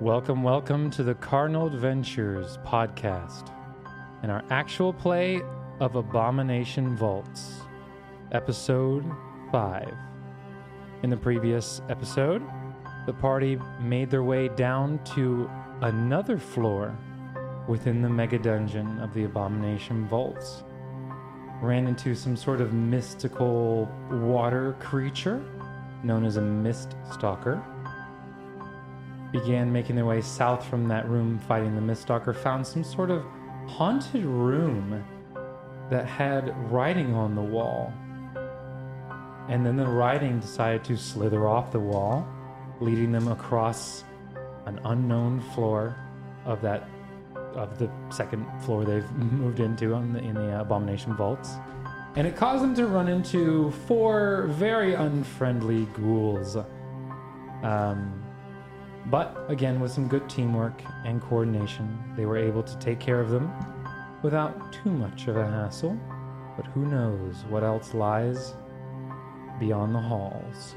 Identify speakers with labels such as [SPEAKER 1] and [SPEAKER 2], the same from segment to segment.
[SPEAKER 1] Welcome, welcome to the Carnal Adventures podcast and our actual play of Abomination Vaults, episode 5. In the previous episode, the party made their way down to another floor within the mega dungeon of the Abomination Vaults. Ran into some sort of mystical water creature known as a Mist Stalker began making their way south from that room fighting the Mistalker, found some sort of haunted room that had writing on the wall. And then the writing decided to slither off the wall, leading them across an unknown floor of that of the second floor they've moved into on the, in the abomination vaults. And it caused them to run into four very unfriendly ghouls. Um, but again, with some good teamwork and coordination, they were able to take care of them without too much of a hassle. But who knows what else lies beyond the halls?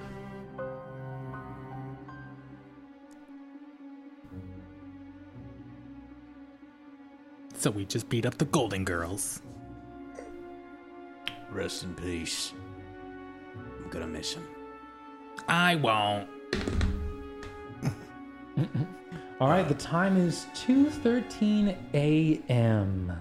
[SPEAKER 2] So we just beat up the Golden Girls.
[SPEAKER 3] Rest in peace. I'm gonna miss him.
[SPEAKER 2] I won't.
[SPEAKER 1] All right, the time is 2:13 a.m.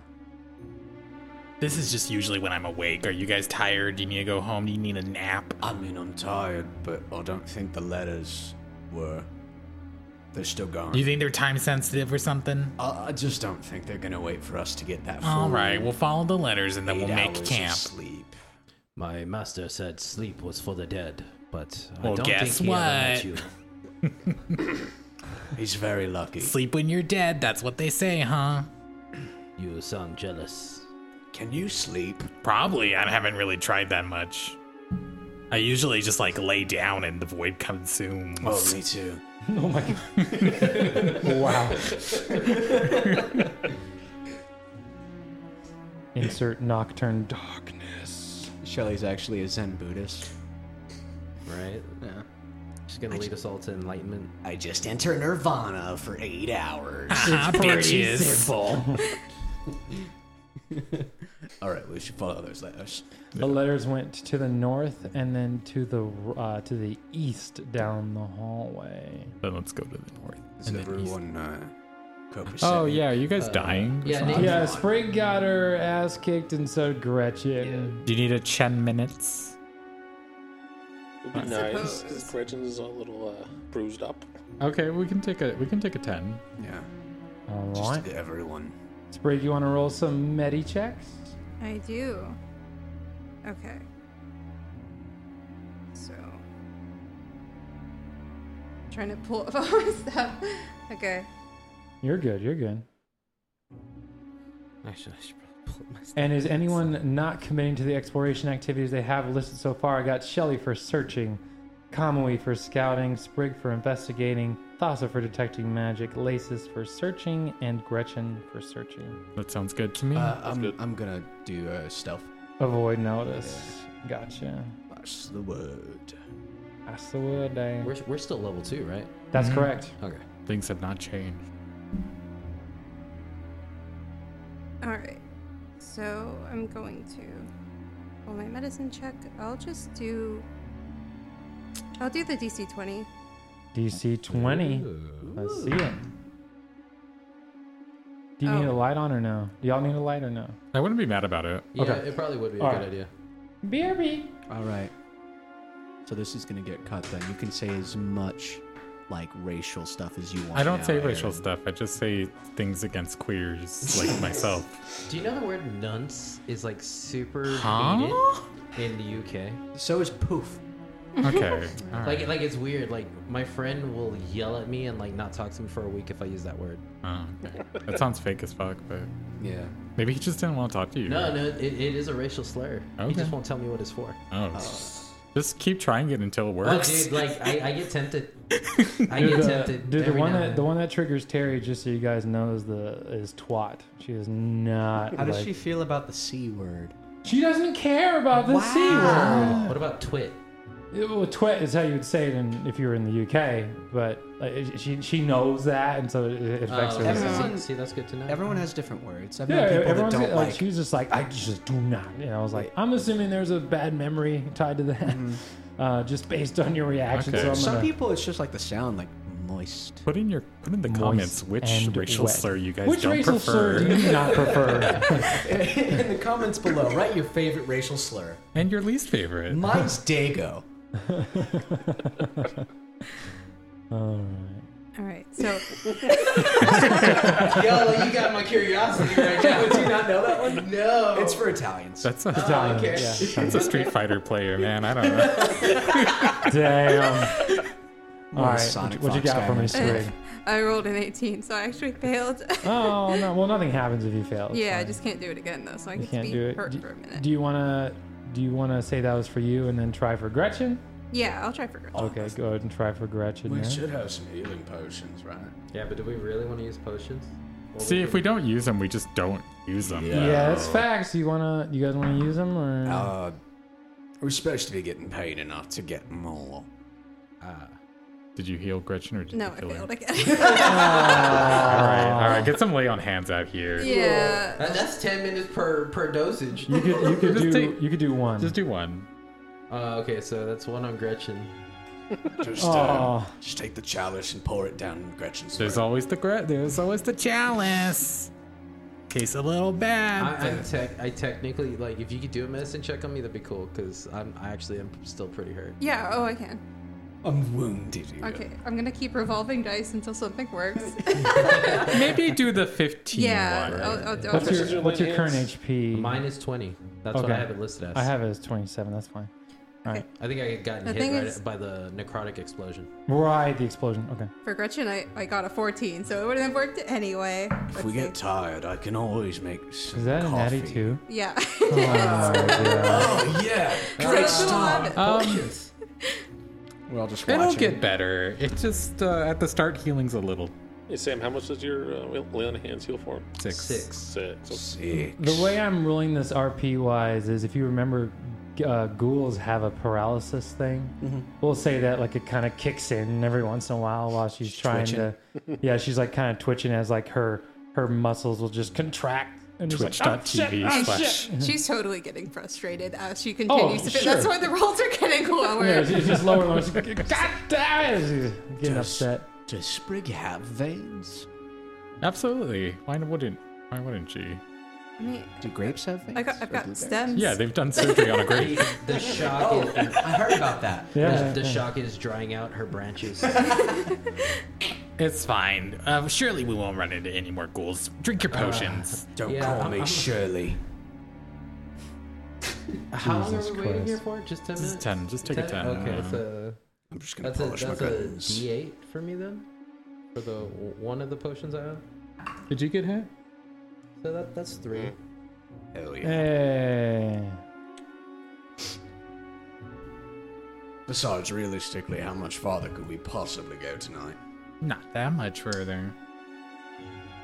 [SPEAKER 2] This is just usually when I'm awake. Are you guys tired? Do you need to go home? Do you need a nap?
[SPEAKER 3] I mean, I'm tired, but I don't think the letters were. They're still gone.
[SPEAKER 2] Do you think they're time sensitive or something?
[SPEAKER 3] I, I just don't think they're gonna wait for us to get that.
[SPEAKER 2] All
[SPEAKER 3] full
[SPEAKER 2] right, we'll follow the letters and then
[SPEAKER 3] eight
[SPEAKER 2] we'll make
[SPEAKER 3] hours
[SPEAKER 2] camp.
[SPEAKER 3] Of sleep.
[SPEAKER 4] My master said sleep was for the dead, but
[SPEAKER 2] Well,
[SPEAKER 4] I don't
[SPEAKER 2] guess
[SPEAKER 4] think he ever
[SPEAKER 2] what?
[SPEAKER 4] met you.
[SPEAKER 3] He's very lucky.
[SPEAKER 2] Sleep when you're dead. That's what they say, huh?
[SPEAKER 4] You sound jealous.
[SPEAKER 3] Can you sleep?
[SPEAKER 2] Probably. I haven't really tried that much. I usually just like lay down and the void consumes.
[SPEAKER 3] Oh, me too.
[SPEAKER 1] Oh my god. wow. Insert nocturne darkness.
[SPEAKER 3] Shelly's actually a Zen Buddhist.
[SPEAKER 4] Right?
[SPEAKER 3] Yeah.
[SPEAKER 4] She's gonna lead us all to enlightenment.
[SPEAKER 3] I just enter Nirvana for eight hours.
[SPEAKER 2] Ah, bitches.
[SPEAKER 3] All right, we should follow those letters.
[SPEAKER 1] The letters went to the north and then to the r- uh, to the east down the hallway.
[SPEAKER 2] Then let's go to the north.
[SPEAKER 3] Is everyone uh, copacetic?
[SPEAKER 2] Oh yeah, are you guys
[SPEAKER 3] Uh,
[SPEAKER 2] dying?
[SPEAKER 4] yeah,
[SPEAKER 2] Or
[SPEAKER 4] Nick-
[SPEAKER 1] Yeah, Sprig got her ass kicked, and so did Gretchen.
[SPEAKER 2] something? Do you need a ten minutes?
[SPEAKER 5] It'd be nice because Gretchen's a little uh, bruised up.
[SPEAKER 6] Okay, we can take a we can take a ten.
[SPEAKER 3] Yeah.
[SPEAKER 1] All
[SPEAKER 3] Just
[SPEAKER 1] right.
[SPEAKER 3] to get everyone.
[SPEAKER 1] Sprig, you want to roll some medi checks?
[SPEAKER 7] I do. Okay. So. Trying to pull up all my stuff. Okay.
[SPEAKER 1] You're good. You're good.
[SPEAKER 4] Actually, I should probably pull up my stuff.
[SPEAKER 1] And is anyone not committing to the exploration activities they have listed so far? I got Shelly for searching, Kamui for scouting, Sprig for investigating, Thassa for detecting magic, Laces for searching, and Gretchen for searching.
[SPEAKER 2] That sounds good to me.
[SPEAKER 3] Uh, I'm, I'm gonna do uh, stealth.
[SPEAKER 1] Avoid notice. Gotcha.
[SPEAKER 3] That's the word.
[SPEAKER 1] That's the word. eh?
[SPEAKER 4] We're, we're still level two, right?
[SPEAKER 1] That's
[SPEAKER 2] Mhm.
[SPEAKER 1] correct.
[SPEAKER 4] Okay.
[SPEAKER 2] Things have not changed.
[SPEAKER 7] Alright. So I'm going to roll my medicine check. I'll just do. I'll do the DC 20.
[SPEAKER 1] DC 20. Let's see it. Do you need a
[SPEAKER 7] Oh.
[SPEAKER 1] light on or no? Do y'all need a light or no?
[SPEAKER 2] I wouldn't be mad about it.
[SPEAKER 4] Yeah,
[SPEAKER 1] Okay.
[SPEAKER 4] it probably would be a
[SPEAKER 1] All
[SPEAKER 4] good
[SPEAKER 1] right.
[SPEAKER 4] idea.
[SPEAKER 1] BRB.
[SPEAKER 3] All right. So this is gonna get cut. Then you can say as much like racial stuff as you want.
[SPEAKER 2] I don't
[SPEAKER 3] now,
[SPEAKER 2] say
[SPEAKER 3] Aaron.
[SPEAKER 2] racial stuff. I just say things against queers like myself.
[SPEAKER 4] Do you know the word nunce is like super
[SPEAKER 8] Ah?
[SPEAKER 2] Huh?
[SPEAKER 4] hated in the UK?
[SPEAKER 3] So is poof.
[SPEAKER 2] Okay. all
[SPEAKER 4] Like,
[SPEAKER 2] right.
[SPEAKER 4] like it's weird. Like my friend will yell at me and like not talk to me for a week if I use that word.
[SPEAKER 8] Uh,
[SPEAKER 2] Oh, okay. That sounds fake as fuck, but
[SPEAKER 3] Yeah.
[SPEAKER 2] maybe he just didn't want to talk to you.
[SPEAKER 4] No, no, it, it is a racial slur. He
[SPEAKER 2] Okay.
[SPEAKER 4] just won't tell me what it's for.
[SPEAKER 2] Oh. Just keep trying it until it
[SPEAKER 4] Oh,
[SPEAKER 2] works.
[SPEAKER 4] dude, like I, I get tempted. I
[SPEAKER 1] Dude,
[SPEAKER 4] get
[SPEAKER 1] the-
[SPEAKER 4] tempted.
[SPEAKER 1] dude, the
[SPEAKER 4] every
[SPEAKER 1] one
[SPEAKER 4] now
[SPEAKER 1] that
[SPEAKER 4] and
[SPEAKER 1] the
[SPEAKER 4] then.
[SPEAKER 1] one that triggers Terry, just so you guys know, is the is twat. She is not.
[SPEAKER 3] How does
[SPEAKER 1] like-
[SPEAKER 3] she feel about the c word?
[SPEAKER 1] She doesn't care about the C
[SPEAKER 4] What about twit?
[SPEAKER 1] Yeah, Well, twit is how you would say it in, if you were in the UK, but like, she she knows that, and so it, it affects
[SPEAKER 4] Oh,
[SPEAKER 1] her.
[SPEAKER 4] see-
[SPEAKER 9] Everyone-
[SPEAKER 4] see, that's good to know.
[SPEAKER 9] Everyone has different words. I've
[SPEAKER 1] Yeah,
[SPEAKER 9] known people that
[SPEAKER 1] everyone's
[SPEAKER 9] don't
[SPEAKER 1] like,
[SPEAKER 9] like.
[SPEAKER 1] she was just like, I just do not. And I was like, I'm assuming there's a bad memory tied to that, uh, just based on your reaction.
[SPEAKER 8] Okay.
[SPEAKER 1] So I'm
[SPEAKER 9] Some
[SPEAKER 1] gonna,
[SPEAKER 9] people, it's just like the sound, like moist.
[SPEAKER 8] Put in your put in the
[SPEAKER 1] Moist
[SPEAKER 8] comments which
[SPEAKER 1] and
[SPEAKER 8] racial
[SPEAKER 1] wet.
[SPEAKER 8] slur you guys
[SPEAKER 1] which
[SPEAKER 8] don't
[SPEAKER 1] racial slur
[SPEAKER 8] prefer,
[SPEAKER 1] do you not prefer?
[SPEAKER 9] in the comments below, write your favorite racial slur.
[SPEAKER 8] and your least favorite.
[SPEAKER 9] Mine's Dago.
[SPEAKER 1] All right.
[SPEAKER 7] All right. So
[SPEAKER 4] Yo, you got my curiosity right now.
[SPEAKER 9] Would you not know that one?
[SPEAKER 4] No.
[SPEAKER 9] It's for Italians.
[SPEAKER 8] That's a
[SPEAKER 1] Italian, yeah.
[SPEAKER 8] that's a Street Fighter player, man. I don't know.
[SPEAKER 1] Damn. All
[SPEAKER 9] a
[SPEAKER 1] right,
[SPEAKER 9] Sonic
[SPEAKER 1] what, what you
[SPEAKER 9] Fox
[SPEAKER 1] got
[SPEAKER 9] guy,
[SPEAKER 1] for me,
[SPEAKER 9] man.
[SPEAKER 1] Sprig?
[SPEAKER 7] I rolled an 18, so I actually failed.
[SPEAKER 1] oh no! Well, nothing happens if you fail. It's
[SPEAKER 7] yeah, I
[SPEAKER 1] fine.
[SPEAKER 7] just can't do it again though, so I
[SPEAKER 1] you
[SPEAKER 7] can
[SPEAKER 1] can't
[SPEAKER 7] be
[SPEAKER 1] do it.
[SPEAKER 7] hurt
[SPEAKER 1] do,
[SPEAKER 7] for a minute.
[SPEAKER 1] do you wanna? Do you wanna say that was for you and then try for Gretchen?
[SPEAKER 7] yeah, I'll try for Gretchen.
[SPEAKER 1] Okay, go ahead and try for Gretchen.
[SPEAKER 3] We
[SPEAKER 1] yeah.
[SPEAKER 3] should have some healing potions, right?
[SPEAKER 4] Yeah, but do we really want to use potions? Well,
[SPEAKER 8] See, if we don't use them, we just don't use them.
[SPEAKER 3] Yeah.
[SPEAKER 1] Yeah, that's facts. You wanna? You guys wanna use them or?
[SPEAKER 3] Uh, we're supposed to be getting paid enough to get more.
[SPEAKER 8] Did you heal Gretchen or did
[SPEAKER 7] No,
[SPEAKER 8] you
[SPEAKER 7] I
[SPEAKER 8] kill her?
[SPEAKER 7] failed again.
[SPEAKER 8] All right, all
[SPEAKER 1] Oh.
[SPEAKER 8] right. Get some lay on hands out here.
[SPEAKER 7] yeah.
[SPEAKER 4] That, that's 10 minutes per per dosage.
[SPEAKER 1] you could. You could
[SPEAKER 8] Just
[SPEAKER 1] do.
[SPEAKER 8] take-
[SPEAKER 1] you could do one.
[SPEAKER 8] Just do one.
[SPEAKER 4] Uh, okay, so that's one on Gretchen.
[SPEAKER 3] Just, uh,
[SPEAKER 1] Aw.
[SPEAKER 3] just take the chalice and pour it down Gretchen's
[SPEAKER 8] There's
[SPEAKER 3] throat.
[SPEAKER 8] always the gre- there's always the chalice. Tastes a little
[SPEAKER 4] I,
[SPEAKER 8] bad.
[SPEAKER 4] I'm tech. I technically like if you could do a medicine check on me, that'd be cool. Cause I'm I actually am still pretty hurt.
[SPEAKER 7] Yeah. Oh, I can.
[SPEAKER 3] I'm wounded. Here.
[SPEAKER 7] Okay. I'm gonna keep revolving dice until something works.
[SPEAKER 8] Maybe do the 15
[SPEAKER 7] yeah. oh,
[SPEAKER 8] one.
[SPEAKER 7] I'll, I'll, do- I'll
[SPEAKER 1] What's
[SPEAKER 7] try-
[SPEAKER 1] your What's your current HP?
[SPEAKER 4] Mine is 20. That's what
[SPEAKER 1] Okay.
[SPEAKER 4] I have it listed as.
[SPEAKER 1] I have it as twenty-seven. That's fine. All right.
[SPEAKER 4] I think I had gotten
[SPEAKER 7] The
[SPEAKER 4] hit
[SPEAKER 7] thing
[SPEAKER 4] right
[SPEAKER 7] is-
[SPEAKER 4] by the necrotic explosion.
[SPEAKER 1] Right. The explosion. Okay.
[SPEAKER 7] for Gretchen. I, I got a 14, so it wouldn't have worked anyway.
[SPEAKER 3] If we get tired, I can always make some
[SPEAKER 1] Is that an
[SPEAKER 3] coffee.
[SPEAKER 1] natty too?
[SPEAKER 7] Yeah.
[SPEAKER 3] Oh yeah, great
[SPEAKER 7] That's
[SPEAKER 3] start.
[SPEAKER 7] eleven.
[SPEAKER 8] Um,
[SPEAKER 9] We're all just watching.
[SPEAKER 8] it'll get better. It just uh, at the start healing's a little
[SPEAKER 5] Hey Sam, how much does your uh, lay on hands heal for?
[SPEAKER 8] six.
[SPEAKER 4] Six.
[SPEAKER 5] Six. Okay.
[SPEAKER 3] Sick.
[SPEAKER 1] The way I'm ruling this RP wise is if you remember, uh, ghouls have a paralysis thing.
[SPEAKER 3] Mm-hmm.
[SPEAKER 1] We'll say that like it kind of kicks in every once in a while while she's trying to. Yeah, she's like kind of twitching as like her her muscles will just contract. And just like, "Ah, shit,
[SPEAKER 8] Twitch.tv
[SPEAKER 1] ah,
[SPEAKER 8] slash.
[SPEAKER 1] shit."
[SPEAKER 7] She's totally getting frustrated as she continues to fit.
[SPEAKER 1] Oh, sure.
[SPEAKER 7] That's why the rolls are getting lower.
[SPEAKER 1] Yeah, she's just lower and lower. She's like, God damn it! She's getting
[SPEAKER 9] Just-
[SPEAKER 1] upset.
[SPEAKER 9] Does Sprig have veins?
[SPEAKER 8] Absolutely. Why wouldn't why wouldn't she?
[SPEAKER 7] I mean,
[SPEAKER 9] Do grapes have veins?
[SPEAKER 7] I got, I've
[SPEAKER 9] Or
[SPEAKER 7] got
[SPEAKER 9] blueberries?
[SPEAKER 7] stems.
[SPEAKER 8] Yeah, they've done surgery on a grape.
[SPEAKER 4] The shock
[SPEAKER 9] Oh,
[SPEAKER 4] is
[SPEAKER 9] I heard about that.
[SPEAKER 1] Yeah,
[SPEAKER 4] the, the
[SPEAKER 1] yeah, yeah.
[SPEAKER 4] shock is drying out her branches.
[SPEAKER 2] It's fine. Uh, surely we won't run into any more ghouls. Drink
[SPEAKER 4] Uh,
[SPEAKER 2] your potions.
[SPEAKER 3] Don't
[SPEAKER 4] Yeah,
[SPEAKER 3] call
[SPEAKER 4] I'm-
[SPEAKER 3] me
[SPEAKER 4] I'm-
[SPEAKER 3] Shirley.
[SPEAKER 4] How long are we
[SPEAKER 1] Jesus
[SPEAKER 4] waiting
[SPEAKER 1] Christ.
[SPEAKER 4] here for? Just 10 minutes?
[SPEAKER 8] Just 10. Just take a 10.
[SPEAKER 4] Okay,
[SPEAKER 8] Uh,
[SPEAKER 4] so
[SPEAKER 3] I'm just gonna
[SPEAKER 4] that's a,
[SPEAKER 3] polish
[SPEAKER 4] that's
[SPEAKER 3] my
[SPEAKER 4] a
[SPEAKER 3] guns.
[SPEAKER 4] D8 for me then? For the one of the potions I have?
[SPEAKER 8] Did you get hit?
[SPEAKER 4] So that, that's three.
[SPEAKER 3] Hell yeah.
[SPEAKER 1] Hey.
[SPEAKER 3] Besides, realistically, how much farther could we possibly go tonight?
[SPEAKER 8] Not that much further.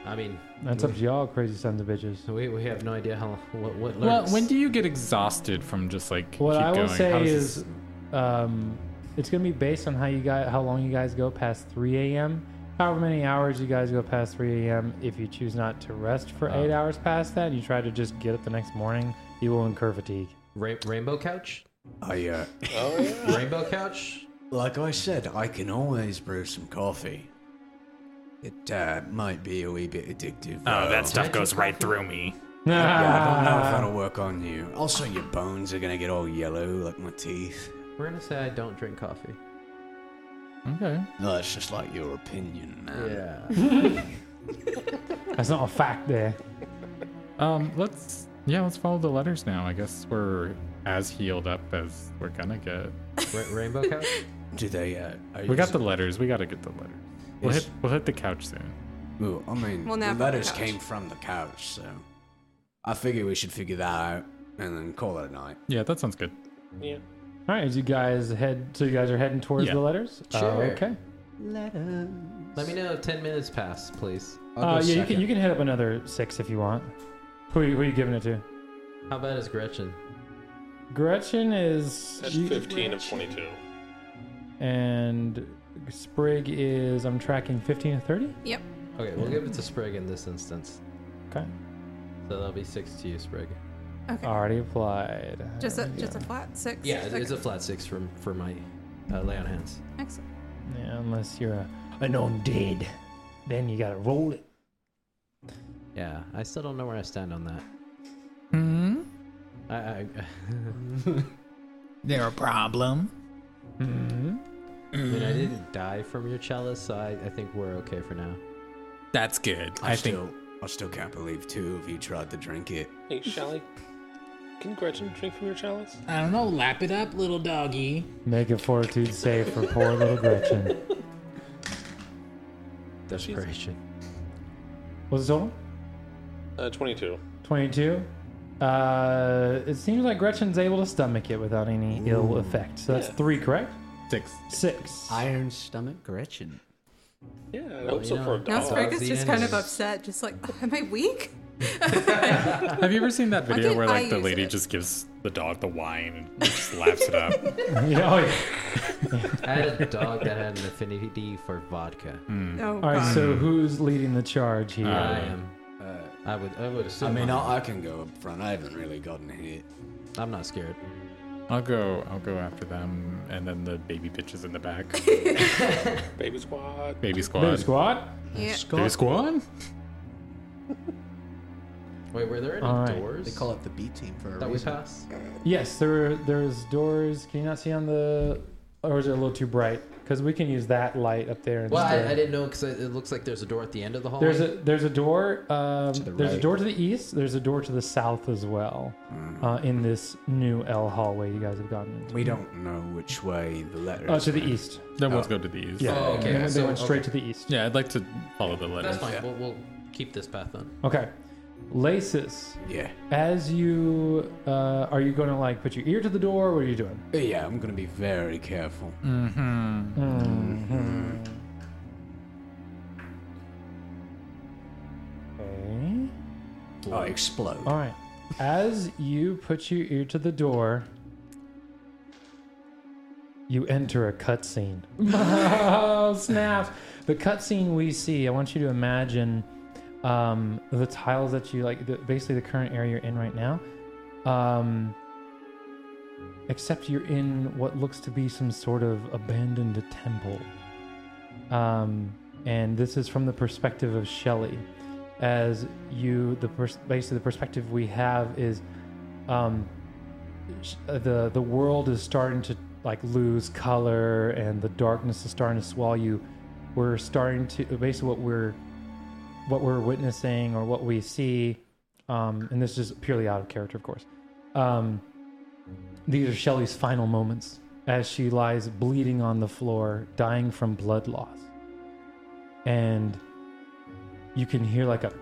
[SPEAKER 4] I mean,
[SPEAKER 1] That's up to y'all, crazy sons of bitches.
[SPEAKER 4] we, we have no idea how what, what
[SPEAKER 8] Well,
[SPEAKER 4] lurks.
[SPEAKER 8] when do you get exhausted from just like
[SPEAKER 1] What
[SPEAKER 8] keep
[SPEAKER 1] I will
[SPEAKER 8] going? How
[SPEAKER 1] say
[SPEAKER 8] does
[SPEAKER 1] is,
[SPEAKER 8] this-
[SPEAKER 1] um, it's gonna be based on how you guys, how long you guys go past 3 a.m. However many hours you guys go past 3 a.m. If you choose not to rest for eight hours past that, and you try to just get up the next morning, you will incur fatigue.
[SPEAKER 4] Ra- rainbow couch?
[SPEAKER 3] I, uh,
[SPEAKER 5] Oh,
[SPEAKER 4] Rainbow couch?
[SPEAKER 3] like I said, I can always brew some coffee. It uh, might be a wee bit addictive.
[SPEAKER 2] Oh,
[SPEAKER 3] though.
[SPEAKER 2] that stuff goes right through me.
[SPEAKER 3] Yeah, I don't know
[SPEAKER 8] Ah.
[SPEAKER 3] if that'll work on you. Also, your bones are gonna get all yellow, like my teeth.
[SPEAKER 4] We're gonna say I don't drink coffee.
[SPEAKER 8] okay.
[SPEAKER 3] No, that's just like your opinion, man.
[SPEAKER 4] Yeah.
[SPEAKER 1] That's not a fact there.
[SPEAKER 8] Um, let's yeah, let's follow the letters now. I guess we're as healed up as we're gonna get.
[SPEAKER 4] Ra- rainbow couch?
[SPEAKER 3] Do they? Uh, are
[SPEAKER 8] We got
[SPEAKER 3] you-
[SPEAKER 8] the letters. We gotta get the letters. We'll
[SPEAKER 3] Yes.
[SPEAKER 8] hit we'll hit the couch soon.
[SPEAKER 3] Well, I mean,
[SPEAKER 7] Well, now
[SPEAKER 3] the
[SPEAKER 7] from the
[SPEAKER 3] letters
[SPEAKER 7] couch.
[SPEAKER 3] came from the couch, so I figure we should figure that out and then call it a night.
[SPEAKER 8] Yeah, that sounds good.
[SPEAKER 5] Yeah.
[SPEAKER 1] All right, as you guys head, so you guys are heading towards
[SPEAKER 8] Yeah.
[SPEAKER 1] the letters. Uh,
[SPEAKER 4] Sure.
[SPEAKER 1] okay.
[SPEAKER 4] Let me know if 10 minutes pass, please.
[SPEAKER 1] Uh, yeah, you can you can hit up another six if you want. Who are you, who are you giving it to?
[SPEAKER 4] How bad is Gretchen?
[SPEAKER 1] Gretchen is
[SPEAKER 5] That's
[SPEAKER 1] you-
[SPEAKER 5] 15 of 22.
[SPEAKER 1] and Sprig is I'm tracking 15 to 30.
[SPEAKER 7] Yep.
[SPEAKER 10] Okay, we'll give it to Sprig in this instance.
[SPEAKER 1] Okay.
[SPEAKER 10] So that'll be six to you, Sprig.
[SPEAKER 7] Okay.
[SPEAKER 1] Already applied.
[SPEAKER 7] just a
[SPEAKER 1] There we
[SPEAKER 7] just a
[SPEAKER 1] go.
[SPEAKER 7] flat six.
[SPEAKER 10] Yeah, it-
[SPEAKER 7] Okay.
[SPEAKER 10] it's a flat six from for my uh, lay on hands.
[SPEAKER 7] Excellent.
[SPEAKER 1] yeah, unless you're a, an undead, then you gotta roll it.
[SPEAKER 10] Yeah, I still don't know where I stand on that.
[SPEAKER 8] Hmm?
[SPEAKER 10] I, I
[SPEAKER 2] There a problem?
[SPEAKER 1] Mm-hmm.
[SPEAKER 10] I mean, I didn't die from your chalice, so I, I think we're okay for now.
[SPEAKER 2] That's good. I, think.
[SPEAKER 3] still, I still can't believe two of you tried to drink it.
[SPEAKER 5] Hey, Shelly, can Gretchen drink from your chalice?
[SPEAKER 4] I don't know. Lap it up, little doggy.
[SPEAKER 1] Make a fortitude save for poor little Gretchen.
[SPEAKER 10] Desperation.
[SPEAKER 1] What's the total?
[SPEAKER 5] Uh, 22.
[SPEAKER 1] 22. Uh, it seems like Gretchen's able to stomach it without any ill effect. So that's three, correct?
[SPEAKER 8] Six.
[SPEAKER 1] Six.
[SPEAKER 11] Iron stomach Gretchen.
[SPEAKER 5] Oh, Yeah, I hope so
[SPEAKER 10] you
[SPEAKER 5] for a
[SPEAKER 10] know,
[SPEAKER 7] Now
[SPEAKER 5] dog.
[SPEAKER 7] Sprig
[SPEAKER 10] Sprague-
[SPEAKER 7] is
[SPEAKER 10] the
[SPEAKER 7] just kind of
[SPEAKER 10] enemy.
[SPEAKER 7] upset, just like, "Oh, am I weak?
[SPEAKER 8] Have you ever seen that video
[SPEAKER 7] think
[SPEAKER 8] where
[SPEAKER 7] I
[SPEAKER 8] like the
[SPEAKER 7] use
[SPEAKER 8] lady
[SPEAKER 7] it.
[SPEAKER 8] just gives the dog the wine and just laps it up?
[SPEAKER 1] Yeah, oh, yeah.
[SPEAKER 10] I had a dog that had an affinity for vodka.
[SPEAKER 7] Oh,
[SPEAKER 1] Mm. All right,
[SPEAKER 7] God.
[SPEAKER 1] so who's leading the charge here?
[SPEAKER 10] Um, I am. I would. Uh, I would
[SPEAKER 3] I
[SPEAKER 10] assume.
[SPEAKER 3] mean,
[SPEAKER 10] I'm,
[SPEAKER 3] I, I can go up front. I haven't really gotten hit.
[SPEAKER 10] I'm not scared.
[SPEAKER 8] I'll go. I'll go after them, and then the baby bitches in the back.
[SPEAKER 5] Baby squad.
[SPEAKER 8] Baby squad.
[SPEAKER 1] Baby squad?
[SPEAKER 7] yeah.
[SPEAKER 8] Baby squad?
[SPEAKER 10] Wait, were there any
[SPEAKER 1] All right.
[SPEAKER 10] doors
[SPEAKER 11] They call it the B team for a
[SPEAKER 10] that we
[SPEAKER 11] reason.
[SPEAKER 10] passed?
[SPEAKER 1] Yes, there there's doors. Can you not see on the or is it a little too bright? Because we can use that light up there.
[SPEAKER 10] Well,
[SPEAKER 1] instead.
[SPEAKER 10] I, I didn't know because it it looks like there's a door at the end of the hallway.
[SPEAKER 1] There's a there's a door. Um,
[SPEAKER 11] the
[SPEAKER 1] there's a
[SPEAKER 11] right.
[SPEAKER 1] door to the east. There's a door to the south as well. Uh, in this new L hallway you guys have gotten into.
[SPEAKER 3] We don't know which way the letters.
[SPEAKER 1] Uh, to the
[SPEAKER 3] went.
[SPEAKER 1] east.
[SPEAKER 8] Then we'll go to these.
[SPEAKER 1] Yeah.
[SPEAKER 10] Oh, okay.
[SPEAKER 1] They, went- they
[SPEAKER 10] So-
[SPEAKER 1] went straight
[SPEAKER 10] okay.
[SPEAKER 1] to the east.
[SPEAKER 8] Yeah, I'd like to follow the
[SPEAKER 10] That's
[SPEAKER 8] letters.
[SPEAKER 10] fine. We'll, we'll keep this path then.
[SPEAKER 1] Okay. Laces.
[SPEAKER 3] Yeah.
[SPEAKER 1] As you uh, are you going to like put your ear to the door? What are you doing?
[SPEAKER 3] But yeah, I'm gonna be very careful.
[SPEAKER 1] Okay.
[SPEAKER 3] Oh, I explode.
[SPEAKER 1] All right. As you put your ear to the door, you enter a cutscene. oh, snap. The cutscene we see, I want you to imagine um, the tiles that you like, the, basically the current area you're in right now. Um, except you're in what looks to be some sort of abandoned temple. Um, and this is from the perspective of Shelley as you the pers- basically the perspective we have is um sh- uh, the the world is starting to like lose color and the darkness is starting to swallow you we're starting to basically what we're what we're witnessing or what we see um and this is purely out of character of course um these are Shelley's final moments as she lies bleeding on the floor dying from blood loss and you can hear like a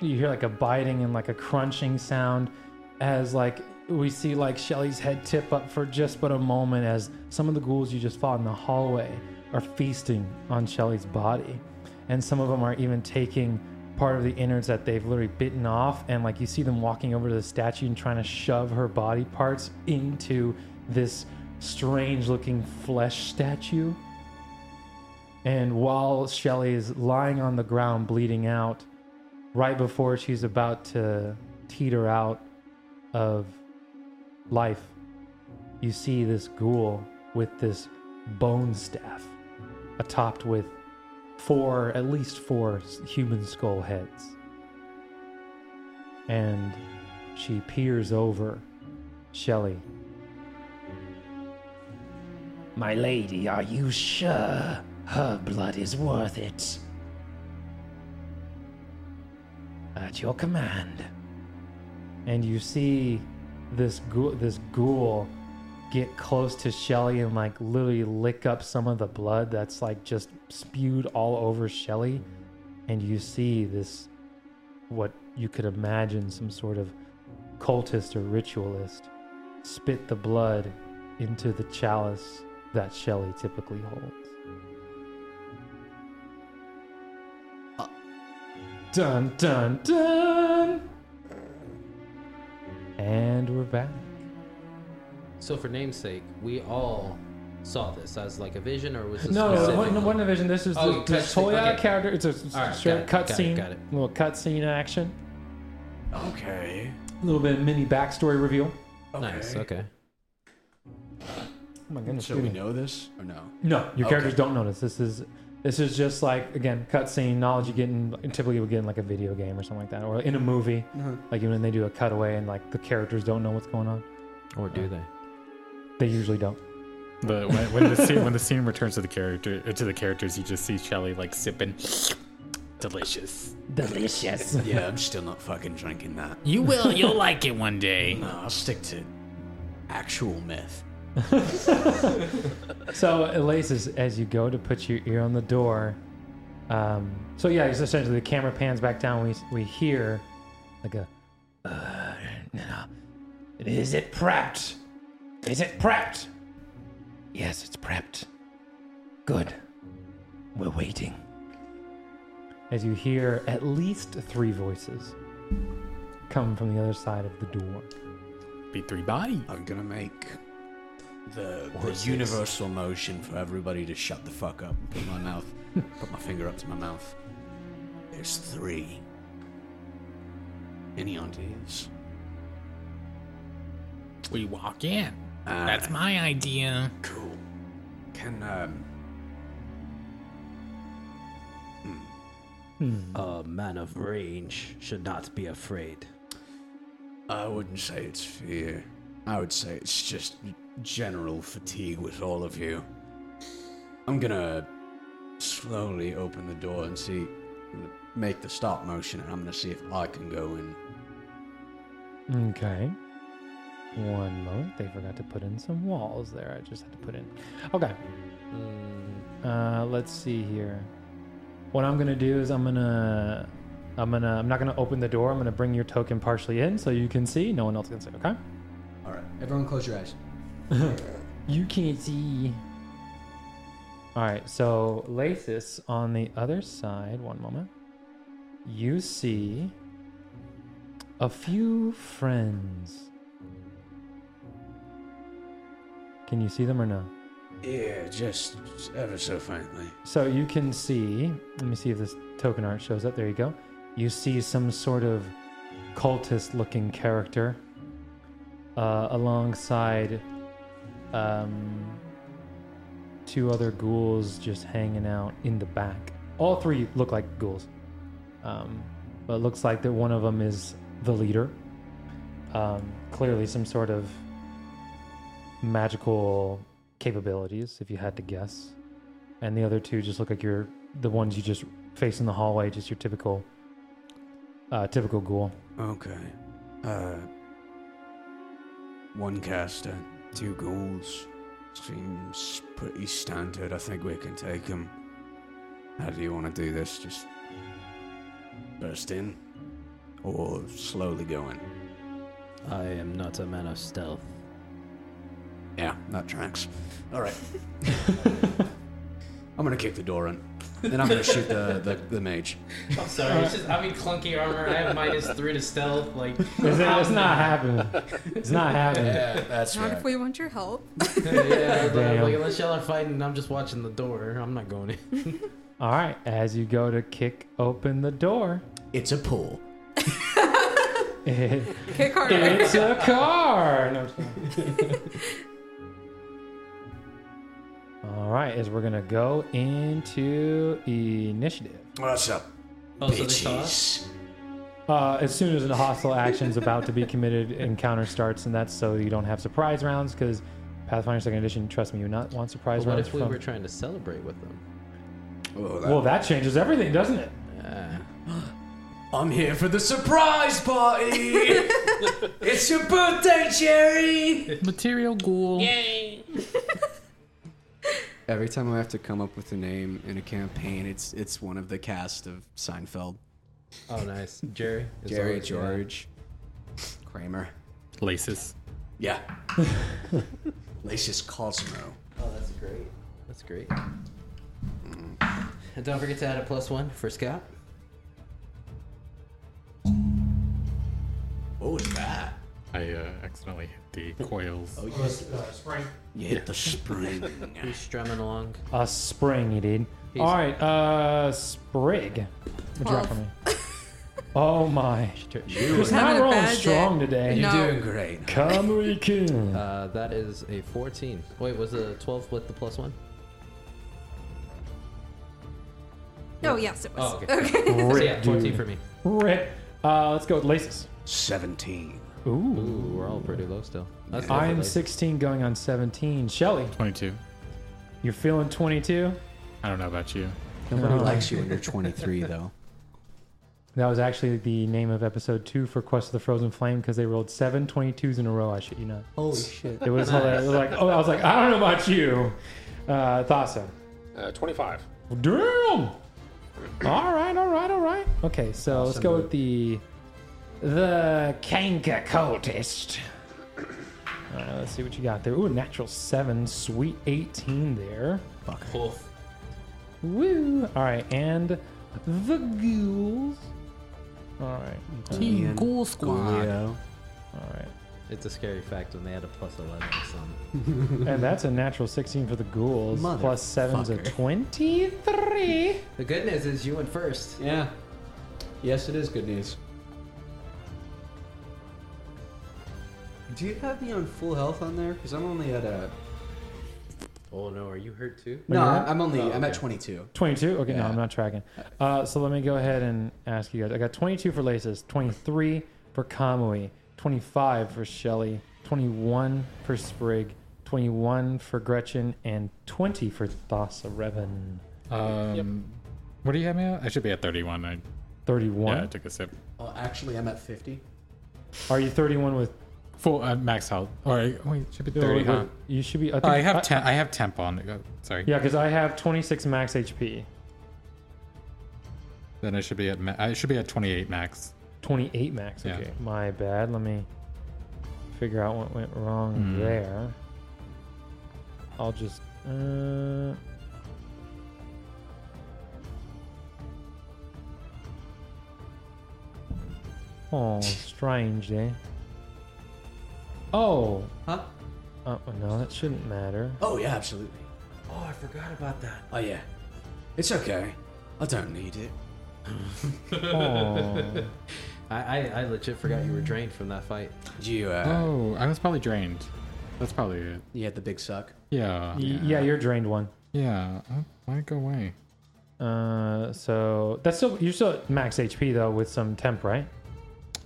[SPEAKER 1] you hear like a biting and like a crunching sound as like we see like Shelly's head tip up for just but a moment as some of the ghouls you just fought in the hallway are feasting on Shelly's body and some of them are even taking part of the innards that they've literally bitten off and like you see them walking over to the statue and trying to shove her body parts into this strange looking flesh statue and while Shelly is lying on the ground bleeding out, right before she's about to teeter out of life, you see this ghoul with this bone staff atop with four, at least four s- human skull heads. And she peers over Shelly. My lady, are you sure her blood is worth it? At your command. And you see this ghoul, this ghoul get close to Shelly and like literally lick up some of the blood that's like just spewed all over Shelly. And you see this, what you could imagine some sort of cultist or ritualist spit the blood into the chalice that Shelley typically holds.
[SPEAKER 10] Uh.
[SPEAKER 1] Dun dun dun! And we're back.
[SPEAKER 10] So for namesake, we all saw this as like a vision, or was this
[SPEAKER 1] No, no,
[SPEAKER 10] specific?
[SPEAKER 1] one, no, one division. This is
[SPEAKER 10] Oh,
[SPEAKER 1] the, the
[SPEAKER 10] cutscene,
[SPEAKER 1] Toya
[SPEAKER 10] okay.
[SPEAKER 1] character. It's a s-
[SPEAKER 10] All right, got
[SPEAKER 1] straight
[SPEAKER 10] it, got it,
[SPEAKER 1] cutscene,
[SPEAKER 10] got it.
[SPEAKER 1] little cutscene action,
[SPEAKER 3] Okay.
[SPEAKER 1] a little bit of mini backstory reveal.
[SPEAKER 10] Nice. Okay.
[SPEAKER 1] Oh my goodness!
[SPEAKER 11] So
[SPEAKER 1] dude.
[SPEAKER 11] we know this or no?
[SPEAKER 1] No, your characters
[SPEAKER 11] Okay.
[SPEAKER 1] don't notice. This is this is just like again cutscene knowledge you get in typically you get in like a video game or something like that, or in a movie, like when they do a cutaway and like the characters don't know what's going on.
[SPEAKER 10] Or do they?
[SPEAKER 1] They usually don't.
[SPEAKER 8] The when, when the scene when the scene returns to the character uh, to the characters, you just see Shelly like sipping. Delicious.
[SPEAKER 1] Delicious.
[SPEAKER 3] Yeah, I'm still not fucking drinking that.
[SPEAKER 4] You will. You'll like it one day.
[SPEAKER 3] No, I'll stick to actual myth.
[SPEAKER 1] so Elise, as, as you go to put your ear on the door, um, so yeah, it's essentially the camera pans back down. We we hear like a, uh, no, is it prepped? Is it prepped? Yes, it's prepped. Good. We're waiting. As you hear at least three voices come from the other side of the door.
[SPEAKER 8] Be three body.
[SPEAKER 3] I'm gonna make the, the universal motion for everybody to shut the fuck up. Put my mouth, put my finger up to my mouth. There's three. Any ideas?
[SPEAKER 4] We walk in.
[SPEAKER 3] Ah,
[SPEAKER 4] That's my idea.
[SPEAKER 3] cool. Can um.
[SPEAKER 10] A man of range should not be afraid.
[SPEAKER 3] I wouldn't say it's fear. I would say it's just general fatigue with all of you. I'm gonna slowly open the door and see, I'm gonna make the stop motion, and I'm gonna see if I can go in.
[SPEAKER 1] Okay. One moment. They forgot to put in some walls there. I just had to put in. Okay. Uh, let's see here. What I'm gonna do is I'm gonna, I'm gonna, I'm not gonna open the door. I'm gonna bring your token partially in so you can see. No one else can see. Okay.
[SPEAKER 11] All right, everyone, close your eyes.
[SPEAKER 1] You can't see. All right, so Lathis on the other side, one moment. You see a few friends. Can you see them or no?
[SPEAKER 3] Yeah, just ever so faintly.
[SPEAKER 1] So you can see, let me see if this token art shows up. There you go. You see some sort of cultist looking character uh, alongside um, two other ghouls just hanging out in the back. All three look like ghouls. Um, but it looks like that one of them is the leader. Um, clearly, some sort of magical capabilities, if you had to guess and the other two just look like you're the ones you just face in the hallway, just your typical, uh, typical ghoul.
[SPEAKER 3] Okay. Uh. One caster, two ghouls. Seems pretty standard. I think we can take them. How do you want to do this? Just burst in? Or slowly go in?
[SPEAKER 10] I am not a man of stealth.
[SPEAKER 3] Yeah, that tracks. Alright. I'm gonna kick the door in. Then I'm gonna shoot the, the, the mage.
[SPEAKER 4] I'm sorry. It's just, I'm in clunky armor. I have minus three to stealth. Like,
[SPEAKER 1] It's, it's not happening. It's not happening.
[SPEAKER 3] that's
[SPEAKER 7] Not if we want your help.
[SPEAKER 10] yeah,
[SPEAKER 1] Damn.
[SPEAKER 10] like unless y'all are fighting, and I'm just watching the door. I'm not going in.
[SPEAKER 1] All right, as you go to kick open the door,
[SPEAKER 11] It's a pull.
[SPEAKER 1] it,
[SPEAKER 7] Kick harder.
[SPEAKER 1] it's a car. No, I'm just kidding. All right, is we're gonna go into initiative.
[SPEAKER 3] What's up?
[SPEAKER 4] oh, so they saw us?
[SPEAKER 1] Uh, as soon as a hostile action is about to be committed, encounter starts, and that's so you don't have surprise rounds. Because Pathfinder Second Edition, trust me, you not want surprise
[SPEAKER 10] But what
[SPEAKER 1] rounds
[SPEAKER 10] if we
[SPEAKER 1] from.
[SPEAKER 10] were trying to celebrate with them?
[SPEAKER 3] Oh, that-
[SPEAKER 1] well, that changes everything, doesn't it?
[SPEAKER 3] I'm here for the surprise party! it's your birthday, Jerry!
[SPEAKER 8] Material ghoul.
[SPEAKER 4] Yay!
[SPEAKER 11] Every time I have to come up with a name in a campaign, it's it's one of the cast of Seinfeld.
[SPEAKER 10] Oh, nice, Jerry. is
[SPEAKER 11] Jerry,
[SPEAKER 10] always- yeah.
[SPEAKER 11] George, Kramer.
[SPEAKER 8] Laces.
[SPEAKER 3] Yeah. Lacius Cosmo.
[SPEAKER 10] Oh, that's great. That's great. And don't forget to add a plus one for scout.
[SPEAKER 3] What was that?
[SPEAKER 8] I uh, accidentally hit the coils.
[SPEAKER 11] Oh, you
[SPEAKER 4] Or a sp- uh, spring.
[SPEAKER 3] You hit the spring.
[SPEAKER 10] He's strumming along.
[SPEAKER 1] A spring it did.
[SPEAKER 10] He's-
[SPEAKER 1] All right, uh, sprig. Would you roll for me? Oh my!
[SPEAKER 3] You
[SPEAKER 1] It's
[SPEAKER 3] are
[SPEAKER 1] not
[SPEAKER 7] having a
[SPEAKER 1] rolling
[SPEAKER 7] bad day.
[SPEAKER 1] strong today.
[SPEAKER 7] No.
[SPEAKER 3] doing great.
[SPEAKER 1] Come we can.
[SPEAKER 10] Uh, that is a 14. Wait, was the 12 with the plus one?
[SPEAKER 7] No, yes, it was.
[SPEAKER 10] Oh, okay. So yeah,
[SPEAKER 1] Rip,
[SPEAKER 10] 14
[SPEAKER 1] dude.
[SPEAKER 10] for me.
[SPEAKER 1] Rip. Uh, let's go with laces.
[SPEAKER 3] 17.
[SPEAKER 1] Ooh.
[SPEAKER 10] Ooh, we're all pretty low still. That's
[SPEAKER 1] I
[SPEAKER 10] lovely.
[SPEAKER 1] am 16 going on 17. Shelly,
[SPEAKER 8] 22.
[SPEAKER 1] you're feeling 22?
[SPEAKER 8] I don't know about you.
[SPEAKER 11] Nobody
[SPEAKER 1] Oh.
[SPEAKER 11] likes you when you're 23, though.
[SPEAKER 1] That was actually the name of episode two for Quest of the Frozen Flame because they rolled seven 22s in a row. I shit you not.
[SPEAKER 11] Holy shit.
[SPEAKER 1] It was hilarious. It was like, oh, I was like, I don't know about you. Uh, thought so.
[SPEAKER 5] Uh, 25.
[SPEAKER 1] Damn. All right, all right, all right. Okay, so let's go with the the canker cultist. All right, let's see what you got there. Ooh, natural seven, sweet eighteen there.
[SPEAKER 4] Oof.
[SPEAKER 1] Woo! All right, and the ghouls. All right,
[SPEAKER 11] Team Ghoul Squad.
[SPEAKER 1] all right,
[SPEAKER 10] It's a scary fact when they had a plus 11 or something.
[SPEAKER 1] and that's a natural sixteen for the ghouls. Plus seven's a
[SPEAKER 11] Motherfucker.
[SPEAKER 1] twenty-three.
[SPEAKER 10] The good news is you went first.
[SPEAKER 3] Yeah. Yes, it is good news. Do you have me on full health on there? Because I'm only at a.
[SPEAKER 10] Oh no, are you hurt too?
[SPEAKER 11] No,
[SPEAKER 1] you're
[SPEAKER 11] I'm only, I'm at 22.
[SPEAKER 1] 22 okay no i'm not tracking uh, so let me go ahead and ask you guys i got 22 for laces 23 for kamui 25 for shelly 21 for sprig 21 for gretchen and 20 for thassa revan
[SPEAKER 8] Um, What do you have me at? I should be at 31. I,
[SPEAKER 1] 31
[SPEAKER 8] yeah, I took a sip.
[SPEAKER 11] Oh, actually, I'm at 50.
[SPEAKER 1] are you 31 with
[SPEAKER 8] Full uh, max health. All right. Wait, should be 30,
[SPEAKER 1] with-
[SPEAKER 8] huh?
[SPEAKER 1] you should be i, think,
[SPEAKER 8] I have ten, I have temp on. Uh, Sorry.
[SPEAKER 1] yeah because i have 26 max hp
[SPEAKER 8] Then I should be at ma- I should be at 28 max.
[SPEAKER 1] 28 max
[SPEAKER 8] Yeah.
[SPEAKER 1] okay my bad let me figure out what went wrong there i'll just uh oh strange eh oh
[SPEAKER 11] Huh?
[SPEAKER 1] uh, no that shouldn't matter
[SPEAKER 3] Oh, yeah, absolutely.
[SPEAKER 10] Oh, I forgot about that.
[SPEAKER 3] Oh, yeah. It's okay. I don't need it.
[SPEAKER 1] oh
[SPEAKER 10] I, I, I legit forgot you were drained from that fight.
[SPEAKER 3] You, uh.
[SPEAKER 8] Oh, I was probably drained. That's probably it.
[SPEAKER 11] You had the big suck.
[SPEAKER 8] Yeah.
[SPEAKER 1] Y- yeah you're drained one
[SPEAKER 8] Yeah. uh, Why'd it go away?
[SPEAKER 1] uh so that's still you're still at max hp though with some temp right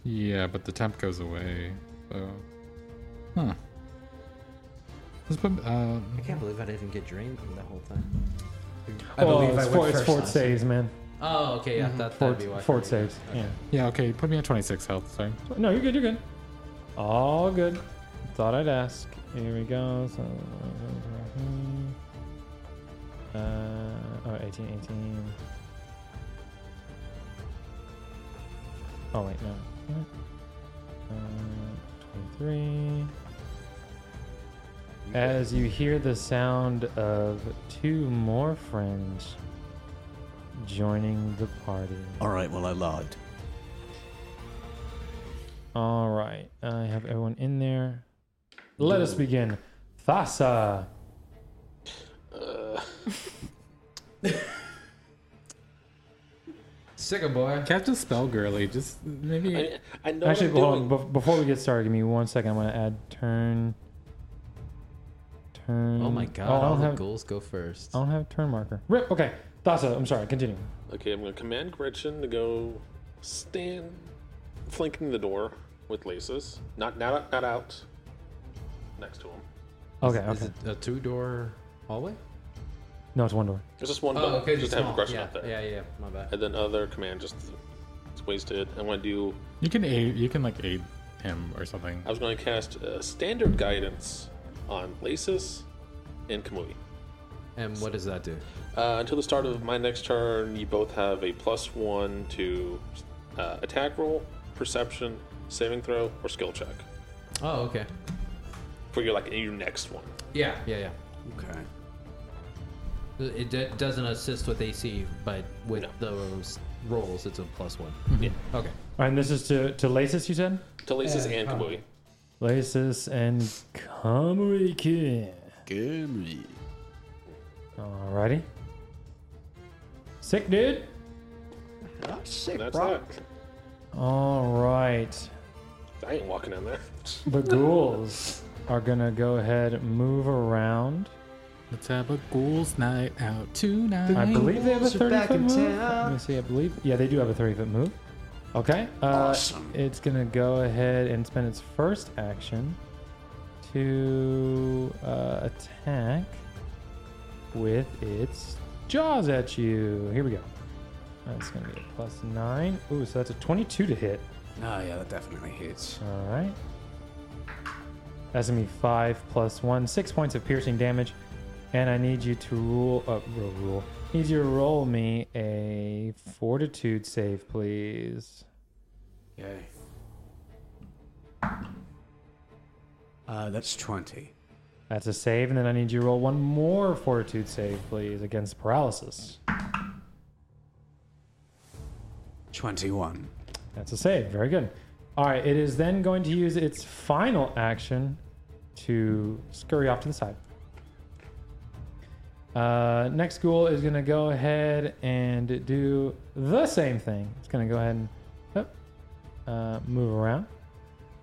[SPEAKER 8] Yeah, but the temp goes away. So. Huh. Let's put. Uh,
[SPEAKER 10] I can't believe I didn't get drained the whole time.
[SPEAKER 3] I believe
[SPEAKER 1] oh,
[SPEAKER 3] I
[SPEAKER 1] it's
[SPEAKER 3] went
[SPEAKER 1] fort, it's
[SPEAKER 3] first
[SPEAKER 1] fort
[SPEAKER 3] last
[SPEAKER 1] saves man
[SPEAKER 10] Oh, okay, yeah, that, that'd be why.
[SPEAKER 1] Mm-hmm. Fort, Fort saves. Yeah.
[SPEAKER 8] yeah, okay. Put me at 26 health. Sorry.
[SPEAKER 1] No, you're good. You're good. All good. Thought I'd ask. Here we go. So, uh, oh, 18, 18. Oh, wait, no. Uh, 23. As you hear the sound of two more friends joining the party.
[SPEAKER 3] Alright, well, I lied.
[SPEAKER 1] All right, I have everyone in there. Let us begin. Thassa.
[SPEAKER 10] Sicker boy.
[SPEAKER 8] Cast a spell, girly. Just maybe.
[SPEAKER 5] I, I know
[SPEAKER 1] Actually,
[SPEAKER 5] what I'm
[SPEAKER 1] hold
[SPEAKER 5] doing.
[SPEAKER 1] on. bef- Before we get started, give me one second. I'm gonna add turn. Turn.
[SPEAKER 10] Oh my god,
[SPEAKER 1] Oh, I
[SPEAKER 10] all
[SPEAKER 1] don't
[SPEAKER 10] the
[SPEAKER 1] have.
[SPEAKER 10] ghouls go first.
[SPEAKER 1] I don't have turn marker. Rip. Okay. Thassa. I'm sorry. Continue.
[SPEAKER 5] Okay, I'm going to command Gretchen to go stand flanking the door with laces. Not, not, not out. Next to him.
[SPEAKER 1] Okay.
[SPEAKER 10] Is
[SPEAKER 1] Okay.
[SPEAKER 10] it a two door hallway?
[SPEAKER 1] No, it's one door.
[SPEAKER 5] There's just one
[SPEAKER 10] Oh,
[SPEAKER 5] button. Oh, just to have Gretchen
[SPEAKER 10] yeah,
[SPEAKER 5] up there.
[SPEAKER 10] yeah, yeah, my bad.
[SPEAKER 5] And then other command just, just wasted. I'm going to do.
[SPEAKER 8] You can aid. You can like aid him or something.
[SPEAKER 5] I was going to cast uh, standard guidance on laces and Kamui.
[SPEAKER 10] And what does that do?
[SPEAKER 5] Uh, until the start of my next turn, you both have a plus one to uh, attack roll, perception, saving throw, or skill check
[SPEAKER 10] Oh, okay.
[SPEAKER 5] for your like your next one.
[SPEAKER 10] Yeah, yeah,
[SPEAKER 3] Okay.
[SPEAKER 10] yeah. It d- doesn't assist with AC, but with
[SPEAKER 5] No.
[SPEAKER 10] those rolls, it's a plus one.
[SPEAKER 5] Yeah.
[SPEAKER 10] Okay.
[SPEAKER 1] All right. And this is to to Lasis. You said.
[SPEAKER 5] To Laces and Kamui.
[SPEAKER 1] Lasis and Kamurikin. Alrighty. Sick, dude.
[SPEAKER 5] That's that.
[SPEAKER 1] Alright.
[SPEAKER 5] I ain't walking down there.
[SPEAKER 1] The ghouls are gonna go ahead and move around.
[SPEAKER 8] Let's have a ghouls night out tonight.
[SPEAKER 1] I believe they have a
[SPEAKER 11] Ghouls
[SPEAKER 1] 30
[SPEAKER 11] are back
[SPEAKER 1] foot
[SPEAKER 11] in
[SPEAKER 1] move.
[SPEAKER 11] town.
[SPEAKER 1] Let me see, I believe. Yeah, they do have a 30 foot move. Okay. Uh,
[SPEAKER 3] Awesome.
[SPEAKER 1] It's going to go ahead and spend its first action to uh, attack with its jaws at you. Here we go. That's going to be a plus nine. Ooh, so that's a 22 to hit.
[SPEAKER 3] Oh, yeah, that definitely hits.
[SPEAKER 1] All right. That's gonna be five plus one, six points of piercing damage, and I need you to rule up uh, roll, rule. Need you to roll me a fortitude save, please.
[SPEAKER 3] Okay. Uh, that's 20.
[SPEAKER 1] That's a save, and then I need you to roll one more fortitude save, please, against paralysis.
[SPEAKER 3] 21.
[SPEAKER 1] That's a save. Very good. All right. It is then going to use its final action to scurry off to the side. Uh, next ghoul is going to go ahead and do the same thing. It's going to go ahead and oop, uh, move around.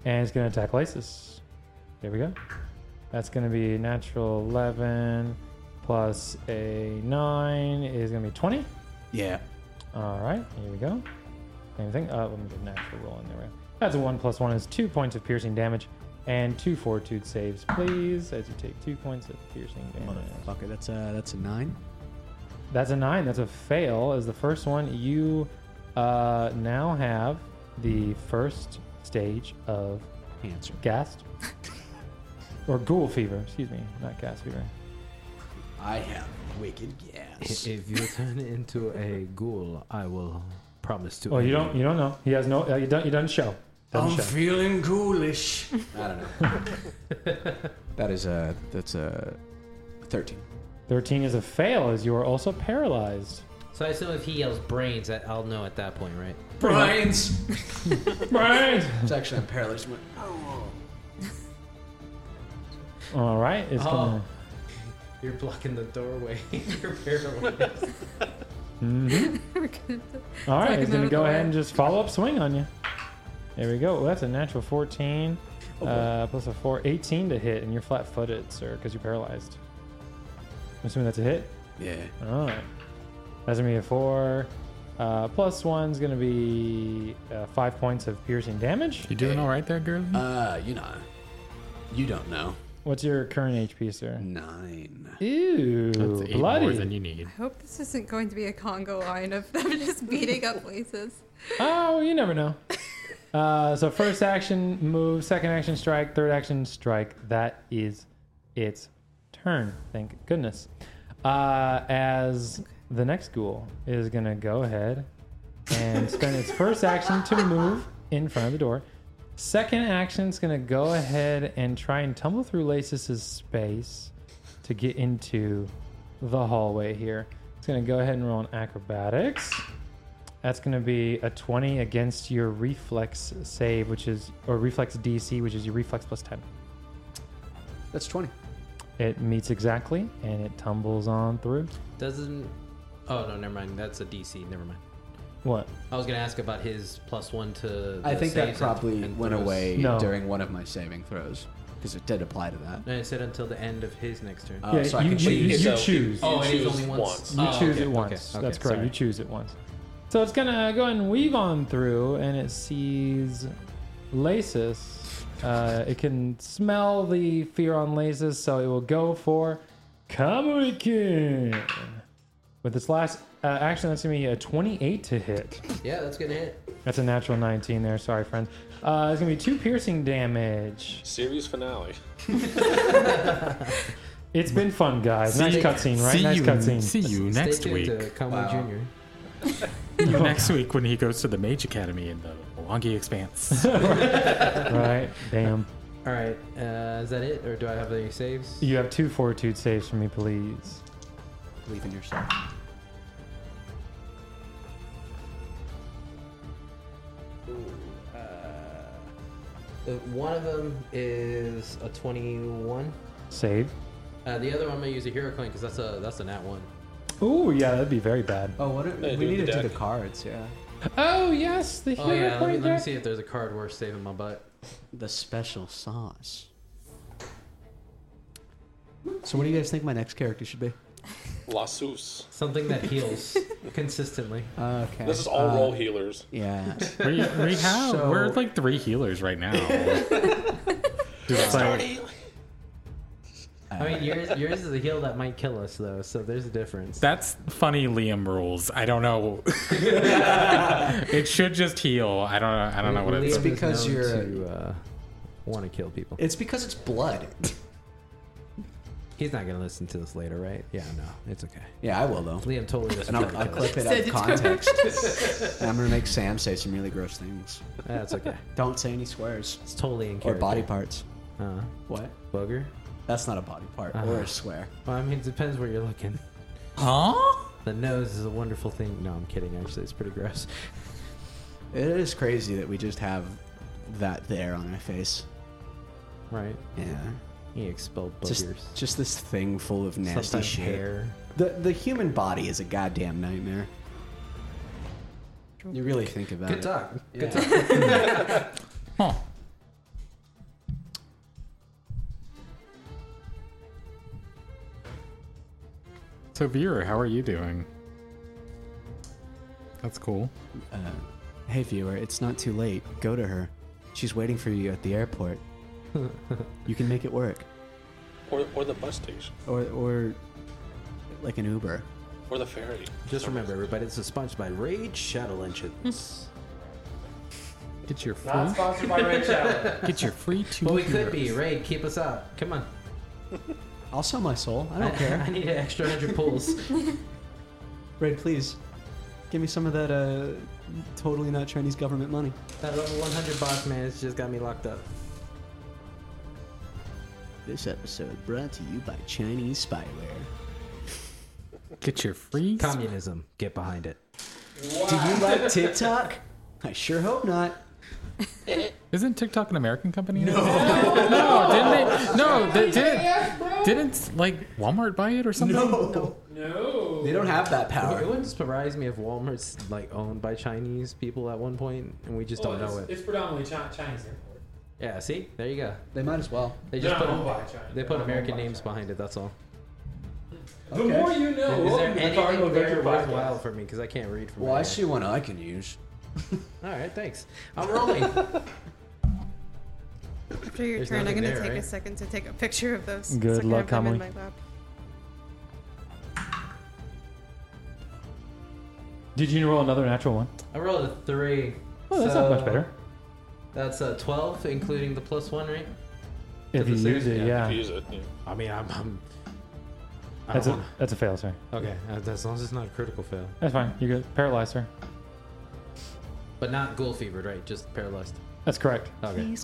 [SPEAKER 1] And it's going to attack Lysis. There we go. That's going to be a natural 11 plus a 9 is going to be 20.
[SPEAKER 3] Yeah.
[SPEAKER 1] All right, here we go. Same thing. Uh, let me get an actual roll in there. That's a one plus one is two points of piercing damage, and two fortitude saves, please, as you take two points of piercing damage.
[SPEAKER 11] Motherfucker, that's
[SPEAKER 3] uh,
[SPEAKER 11] a that's a nine.
[SPEAKER 1] That's a nine. That's a fail. As the first one, you uh, now have the first stage of
[SPEAKER 11] Answer.
[SPEAKER 1] ghast or ghoul fever. Excuse me, not ghast fever.
[SPEAKER 3] I have wicked gas.
[SPEAKER 10] If you turn into a ghoul, I will promise to.
[SPEAKER 11] Oh,
[SPEAKER 1] Well, you
[SPEAKER 10] end
[SPEAKER 1] don't. Um, You don't know. He has no. Uh, you don't. You don't show. Doesn't
[SPEAKER 3] I'm
[SPEAKER 1] show.
[SPEAKER 3] feeling ghoulish. I don't know.
[SPEAKER 11] That is a that's a thirteen.
[SPEAKER 1] Thirteen is a fail, as you are also paralyzed.
[SPEAKER 4] So I assume if he yells brains, I- I'll know at that point, right?
[SPEAKER 3] Brian's.
[SPEAKER 1] Right.
[SPEAKER 3] It's actually, I'm paralyzed. My-
[SPEAKER 1] All right, it's
[SPEAKER 4] Oh.
[SPEAKER 1] gonna.
[SPEAKER 4] You're blocking the doorway. You're paralyzed.
[SPEAKER 7] We're good.
[SPEAKER 1] All right,
[SPEAKER 7] Talking
[SPEAKER 1] it's gonna
[SPEAKER 7] out
[SPEAKER 1] go
[SPEAKER 7] the way.
[SPEAKER 1] ahead and just follow up swing on you. There we go. Well, that's a natural 14 uh, plus a 4, 18 to hit, and you're flat-footed, sir, because you're paralyzed. I'm assuming that's a hit.
[SPEAKER 3] yeah.
[SPEAKER 5] Uh.
[SPEAKER 1] All right, that's gonna be a four. Uh, plus one's gonna be uh, five points of piercing damage.
[SPEAKER 8] You doing all right there, girl?
[SPEAKER 3] Uh, you know. You don't know.
[SPEAKER 1] What's your current HP, sir?
[SPEAKER 3] Nine.
[SPEAKER 1] Ew,
[SPEAKER 8] That's eight more than
[SPEAKER 1] bloody.
[SPEAKER 8] you need.
[SPEAKER 7] I hope this isn't going to be a Congo line of them just beating up places.
[SPEAKER 1] Oh, you never know. Uh, so first action move, second action strike, third action strike. That is its turn. Thank goodness. Uh, as the next ghoul is gonna go ahead and spend its first action to move in front of the door. Second action is gonna go ahead and try and tumble through Lacis's space to get into the hallway here. It's gonna go ahead and roll an acrobatics. That's going to be a 20 against your reflex save, which is, or reflex DC, which is your reflex plus 10.
[SPEAKER 11] That's twenty.
[SPEAKER 1] It meets exactly and it tumbles on through.
[SPEAKER 4] Doesn't. Oh no, never mind. That's a DC. Never mind.
[SPEAKER 1] What?
[SPEAKER 4] I was gonna ask about his plus one to. the
[SPEAKER 11] I think that
[SPEAKER 4] saves and-
[SPEAKER 11] probably
[SPEAKER 4] and
[SPEAKER 11] went
[SPEAKER 4] throws.
[SPEAKER 11] away
[SPEAKER 1] No.
[SPEAKER 11] during one of my saving throws because it did apply to that.
[SPEAKER 4] No, I said until the end of his next turn.
[SPEAKER 3] Uh,
[SPEAKER 1] Yeah,
[SPEAKER 3] so I
[SPEAKER 1] you-
[SPEAKER 3] can
[SPEAKER 1] you-
[SPEAKER 3] choose.
[SPEAKER 1] you- choose.
[SPEAKER 4] Oh, it is
[SPEAKER 5] choose
[SPEAKER 4] only once.
[SPEAKER 1] You
[SPEAKER 4] Oh,
[SPEAKER 1] choose
[SPEAKER 4] okay,
[SPEAKER 1] it
[SPEAKER 4] okay,
[SPEAKER 1] once.
[SPEAKER 4] okay,
[SPEAKER 1] That's correct.
[SPEAKER 4] sorry.
[SPEAKER 1] You choose it once. So it's going to go ahead and weave on through and it sees Lasis. Uh, it can smell the fear on Lasis, so it will go for Kamurikin. With its last uh, action, that's going to be a 28 to hit.
[SPEAKER 4] yeah, that's gonna hit.
[SPEAKER 1] That's a natural 19 there. Sorry, friends. Uh, it's going to be two piercing damage.
[SPEAKER 5] Series finale.
[SPEAKER 1] It's been fun, guys. nice cutscene, right?
[SPEAKER 8] See
[SPEAKER 1] Nice
[SPEAKER 8] you,
[SPEAKER 1] cutscene.
[SPEAKER 8] See you
[SPEAKER 4] Stay
[SPEAKER 8] next
[SPEAKER 4] tuned
[SPEAKER 8] week.
[SPEAKER 4] To Conway Jr.
[SPEAKER 8] next week when he goes to the Mage Academy in the Wongi Expanse.
[SPEAKER 1] right? Damn.
[SPEAKER 4] All right, uh, is that it, or do I have any saves?
[SPEAKER 1] You have two fortitude saves for me, please.
[SPEAKER 11] Believe in yourself.
[SPEAKER 4] Uh, One of them is a 21.
[SPEAKER 1] Save.
[SPEAKER 4] Uh, the other one I'm gonna use a hero coin because that's a that's a nat one.
[SPEAKER 1] Ooh, yeah, that'd be very bad.
[SPEAKER 3] Oh, what? we
[SPEAKER 5] Yeah, do
[SPEAKER 3] need
[SPEAKER 5] the
[SPEAKER 3] to do the
[SPEAKER 5] deck.
[SPEAKER 3] cards. Yeah.
[SPEAKER 1] Oh yes, the
[SPEAKER 4] Oh yeah, let me, let me see if there's a card worth saving my butt.
[SPEAKER 3] The special sauce. So, what do you guys think my next character should be?
[SPEAKER 5] Lasus.
[SPEAKER 4] Something that heals consistently.
[SPEAKER 3] Okay.
[SPEAKER 5] This is all roll healers.
[SPEAKER 3] Yeah.
[SPEAKER 8] We, we have
[SPEAKER 3] So-
[SPEAKER 8] we're like three healers right now. Just like,
[SPEAKER 4] I mean, yours yours is a heal that might kill us though, so there's a difference.
[SPEAKER 8] that's funny Liam rules. I don't know. it should just heal. I don't know. I don't know what
[SPEAKER 4] Liam is
[SPEAKER 8] it's.
[SPEAKER 3] because
[SPEAKER 4] known
[SPEAKER 3] you're-
[SPEAKER 4] to, uh, want to kill people.
[SPEAKER 3] It's because it's blood.
[SPEAKER 4] He's not gonna listen to this later, right? Yeah, no, it's okay.
[SPEAKER 3] yeah, I will though.
[SPEAKER 4] Liam totally doesn't.
[SPEAKER 3] And I'll, I'll clip it out
[SPEAKER 7] Send
[SPEAKER 3] of
[SPEAKER 7] it to
[SPEAKER 3] context. and I'm gonna make Sam say some really gross things.
[SPEAKER 4] That's okay.
[SPEAKER 3] Don't say any swears
[SPEAKER 4] It's totally in
[SPEAKER 3] or
[SPEAKER 4] character.
[SPEAKER 3] body parts.
[SPEAKER 4] Uh,
[SPEAKER 3] What? Uh-huh.
[SPEAKER 4] booger.
[SPEAKER 3] That's not a body part or a swear.
[SPEAKER 4] Well, I mean, it depends where you're looking.
[SPEAKER 8] Huh?
[SPEAKER 4] The nose is a wonderful thing. No, I'm kidding. Actually, it's pretty gross.
[SPEAKER 3] It is crazy that we just have that there on our face.
[SPEAKER 4] Right?
[SPEAKER 3] Yeah.
[SPEAKER 4] He expelled
[SPEAKER 3] Just,
[SPEAKER 4] boogers.
[SPEAKER 3] just this thing full of nasty
[SPEAKER 4] Sometimes
[SPEAKER 3] shit.
[SPEAKER 4] hair.
[SPEAKER 3] The the human body is a goddamn nightmare. You really think about it.
[SPEAKER 4] talk. Good talk.
[SPEAKER 8] Huh. So viewer, how are you doing? That's cool.
[SPEAKER 3] Hey viewer, it's not too late. Go to her. She's waiting for you at the airport. you can make it work.
[SPEAKER 5] Or, or the bus station.
[SPEAKER 3] Or or like an Uber.
[SPEAKER 5] Or the ferry.
[SPEAKER 4] Just remember, everybody, this is sponsored by Rage Shadow Engines.
[SPEAKER 8] Get your free,
[SPEAKER 1] Not sponsored by Red Shadow.
[SPEAKER 8] get your free two.
[SPEAKER 4] but we could be. Raid, keep us up. Come on.
[SPEAKER 3] I'll sell my soul. I don't care.
[SPEAKER 4] I need an extra 100 pulls.
[SPEAKER 3] Red, please. Give me some of that uh totally not Chinese government money.
[SPEAKER 4] that level 100 boss man has just got me locked up.
[SPEAKER 3] This episode brought to you by Chinese spyware.
[SPEAKER 8] Get your free.
[SPEAKER 4] Communism. Get behind it.
[SPEAKER 3] Do you like TikTok? I sure hope not.
[SPEAKER 8] Isn't TikTok an American company? No, no, didn't they? No, they did. Didn't like Walmart buy it or something?
[SPEAKER 1] No.
[SPEAKER 3] They don't have that
[SPEAKER 4] It
[SPEAKER 3] power.
[SPEAKER 4] wouldn't surprise me if Walmart's like owned by Chinese people at one point, and we just don't know it.
[SPEAKER 1] Oh, predominantly Chinese import.
[SPEAKER 4] Yeah, see, there you go.
[SPEAKER 3] They might as well.
[SPEAKER 4] They just put
[SPEAKER 1] China.
[SPEAKER 4] they put American names behind it. That's all.
[SPEAKER 1] The more you know.
[SPEAKER 4] Is there anything there worthwhile for me? Because I can't read from.
[SPEAKER 12] Well, I
[SPEAKER 4] right
[SPEAKER 12] see one I can use.
[SPEAKER 4] now. All right, thanks. I'm rolling.
[SPEAKER 7] After your
[SPEAKER 4] There's
[SPEAKER 7] turn, I'm
[SPEAKER 4] nothing
[SPEAKER 7] gonna
[SPEAKER 4] there,
[SPEAKER 7] take a
[SPEAKER 4] right?
[SPEAKER 7] second to take a picture of those.
[SPEAKER 1] Good
[SPEAKER 7] so I can
[SPEAKER 1] luck,
[SPEAKER 7] have them in
[SPEAKER 1] Emily.
[SPEAKER 7] my lab.
[SPEAKER 1] Did you roll another natural one?
[SPEAKER 4] I rolled a three.
[SPEAKER 1] Oh, that's not
[SPEAKER 4] So,
[SPEAKER 1] much better.
[SPEAKER 4] That's a twelve, including the plus one, right?
[SPEAKER 1] If
[SPEAKER 4] the
[SPEAKER 1] you use
[SPEAKER 4] same-
[SPEAKER 1] it,
[SPEAKER 5] If
[SPEAKER 1] yeah.
[SPEAKER 5] you Use it. Yeah.
[SPEAKER 4] I mean, I'm. I'm I
[SPEAKER 1] That's
[SPEAKER 4] don't
[SPEAKER 1] a that's a fail, sir.
[SPEAKER 4] wanna- okay, uh, as- as long as it's not a critical fail,
[SPEAKER 1] That's fine. You good? Paralyzed, sir.
[SPEAKER 4] but not ghoul fevered, right? Just paralyzed.
[SPEAKER 1] That's correct.
[SPEAKER 4] Okay.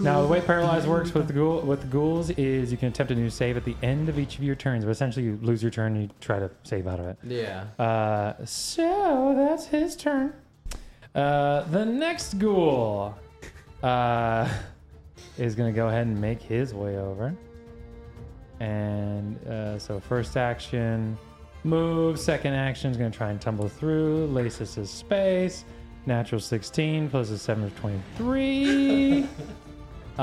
[SPEAKER 1] Now, the way Paralyze works with the ghoul, with the ghouls is you can attempt a new save at the end of each of your turns, but essentially you lose your turn and you try to save out of it.
[SPEAKER 4] Yeah.
[SPEAKER 1] Uh, so that's his turn. Uh, the next ghoul uh, is going to go ahead and make his way over. And uh, so, first action, move. Second action is going to try and tumble through. Laces his space. Natural 16 plus a 7 of 23. Uh,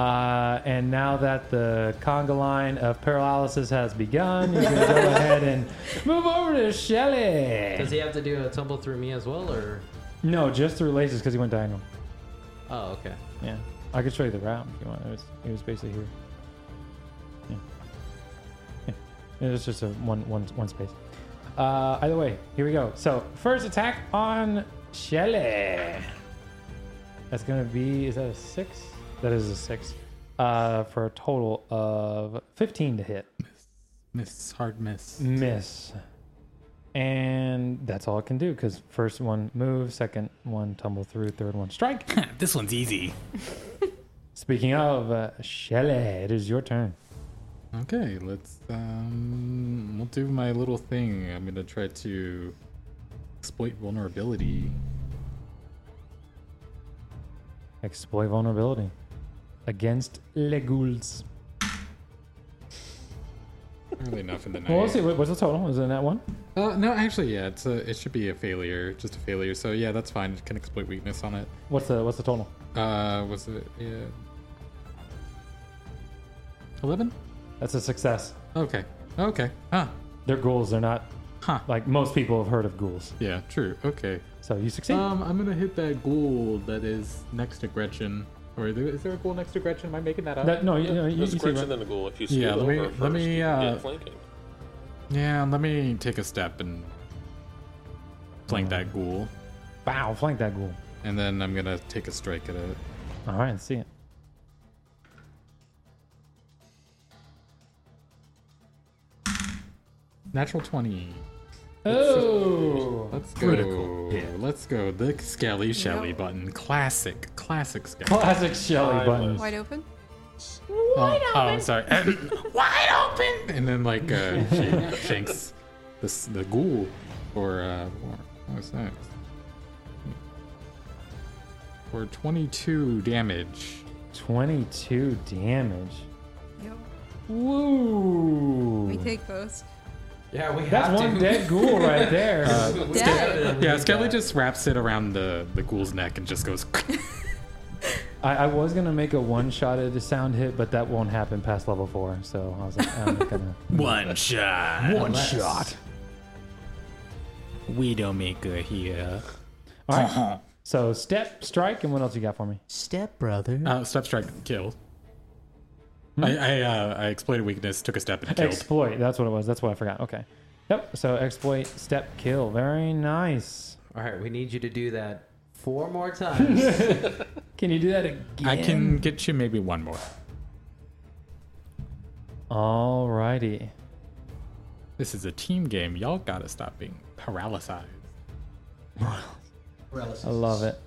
[SPEAKER 1] and now that the conga line of paralysis has begun, you can go ahead and move over to
[SPEAKER 4] Does
[SPEAKER 1] Shelly.
[SPEAKER 4] he have to do a tumble through me as well, or?
[SPEAKER 1] No, just through laces because he went diagonal.
[SPEAKER 4] Oh, okay.
[SPEAKER 1] Yeah, I could show you the route if you want. It was, it was basically here. Yeah, yeah. it's just a one one one space. Uh, either way, here we go. So first attack on Shelly. That's gonna be is that a six? That is a six. Uh, for a total of fifteen to hit.
[SPEAKER 8] Miss hard miss.
[SPEAKER 1] Miss. And that's all it can do because first one move, second one tumble through, third one strike.
[SPEAKER 2] This one's easy.
[SPEAKER 1] Speaking of uh, Shelly, it is your turn.
[SPEAKER 8] Okay, let's um we'll do my little thing. I'm gonna try to exploit vulnerability.
[SPEAKER 1] Exploit vulnerability. against Legules.
[SPEAKER 2] Really enough in the night.
[SPEAKER 1] Well, let's see. what- What's the total? Is it that one?
[SPEAKER 2] Uh, no, actually, yeah, it's a, it should be a failure, just a failure. So yeah, that's fine. It can exploit weakness on it.
[SPEAKER 1] What's the what's the total?
[SPEAKER 2] Uh, was it yeah, eleven?
[SPEAKER 1] That's a success.
[SPEAKER 2] Okay, okay, Ah. huh,
[SPEAKER 1] They're ghouls. They're not
[SPEAKER 2] huh.
[SPEAKER 1] like most people have heard of ghouls.
[SPEAKER 2] Yeah, true. Okay.
[SPEAKER 1] So you succeed.
[SPEAKER 2] Um, I'm gonna hit that ghoul that is next to Gretchen. Or is there- is there a ghoul next to Gretchen? Am I making that up?
[SPEAKER 1] That- no, you, no, you, you
[SPEAKER 5] It's
[SPEAKER 1] see
[SPEAKER 5] Gretchen
[SPEAKER 1] what-
[SPEAKER 5] and the ghoul. If you
[SPEAKER 2] Yeah,
[SPEAKER 5] scoot
[SPEAKER 2] let me-
[SPEAKER 5] over
[SPEAKER 2] let
[SPEAKER 5] first,
[SPEAKER 2] me,
[SPEAKER 5] you can
[SPEAKER 2] uh,
[SPEAKER 5] get flanking.
[SPEAKER 2] Yeah, let me take a step and flank that ghoul,
[SPEAKER 1] Wow, flank that ghoul.
[SPEAKER 2] and then I'm gonna take a strike at it.
[SPEAKER 1] All right, let's see it.
[SPEAKER 2] Natural twenty.
[SPEAKER 1] Oh,
[SPEAKER 2] Let's go. Yeah. Let's go. The Skelly Shelly button. Classic. Classic Skelly.
[SPEAKER 1] classic Shelly button.
[SPEAKER 7] Wide open?
[SPEAKER 2] oh, oh, I'm sorry. Wide open. And then like uh, she shanks the s- the ghoul, or uh, what was that? For 22 damage.
[SPEAKER 1] Twenty-two damage.
[SPEAKER 7] Yep.
[SPEAKER 1] Woo!
[SPEAKER 7] We take those.
[SPEAKER 13] Yeah, we
[SPEAKER 1] That's
[SPEAKER 13] have
[SPEAKER 1] one
[SPEAKER 13] to.
[SPEAKER 1] dead ghoul right there. Uh,
[SPEAKER 7] Dead.
[SPEAKER 2] Yeah, Skelly just wraps it around the the ghoul's neck and just goes.
[SPEAKER 1] I, I was gonna make a one-shotted sound hit, but that won't happen past level four. So I was like, I'm not gonna.
[SPEAKER 14] One shot.
[SPEAKER 3] One shot.
[SPEAKER 14] Widowmaker here.
[SPEAKER 1] All
[SPEAKER 2] Uh-huh.
[SPEAKER 1] right. So step, strike, and what else you got for me?
[SPEAKER 15] Step brother.
[SPEAKER 2] Uh, step strike kill. I I, uh, I exploited weakness, took a step and killed.
[SPEAKER 1] Exploit. That's what it was. That's what I forgot. Okay. Yep. So exploit, step, kill. Very nice.
[SPEAKER 4] All right, we need you to do that four more times.
[SPEAKER 1] Can you do that again?
[SPEAKER 2] I can get you maybe one more.
[SPEAKER 1] Alrighty.
[SPEAKER 2] This is a team game. Y'all gotta stop being paralyzed.
[SPEAKER 1] I love it.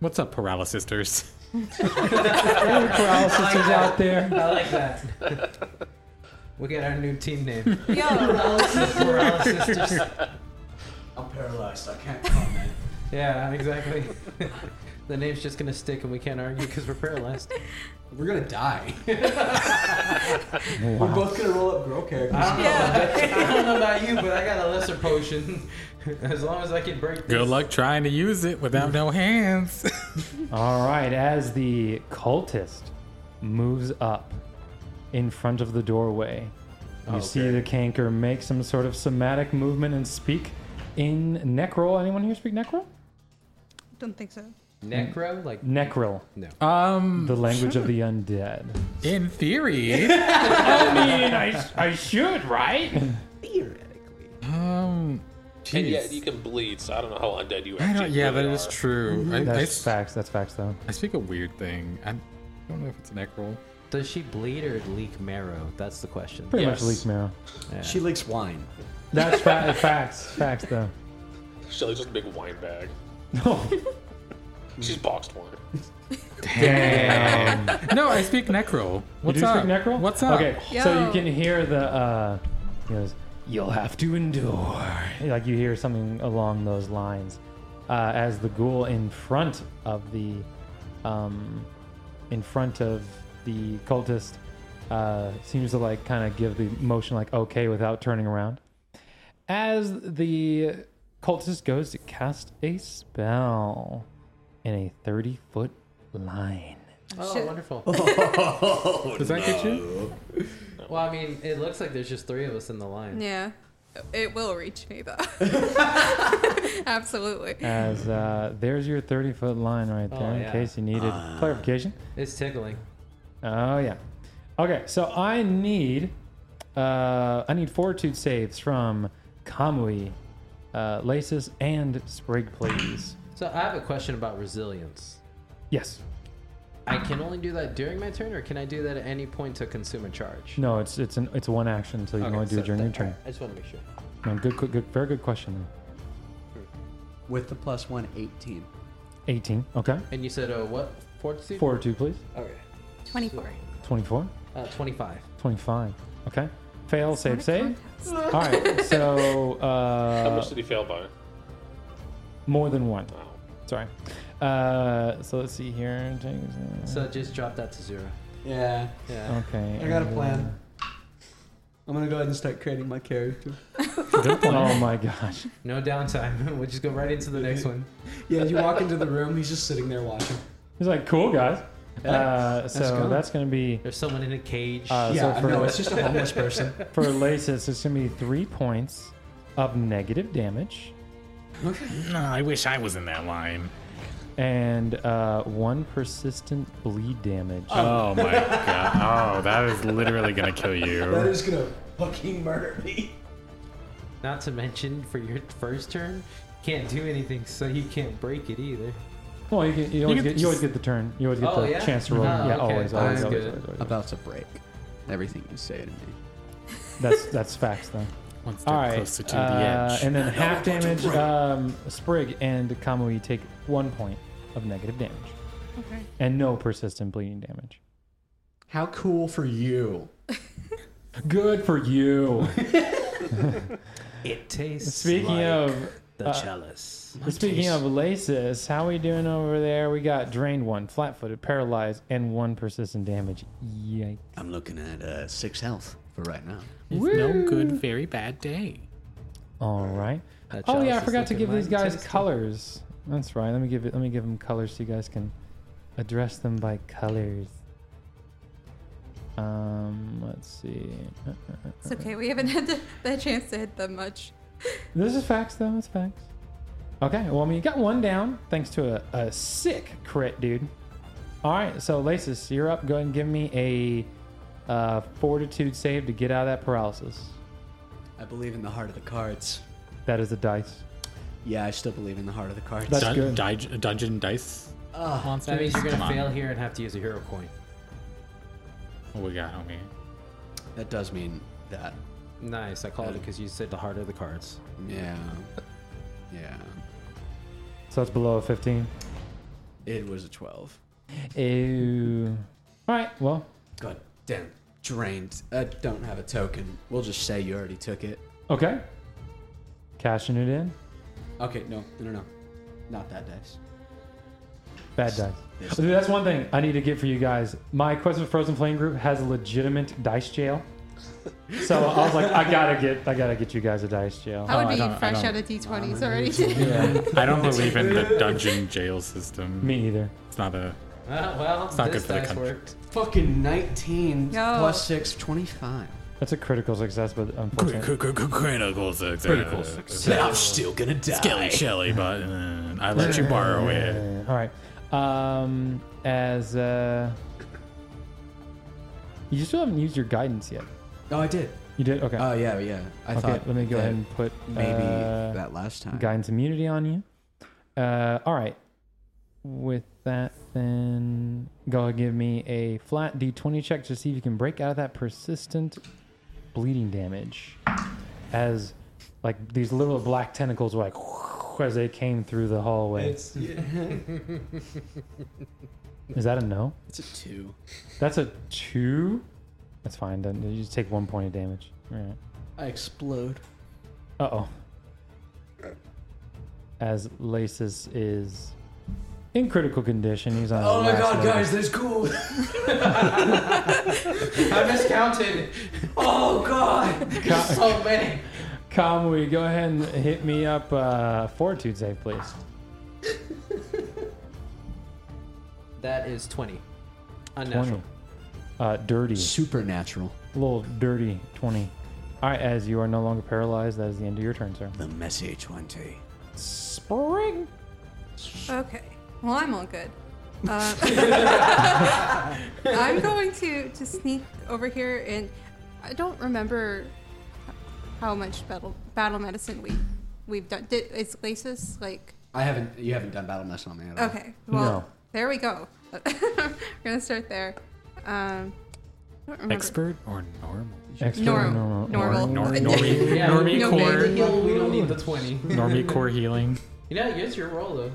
[SPEAKER 2] What's up, paralysisters?
[SPEAKER 1] Paralysis is out there.
[SPEAKER 13] I like that.
[SPEAKER 4] we got our new team name.
[SPEAKER 7] Yo,
[SPEAKER 13] Paralysis just-
[SPEAKER 3] I'm paralyzed. I can't comment.
[SPEAKER 4] Yeah, exactly. the name's just gonna stick, and we can't argue because we're paralyzed.
[SPEAKER 3] We're gonna die.
[SPEAKER 1] Wow.
[SPEAKER 3] We're both gonna roll up girl characters.
[SPEAKER 7] yeah.
[SPEAKER 4] I don't know about you, but I got a lesser potion. as long as I can break. This.
[SPEAKER 2] Good luck trying to use it without no hands.
[SPEAKER 1] All right, as the cultist moves up in front of the doorway, you see the canker make some sort of somatic movement and speak in Necrol. Anyone here speak Necrol?
[SPEAKER 7] Don't think so.
[SPEAKER 4] Necro, like
[SPEAKER 1] Necrol,
[SPEAKER 2] um,
[SPEAKER 1] the language of the undead.
[SPEAKER 2] in theory,
[SPEAKER 1] I mean, I, I should, right?
[SPEAKER 4] theoretically.
[SPEAKER 2] um,
[SPEAKER 5] And yeah,
[SPEAKER 2] jeez.
[SPEAKER 5] you can bleed, so I don't know how undead you
[SPEAKER 2] I
[SPEAKER 5] actually
[SPEAKER 2] don't, yeah, that
[SPEAKER 5] really
[SPEAKER 2] is
[SPEAKER 5] are.
[SPEAKER 2] true. I, I
[SPEAKER 1] That's
[SPEAKER 2] s-
[SPEAKER 1] facts. That's facts, though.
[SPEAKER 2] I speak a weird thing. I don't know if it's an roll.
[SPEAKER 4] Does she bleed or leak marrow? That's the question.
[SPEAKER 1] Pretty
[SPEAKER 2] Yes.
[SPEAKER 1] much leak marrow.
[SPEAKER 3] She leaks wine.
[SPEAKER 1] That's fa- facts. Facts, though.
[SPEAKER 5] Shelly's just a big wine bag.
[SPEAKER 1] No.
[SPEAKER 5] She's
[SPEAKER 2] Hmm.
[SPEAKER 5] boxed wine.
[SPEAKER 1] Damn.
[SPEAKER 2] No, I speak necro. What's
[SPEAKER 1] you do
[SPEAKER 2] up?
[SPEAKER 1] speak Necrol?
[SPEAKER 2] What's up?
[SPEAKER 1] Okay, so you
[SPEAKER 7] Yo.
[SPEAKER 1] can hear the. Uh, he goes, You'll have to endure. Like you hear something along those lines, uh, as the ghoul in front of the, um, in front of the cultist, uh, seems to like kind of give the motion like okay without turning around. As the cultist goes to cast a spell in a thirty foot line.
[SPEAKER 4] Oh,
[SPEAKER 7] Shit.
[SPEAKER 4] wonderful.
[SPEAKER 2] Does that get you?
[SPEAKER 4] Well, I mean, it looks like there's just three of us in the line.
[SPEAKER 7] Yeah. It will reach me though. Absolutely.
[SPEAKER 1] As uh, there's your 30 foot line right there in
[SPEAKER 4] yeah.
[SPEAKER 1] case you needed clarification.
[SPEAKER 4] It's tickling.
[SPEAKER 1] Oh yeah. Okay, so I need uh, I need fortitude saves from Kamui, uh, Laces, and Sprig, please.
[SPEAKER 4] So I have a question about resilience.
[SPEAKER 1] Yes.
[SPEAKER 4] I can only do that during my turn, or can I do that at any point to consume a charge?
[SPEAKER 1] No, it's it's an it's one action, so you can only do it during your turn.
[SPEAKER 4] I just want to make sure.
[SPEAKER 1] No, good, good, good, very good question.
[SPEAKER 3] With the plus one, 18.
[SPEAKER 1] 18. Okay.
[SPEAKER 4] And you said, uh, what? Fortitude?
[SPEAKER 1] Fortitude, please.
[SPEAKER 4] Okay.
[SPEAKER 7] 24.
[SPEAKER 1] 24.
[SPEAKER 4] Uh, 25.
[SPEAKER 10] Uh-huh.
[SPEAKER 1] 25. Okay. Fail, save, save.
[SPEAKER 7] Contest.
[SPEAKER 1] All right. So
[SPEAKER 5] How
[SPEAKER 1] uh,
[SPEAKER 5] much did he fail by?
[SPEAKER 1] more than one.
[SPEAKER 5] Wow.
[SPEAKER 1] Sorry. Uh, so let's see here.
[SPEAKER 10] So just drop that to zero.
[SPEAKER 3] Yeah.
[SPEAKER 10] Yeah.
[SPEAKER 1] okay.
[SPEAKER 3] I got a plan. I'm gonna go ahead and start creating my character.
[SPEAKER 1] Oh my gosh.
[SPEAKER 10] No downtime. we'll just go right into the next one.
[SPEAKER 3] Yeah, you walk into the room, he's just sitting there watching.
[SPEAKER 1] He's like, cool guys. Uh, so
[SPEAKER 3] go.
[SPEAKER 1] that's gonna be
[SPEAKER 10] There's someone in a cage.
[SPEAKER 1] uh,
[SPEAKER 3] yeah,
[SPEAKER 1] so for
[SPEAKER 3] no, it's just a homeless person.
[SPEAKER 1] for Lasis, it's gonna be three points of negative damage
[SPEAKER 2] No, I wish I was in that line.
[SPEAKER 1] and uh, one persistent bleed damage.
[SPEAKER 2] Oh my god. Oh, that is literally gonna kill
[SPEAKER 3] That
[SPEAKER 2] you.
[SPEAKER 3] is gonna fucking murder me.
[SPEAKER 10] Not to mention, for your first turn, can't do anything, so you can't break it either.
[SPEAKER 1] well, you, can, you always
[SPEAKER 2] could
[SPEAKER 1] get you always get the turn. You always get
[SPEAKER 10] Oh,
[SPEAKER 1] the
[SPEAKER 10] yeah?
[SPEAKER 1] chance to roll.
[SPEAKER 10] Ah,
[SPEAKER 1] yeah,
[SPEAKER 10] okay.
[SPEAKER 1] always, always,
[SPEAKER 10] Ah,
[SPEAKER 1] always,
[SPEAKER 10] that's
[SPEAKER 1] always,
[SPEAKER 10] good.
[SPEAKER 1] always, always.
[SPEAKER 3] About to break everything you say to me.
[SPEAKER 1] That's that's facts though.
[SPEAKER 2] Once
[SPEAKER 1] All
[SPEAKER 2] they're
[SPEAKER 1] right.
[SPEAKER 2] closer to
[SPEAKER 1] uh,
[SPEAKER 2] the edge.
[SPEAKER 1] And then half damage. Um, Sprig and Kamui take one point of negative damage
[SPEAKER 7] Okay.
[SPEAKER 1] and no persistent bleeding damage.
[SPEAKER 3] How cool for you.
[SPEAKER 1] Good for you.
[SPEAKER 10] It tastes
[SPEAKER 1] Speaking
[SPEAKER 10] like
[SPEAKER 1] of
[SPEAKER 10] the
[SPEAKER 1] uh,
[SPEAKER 10] chalice.
[SPEAKER 1] Speaking of Lasis, how we doing over there? We got drained one, flat footed, paralyzed, and one persistent damage. Yikes.
[SPEAKER 3] I'm looking at uh, six health for right now.
[SPEAKER 2] It's no good, very bad day.
[SPEAKER 1] All right.
[SPEAKER 10] That
[SPEAKER 1] Oh yeah, I
[SPEAKER 10] chalice is
[SPEAKER 1] forgot to
[SPEAKER 10] looking
[SPEAKER 1] give these
[SPEAKER 10] mighty
[SPEAKER 1] guys
[SPEAKER 10] tasty.
[SPEAKER 1] colors. That's right. Let me give it. Let me give them colors so you guys can address them by colors. Um, let's see. Uh, uh, uh.
[SPEAKER 7] It's okay. We haven't had the, the chance to hit them much.
[SPEAKER 1] This is facts, though. It's facts. Okay. Well, I mean, you got one down thanks to a, a sick crit, dude. All right. So, Lasis, you're up. Go ahead and give me a uh, fortitude save to get out of that paralysis.
[SPEAKER 3] I believe in the heart of the cards.
[SPEAKER 1] That is a dice.
[SPEAKER 3] Yeah, I still believe in the heart of the cards.
[SPEAKER 1] That's
[SPEAKER 8] Dun-
[SPEAKER 1] good.
[SPEAKER 8] di- dungeon dice monster.
[SPEAKER 10] that means you're
[SPEAKER 8] Come
[SPEAKER 10] gonna
[SPEAKER 8] on.
[SPEAKER 10] fail here and have to use a hero coin.
[SPEAKER 8] What we got, homie?
[SPEAKER 3] that does mean that.
[SPEAKER 10] Nice. I called it because you said the heart of the cards.
[SPEAKER 3] Yeah. Yeah.
[SPEAKER 1] So it's below a 15.
[SPEAKER 3] It was a 12.
[SPEAKER 1] Ew. All right. Well,
[SPEAKER 3] God damn. Drained. I don't have a token. We'll just say you already took it.
[SPEAKER 1] okay. Cashing it in.
[SPEAKER 3] Okay, no, no, no, no. Not that dice.
[SPEAKER 1] Bad dice. Dude, that's one thing I need to get for you guys. My Quest for Frozen Flame group has a legitimate dice jail. So I was like, I gotta get, I gotta get you guys a dice jail.
[SPEAKER 7] I
[SPEAKER 8] Oh,
[SPEAKER 7] would
[SPEAKER 8] I
[SPEAKER 7] be
[SPEAKER 8] don't- I
[SPEAKER 7] fresh
[SPEAKER 8] don't-
[SPEAKER 7] out of D20s already.
[SPEAKER 8] I don't believe in the dungeon jail system.
[SPEAKER 1] Me either.
[SPEAKER 8] It's not a.
[SPEAKER 4] Uh,
[SPEAKER 10] Ah, well,
[SPEAKER 8] not
[SPEAKER 10] this
[SPEAKER 8] good for the
[SPEAKER 10] dice
[SPEAKER 8] country.
[SPEAKER 10] worked.
[SPEAKER 3] Fucking 19
[SPEAKER 7] Yo.
[SPEAKER 3] plus 6, 25.
[SPEAKER 1] That's a critical success, but unfortunately.
[SPEAKER 2] Critical success.
[SPEAKER 8] Critical success.
[SPEAKER 3] But I'm still gonna die.
[SPEAKER 2] Skelly Shelly, but uh, I let you borrow it.
[SPEAKER 1] Uh, all right. Um, as uh, you still haven't used your guidance yet.
[SPEAKER 3] Oh, I did.
[SPEAKER 1] You did okay.
[SPEAKER 3] Oh, yeah, yeah. I
[SPEAKER 1] okay.
[SPEAKER 3] thought.
[SPEAKER 1] Let me go
[SPEAKER 3] that
[SPEAKER 1] ahead and put
[SPEAKER 3] Maybe
[SPEAKER 1] uh,
[SPEAKER 3] that last time.
[SPEAKER 1] guidance immunity on you. Uh, all right. With that, then go ahead and give me a flat d20 check to see if you can break out of that persistent bleeding damage. As like these little black tentacles were like as they came through the hallway.
[SPEAKER 3] It's, yeah.
[SPEAKER 1] Is that a no?
[SPEAKER 3] it's a 2.
[SPEAKER 1] That's a two. That's fine. Then you just take one point of damage. All right.
[SPEAKER 3] I explode.
[SPEAKER 1] Uh oh. As Lasis is in critical condition, he's on.
[SPEAKER 3] Oh
[SPEAKER 1] his
[SPEAKER 3] my
[SPEAKER 1] last
[SPEAKER 3] god,
[SPEAKER 1] leg.
[SPEAKER 3] guys, there's cool.
[SPEAKER 4] I miscounted
[SPEAKER 3] Oh god.
[SPEAKER 4] so many.
[SPEAKER 1] Kamui, go ahead and hit me up. Uh, fortitude save, please.
[SPEAKER 10] That is twenty.
[SPEAKER 1] Twenty.
[SPEAKER 10] Unnatural.
[SPEAKER 1] Uh, dirty,
[SPEAKER 3] Supernatural.
[SPEAKER 1] little dirty twenty. All right, as you are no longer paralyzed, that is the end of your turn, sir.
[SPEAKER 3] The messy 20.
[SPEAKER 1] Spring.
[SPEAKER 7] okay. Well, I'm all good. Uh, I'm going to to sneak over here, and I don't remember how much battle battle medicine we we've done. Did, is Glacis like?
[SPEAKER 3] I haven't. You haven't done battle mess on me at all.
[SPEAKER 7] Okay. Well,
[SPEAKER 1] No.
[SPEAKER 7] there we go. We're gonna start there. Um, I don't remember.
[SPEAKER 2] Expert or normal?
[SPEAKER 1] Extra
[SPEAKER 7] Norm-
[SPEAKER 1] normal.
[SPEAKER 7] normal. Uh,
[SPEAKER 2] Nor-
[SPEAKER 7] Yeah.
[SPEAKER 2] normie,
[SPEAKER 10] Yeah,
[SPEAKER 2] normie
[SPEAKER 7] no
[SPEAKER 2] core.
[SPEAKER 7] baby.
[SPEAKER 10] Well, we don't need the twenty.
[SPEAKER 2] Normie core healing.
[SPEAKER 10] You know, here's your roll though.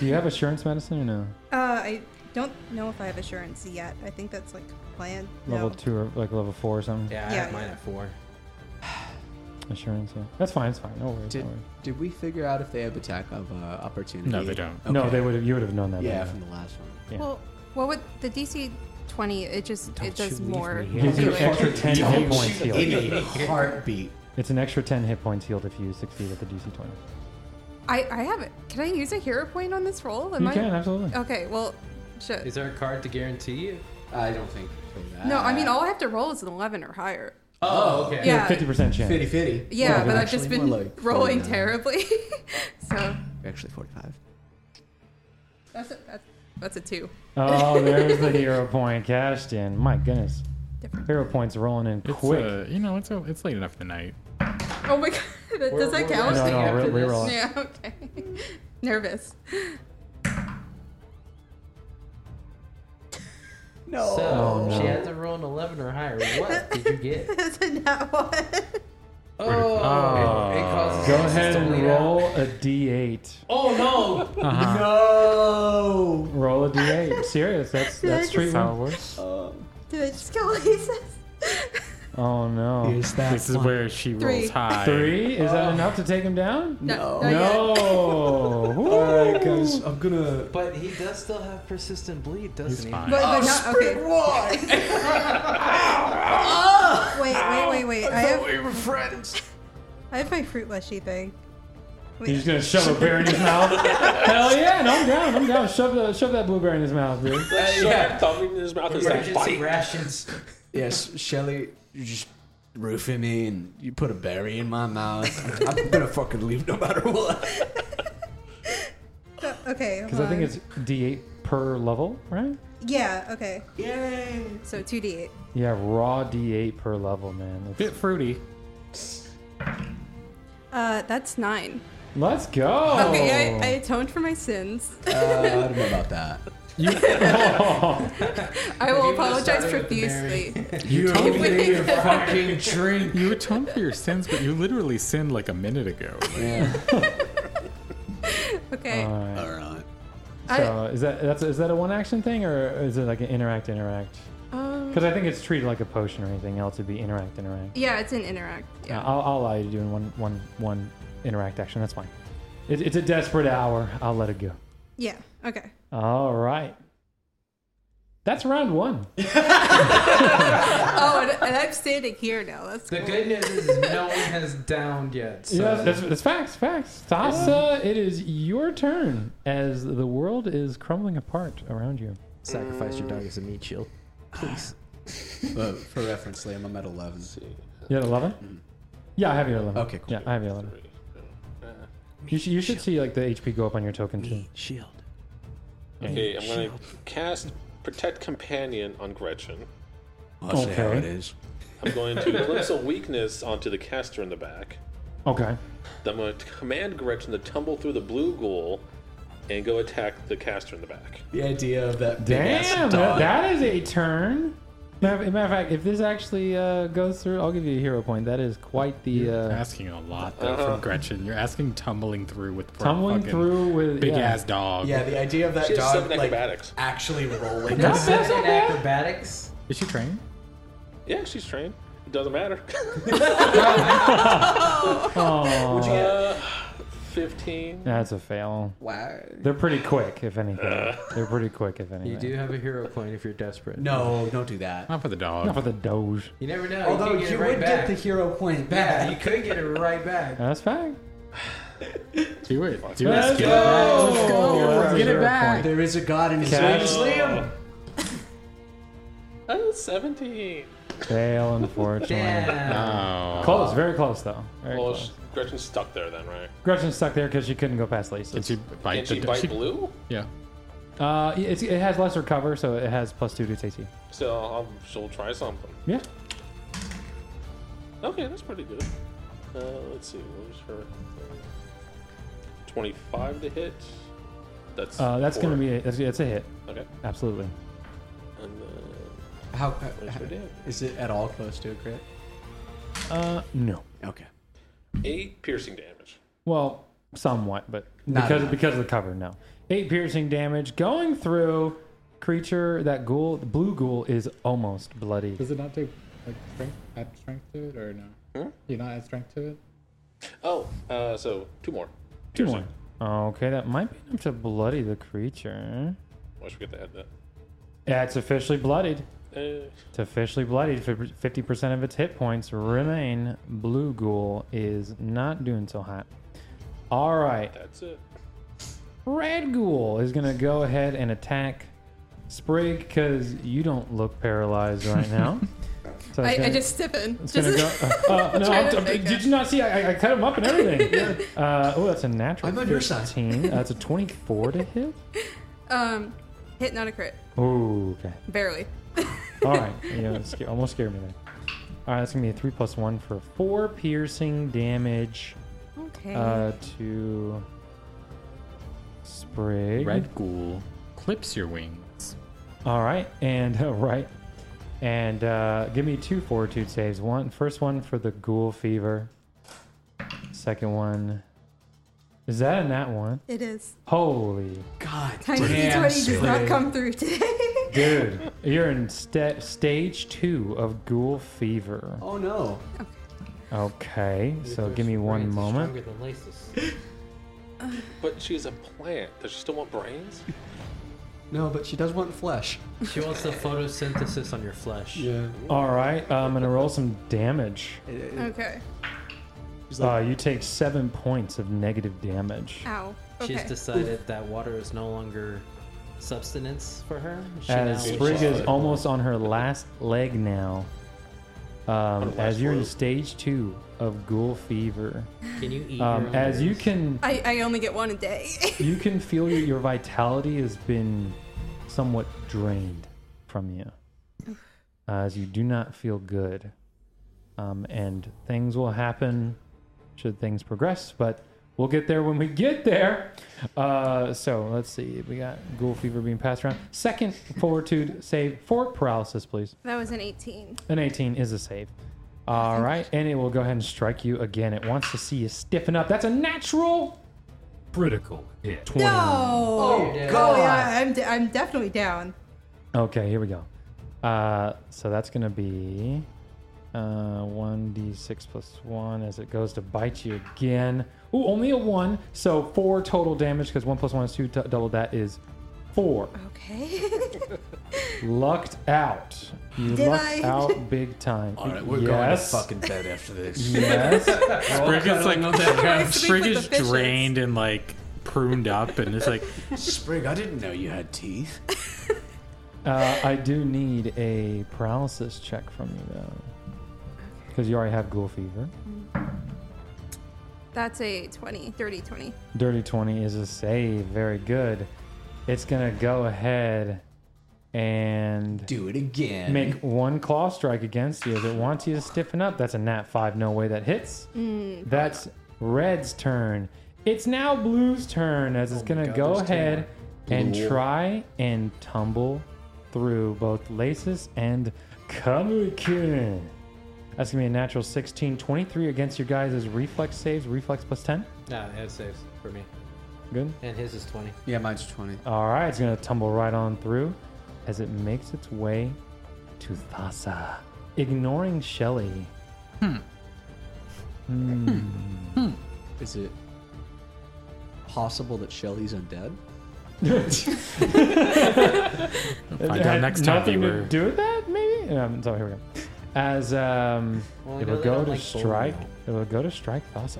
[SPEAKER 1] Do you have assurance medicine or no?
[SPEAKER 7] Uh, I don't know if I have assurance yet. I think that's like planned.
[SPEAKER 1] Level
[SPEAKER 7] no.
[SPEAKER 1] two or like level four or something.
[SPEAKER 10] Yeah, I
[SPEAKER 7] Yeah,
[SPEAKER 10] have mine
[SPEAKER 7] yeah.
[SPEAKER 10] at four.
[SPEAKER 1] Assurance, yeah. That's fine, it's fine. No worries.
[SPEAKER 10] Did
[SPEAKER 1] no, worries.
[SPEAKER 10] did we figure out if they have attack of uh, opportunity?
[SPEAKER 8] No, they don't.
[SPEAKER 1] no,
[SPEAKER 3] okay.
[SPEAKER 1] they would have you would have known that. by
[SPEAKER 3] Yeah,
[SPEAKER 1] now.
[SPEAKER 3] from the last one.
[SPEAKER 1] Yeah.
[SPEAKER 7] Well, what would the DC 20? It just it does
[SPEAKER 11] you leave
[SPEAKER 7] more.
[SPEAKER 11] me
[SPEAKER 7] to
[SPEAKER 11] here.
[SPEAKER 1] Gives you
[SPEAKER 7] it.
[SPEAKER 1] extra ten hit points healed.
[SPEAKER 3] In a heartbeat.
[SPEAKER 1] It's an extra ten hit points healed if you succeed at the DC twenty.
[SPEAKER 7] I I have it. Can I use a hero point on this roll? Am
[SPEAKER 1] You
[SPEAKER 7] I?
[SPEAKER 1] can absolutely.
[SPEAKER 7] Okay. Well, shit.
[SPEAKER 10] Is there a card to guarantee it? I don't think for that.
[SPEAKER 7] No, I mean all I have to roll is an 11 or higher.
[SPEAKER 10] Oh, okay.
[SPEAKER 7] Yeah.
[SPEAKER 1] Fifty percent chance.
[SPEAKER 3] 50 50.
[SPEAKER 7] Yeah,
[SPEAKER 11] Well,
[SPEAKER 7] but I've just
[SPEAKER 11] actually,
[SPEAKER 7] been
[SPEAKER 11] more like
[SPEAKER 7] rolling
[SPEAKER 11] 49.
[SPEAKER 7] terribly. so
[SPEAKER 11] Actually, 45.
[SPEAKER 7] that's a, that's, that's a two.
[SPEAKER 1] Oh, there's the hero point cashed in. My goodness.
[SPEAKER 7] Different.
[SPEAKER 1] Hero points rolling in
[SPEAKER 8] It's,
[SPEAKER 1] quick.
[SPEAKER 8] Uh, you know, it's a, it's late enough in the night.
[SPEAKER 7] Oh my god, that- does that
[SPEAKER 10] we're
[SPEAKER 7] count?
[SPEAKER 1] no, no,
[SPEAKER 10] after
[SPEAKER 1] re-
[SPEAKER 10] this.
[SPEAKER 1] reroll. it.
[SPEAKER 7] Yeah, okay. Nervous.
[SPEAKER 4] So
[SPEAKER 1] Oh, no.
[SPEAKER 4] she had to roll an 11 or higher. What did you get?
[SPEAKER 7] That's a nat one.
[SPEAKER 4] Oh, it, it causes
[SPEAKER 1] Uh, Go
[SPEAKER 4] the
[SPEAKER 1] ahead
[SPEAKER 4] system
[SPEAKER 1] and
[SPEAKER 4] bleed out.
[SPEAKER 1] roll Uh-huh. a d8.
[SPEAKER 4] Oh no!
[SPEAKER 3] No!
[SPEAKER 1] Roll a d8. Serious? That's that's treatment.
[SPEAKER 7] Did I just kill Lisa's?
[SPEAKER 1] Oh no.
[SPEAKER 11] Here's that
[SPEAKER 8] This is
[SPEAKER 11] one.
[SPEAKER 8] where she
[SPEAKER 7] Three.
[SPEAKER 8] rolls high.
[SPEAKER 1] Three? Is
[SPEAKER 7] Oh.
[SPEAKER 1] that enough to take him down?
[SPEAKER 7] No.
[SPEAKER 1] No. Woo.
[SPEAKER 3] Alright, guys, I'm gonna.
[SPEAKER 4] But he does still have persistent bleed, doesn't
[SPEAKER 8] It's
[SPEAKER 4] he? Uh,
[SPEAKER 8] fine.
[SPEAKER 7] But, but Oh,
[SPEAKER 10] Oh,
[SPEAKER 7] not, okay. wait, wait, wait, wait. I have,
[SPEAKER 3] we were friends.
[SPEAKER 7] I have my fruit leshy thing.
[SPEAKER 1] He's just gonna shove a bear in his mouth. Hell yeah! No, I'm down. I'm down. Shove, the, shove that blueberry in his mouth, dude.
[SPEAKER 5] Shove that thumb in his mouth and say,
[SPEAKER 4] Emergency
[SPEAKER 5] bite.
[SPEAKER 4] rations.
[SPEAKER 3] Yes, Shelly, you just roofing me and you put a berry in my mouth. I'm gonna fucking leave no matter what.
[SPEAKER 7] Uh, okay.
[SPEAKER 1] Because I think it's d8 per level, right?
[SPEAKER 7] Yeah, okay.
[SPEAKER 3] Yay!
[SPEAKER 7] So 2d8.
[SPEAKER 1] Yeah, raw d8 per level, man. It's-
[SPEAKER 8] Bit fruity.
[SPEAKER 7] Uh, that's 9.
[SPEAKER 1] Let's go.
[SPEAKER 7] Okay, I, I atoned for my sins.
[SPEAKER 3] Uh, I don't know about that.
[SPEAKER 7] I will
[SPEAKER 4] would've
[SPEAKER 7] apologize
[SPEAKER 4] started with the
[SPEAKER 7] profusely.
[SPEAKER 3] You
[SPEAKER 7] If we-
[SPEAKER 3] fucking drink.
[SPEAKER 8] You atoned for your sins, but you literally sinned like a minute ago.
[SPEAKER 3] Yeah.
[SPEAKER 7] okay.
[SPEAKER 1] All right.
[SPEAKER 3] Alright.
[SPEAKER 7] I,
[SPEAKER 1] Oh, So is that that's is that a one action thing or is it like an interact interact?
[SPEAKER 7] um,
[SPEAKER 1] Because I think it's treated like a potion or anything else. It'd be interact interact.
[SPEAKER 7] yeah, it's an interact.
[SPEAKER 1] Yeah,
[SPEAKER 7] Yeah.
[SPEAKER 1] I'll, I'll allow you to do in one one one interact action. That's fine. It, it's a desperate hour. I'll let it go.
[SPEAKER 7] Yeah, okay.
[SPEAKER 1] All right. That's round one.
[SPEAKER 7] Oh, and, and I'm standing here now. That's
[SPEAKER 4] The
[SPEAKER 7] cool.
[SPEAKER 4] good news is no one has downed yet. So.
[SPEAKER 1] Yeah, that's, that's facts, facts. Tasa, it is your turn as the world is crumbling apart around you.
[SPEAKER 10] Sacrifice your dog as a meat shield.
[SPEAKER 3] But for reference, Liam, I'm at 11.
[SPEAKER 1] You had 11?
[SPEAKER 8] Mm-hmm.
[SPEAKER 1] Yeah, I have your 11.
[SPEAKER 3] Okay, cool.
[SPEAKER 1] Yeah, I have your 11. You should, you should see like the HP go up on your token too.
[SPEAKER 10] Shield.
[SPEAKER 5] Okay, I'm gonna cast Protect Companion on Gretchen.
[SPEAKER 3] I'll say how
[SPEAKER 1] Okay.
[SPEAKER 3] it is.
[SPEAKER 5] I'm going to glimpse a weakness onto the caster in the back.
[SPEAKER 1] Okay.
[SPEAKER 5] Then I'm going to command Gretchen to tumble through the blue ghoul and go attack the caster in the back.
[SPEAKER 3] The idea of that big
[SPEAKER 1] Damn,
[SPEAKER 3] ass
[SPEAKER 1] that,
[SPEAKER 3] dog.
[SPEAKER 1] that is a turn. Matter, matter of fact, if this actually uh, goes through, I'll give you a hero point. That is quite the
[SPEAKER 8] You're
[SPEAKER 1] uh,
[SPEAKER 8] asking a lot though, from Gretchen. You're asking Uh-huh. tumbling through with for a
[SPEAKER 1] tumbling
[SPEAKER 8] fucking
[SPEAKER 1] through with
[SPEAKER 8] big
[SPEAKER 1] yeah.
[SPEAKER 8] ass dog.
[SPEAKER 3] Yeah, the idea of that
[SPEAKER 5] She has
[SPEAKER 3] dog
[SPEAKER 5] seven
[SPEAKER 3] like
[SPEAKER 5] acrobatics.
[SPEAKER 3] actually rolling.
[SPEAKER 1] No, that's not
[SPEAKER 4] Seven
[SPEAKER 1] bad.
[SPEAKER 4] acrobatics.
[SPEAKER 8] Is she trained?
[SPEAKER 5] Yeah, she's trained. It doesn't matter.
[SPEAKER 1] Aw,
[SPEAKER 5] uh, 15.
[SPEAKER 1] That's a fail.
[SPEAKER 10] Wow.
[SPEAKER 1] They're pretty quick, if anything. They're pretty quick, if anything.
[SPEAKER 4] You do have a hero point if you're desperate.
[SPEAKER 3] No, don't do that.
[SPEAKER 8] Not for the dog.
[SPEAKER 1] Not for the doge.
[SPEAKER 4] You never know.
[SPEAKER 3] Although
[SPEAKER 4] you, could
[SPEAKER 3] you,
[SPEAKER 4] get it
[SPEAKER 3] would
[SPEAKER 4] right
[SPEAKER 3] get
[SPEAKER 4] back.
[SPEAKER 3] the hero point
[SPEAKER 4] Yeah, you
[SPEAKER 3] back.
[SPEAKER 4] could get it right back.
[SPEAKER 1] That's fact.
[SPEAKER 8] Do it. Do
[SPEAKER 1] Let's
[SPEAKER 8] it. Skip.
[SPEAKER 1] go. Let's
[SPEAKER 3] go.
[SPEAKER 1] Let's
[SPEAKER 3] Get it
[SPEAKER 1] hero
[SPEAKER 8] back.
[SPEAKER 1] point.
[SPEAKER 3] There is a god in his
[SPEAKER 1] Cash.
[SPEAKER 3] name is Liam.
[SPEAKER 5] Oh, 17.
[SPEAKER 1] Fail, unfortunately.
[SPEAKER 4] Yeah.
[SPEAKER 8] Oh.
[SPEAKER 1] Close, very close though. Very
[SPEAKER 5] Well,
[SPEAKER 1] close.
[SPEAKER 5] sh- Gretchen's stuck there then, right?
[SPEAKER 1] Gretchen's stuck there because she couldn't go past Lisa.
[SPEAKER 8] Did she bite
[SPEAKER 5] Can
[SPEAKER 8] the
[SPEAKER 5] she
[SPEAKER 8] do-
[SPEAKER 5] bite blue?
[SPEAKER 8] Yeah.
[SPEAKER 1] Uh, yeah, it's, it has lesser cover, so it has plus two to its AC.
[SPEAKER 5] So I'll, she'll try something.
[SPEAKER 1] Yeah.
[SPEAKER 5] Okay, that's pretty good. Uh, let's see, what was her? 25 to hit. That's
[SPEAKER 1] Uh, that's
[SPEAKER 5] four.
[SPEAKER 1] gonna be a, that's, it's a hit.
[SPEAKER 5] okay.
[SPEAKER 1] Absolutely.
[SPEAKER 5] And then
[SPEAKER 3] How,
[SPEAKER 5] what's her damage?
[SPEAKER 3] is it at all close to a crit?
[SPEAKER 1] Uh, no.
[SPEAKER 3] Okay.
[SPEAKER 5] Eight piercing damage.
[SPEAKER 1] Well, somewhat, but
[SPEAKER 3] Not
[SPEAKER 1] because
[SPEAKER 3] enough.
[SPEAKER 1] because of the cover, no. Eight piercing damage going through creature. That ghoul, the blue ghoul, is almost bloody.
[SPEAKER 8] Does it not take like strength? Add strength to it or no? You not add strength to it?
[SPEAKER 5] Oh, uh, so two more.
[SPEAKER 1] Two more. Okay, that might be enough to bloody the creature.
[SPEAKER 5] I should get to add that.
[SPEAKER 1] Yeah, it's officially bloodied.
[SPEAKER 5] Uh,
[SPEAKER 1] It's officially bloodied. Fif- 50% of its hit points remain. Blue Ghoul is not doing so hot. All right.
[SPEAKER 5] that's it.
[SPEAKER 1] Red Ghoul is going to go ahead and attack Sprig because you don't look paralyzed right now. So it's
[SPEAKER 7] I, I
[SPEAKER 1] gonna-
[SPEAKER 7] just step in.
[SPEAKER 1] It's
[SPEAKER 7] just
[SPEAKER 1] gonna go. Uh, uh, no,
[SPEAKER 7] Try
[SPEAKER 1] I'm-
[SPEAKER 7] to
[SPEAKER 1] I'm-
[SPEAKER 7] fake
[SPEAKER 1] did
[SPEAKER 7] it.
[SPEAKER 1] you not see? I, I- I cut him up and everything. uh, oh, that's a natural.
[SPEAKER 3] I'm on your side.
[SPEAKER 1] 15. That's a 24 to hit.
[SPEAKER 7] um, hit not a crit,
[SPEAKER 1] Ooh, okay.
[SPEAKER 7] barely.
[SPEAKER 1] All right. Yeah, it sca- almost scared me there. All right, that's gonna be a three plus one for four piercing damage
[SPEAKER 7] Okay.
[SPEAKER 1] uh, to Sprig.
[SPEAKER 8] Red ghoul clips your wings.
[SPEAKER 1] All right, and right, and uh, give me two fortitude saves. One first one for the ghoul fever. Second one. Is that a nat one?
[SPEAKER 7] it is.
[SPEAKER 1] Holy
[SPEAKER 3] God.
[SPEAKER 7] Tiny
[SPEAKER 4] Damn,
[SPEAKER 7] D20 does not
[SPEAKER 1] Sprig.
[SPEAKER 7] come through today.
[SPEAKER 1] dude, you're in sta stage two of ghoul fever.
[SPEAKER 3] Oh no.
[SPEAKER 1] Okay, so Oh, give me one moment.
[SPEAKER 4] Stronger than Lysis.
[SPEAKER 5] But she's a plant. Does she still want brains?
[SPEAKER 3] No, but she does want flesh.
[SPEAKER 4] She wants the photosynthesis on your flesh.
[SPEAKER 3] Yeah.
[SPEAKER 1] All right, uh, I'm gonna roll some damage.
[SPEAKER 7] Okay.
[SPEAKER 1] Uh, you take seven points of negative damage.
[SPEAKER 7] Ow.
[SPEAKER 4] She's
[SPEAKER 7] Okay.
[SPEAKER 4] decided that water is no longer substance for her. She
[SPEAKER 1] As
[SPEAKER 4] now
[SPEAKER 1] Sprig is almost on her last leg now. Um, as you're in stage two of ghoul fever,
[SPEAKER 4] can you eat
[SPEAKER 1] um,
[SPEAKER 4] your own
[SPEAKER 1] as you
[SPEAKER 4] worms?
[SPEAKER 1] can
[SPEAKER 7] I, I only get one a day.
[SPEAKER 1] you can feel your, your vitality has been somewhat drained from you, as you do not feel good, um, and things will happen should things progress. But we'll get there when we get there. Uh, so let's see. We got ghoul fever being passed around. Second fortitude save for paralysis, please.
[SPEAKER 7] that was an 18.
[SPEAKER 1] An 18 is a save. All right, and it will go ahead and strike you again. It wants to see you stiffen up. That's a natural critical hit. 20.
[SPEAKER 7] Oh,
[SPEAKER 3] God.
[SPEAKER 7] yeah, I'm, de- I'm definitely down.
[SPEAKER 1] Okay, here we go. Uh, so that's going to be uh, 1d6 plus 1 as it goes to bite you again. Ooh, only a 1. So 4 total damage because 1 plus 1 is 2. T- double that is 4.
[SPEAKER 7] Okay.
[SPEAKER 1] Lucked out. You
[SPEAKER 7] Did
[SPEAKER 1] lucked
[SPEAKER 7] I?
[SPEAKER 1] out big time.
[SPEAKER 2] Oh,
[SPEAKER 3] All right, we're
[SPEAKER 1] yes.
[SPEAKER 3] going to fucking bed after this.
[SPEAKER 1] Yes.
[SPEAKER 8] Sprig is like
[SPEAKER 7] I sleep
[SPEAKER 8] Sprig
[SPEAKER 7] with the
[SPEAKER 8] is
[SPEAKER 7] fishes.
[SPEAKER 8] drained and like pruned up and it's like
[SPEAKER 3] Sprig, I didn't know you had teeth.
[SPEAKER 1] Uh, I do need a paralysis check from you though, because you already have ghoul fever.
[SPEAKER 7] That's a 20, 30, 20.
[SPEAKER 1] Dirty twenty is a save. Very good. It's gonna go ahead and
[SPEAKER 3] Do it again.
[SPEAKER 1] make one claw strike against you as it wants you to stiffen up. That's a nat five. No way that hits. That's red's turn. It's now blue's turn as it's gonna
[SPEAKER 8] Oh God,
[SPEAKER 1] go
[SPEAKER 8] there's two
[SPEAKER 1] ahead and
[SPEAKER 8] Blue.
[SPEAKER 1] try and tumble through both Laces and Kamukin. That's gonna be a natural 16, 23 against your guys' reflex saves. Reflex plus 10.
[SPEAKER 4] Nah, it saves for me.
[SPEAKER 1] Good.
[SPEAKER 4] And his is 20.
[SPEAKER 3] Yeah, mine's 20.
[SPEAKER 1] All right, it's gonna tumble right on through as it makes its way to Thassa, ignoring Shelly.
[SPEAKER 3] Is it possible that Shelly's undead?
[SPEAKER 1] It
[SPEAKER 8] find out
[SPEAKER 1] had
[SPEAKER 8] next time
[SPEAKER 1] nothing
[SPEAKER 8] viewer.
[SPEAKER 1] to do with that, maybe. Um, so here we go. As um,
[SPEAKER 4] Well, I
[SPEAKER 1] it
[SPEAKER 4] know
[SPEAKER 1] will
[SPEAKER 4] they
[SPEAKER 1] go
[SPEAKER 4] don't
[SPEAKER 1] to
[SPEAKER 4] like bold
[SPEAKER 1] strike.
[SPEAKER 4] now.
[SPEAKER 1] It will go to strike Thassa.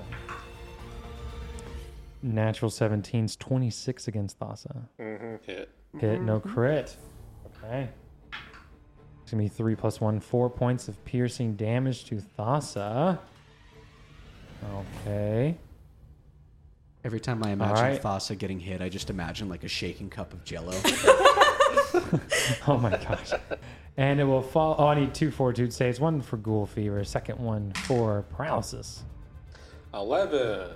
[SPEAKER 1] Natural 17's 26 against Thassa.
[SPEAKER 5] Hit.
[SPEAKER 1] Hit, no
[SPEAKER 4] Mm-hmm.
[SPEAKER 1] crit. Okay. It's gonna be three plus one, four points of piercing damage to Thassa. Okay.
[SPEAKER 3] Every time I imagine
[SPEAKER 1] right.
[SPEAKER 3] Thassa getting hit, I just imagine like a shaking cup of jello.
[SPEAKER 1] Oh my gosh. And it will fall. Oh, I need two fortitude saves. One for ghoul fever. Second one for paralysis.
[SPEAKER 5] Eleven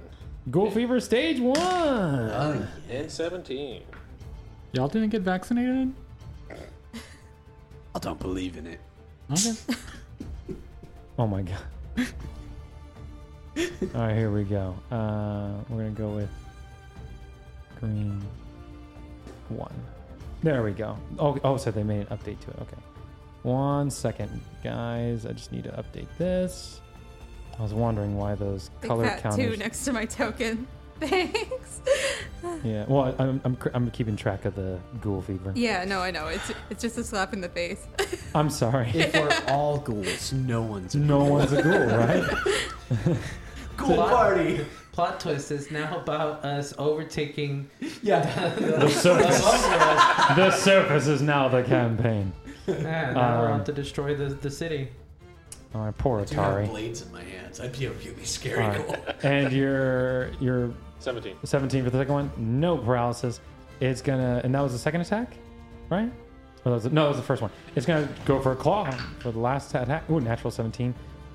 [SPEAKER 1] Ghoul fever stage one.
[SPEAKER 5] and seventeen.
[SPEAKER 8] y'all didn't get vaccinated?
[SPEAKER 3] I don't believe in it.
[SPEAKER 8] Okay.
[SPEAKER 1] Oh my god. All right, here we go. Uh, we're gonna go with green one. There we go. Oh, oh, so they made an update to it. Okay. One second, guys. I just need to update this. I was wondering why those
[SPEAKER 7] Big
[SPEAKER 1] color
[SPEAKER 7] fat two
[SPEAKER 1] counters.
[SPEAKER 7] next to my token. Thanks.
[SPEAKER 1] Yeah. Well, I- I'm, I'm cr- I'm keeping track of the ghoul fever.
[SPEAKER 7] yeah, no, I know. It's it's just a slap in the face.
[SPEAKER 1] I'm sorry.
[SPEAKER 11] If we're all ghouls, no one's a
[SPEAKER 1] No one's a ghoul, right?
[SPEAKER 11] ghoul party.
[SPEAKER 4] Plot twist is now about us overtaking
[SPEAKER 11] Yeah.
[SPEAKER 1] The surface. the surface is now the campaign.
[SPEAKER 4] Yeah, now we're
[SPEAKER 1] Um,
[SPEAKER 4] out to destroy the, the city.
[SPEAKER 1] All right, poor
[SPEAKER 3] Do have
[SPEAKER 1] Atari.
[SPEAKER 3] blades in my hands. I'd be a really
[SPEAKER 1] All
[SPEAKER 3] scary ghoul.
[SPEAKER 1] right. And your your
[SPEAKER 5] 17.
[SPEAKER 1] 17 for the second one. No paralysis. It's gonna and that was the second attack, right? Or that was the- no, that was the first one. It's gonna go for a claw for the last attack. Ooh, natural 17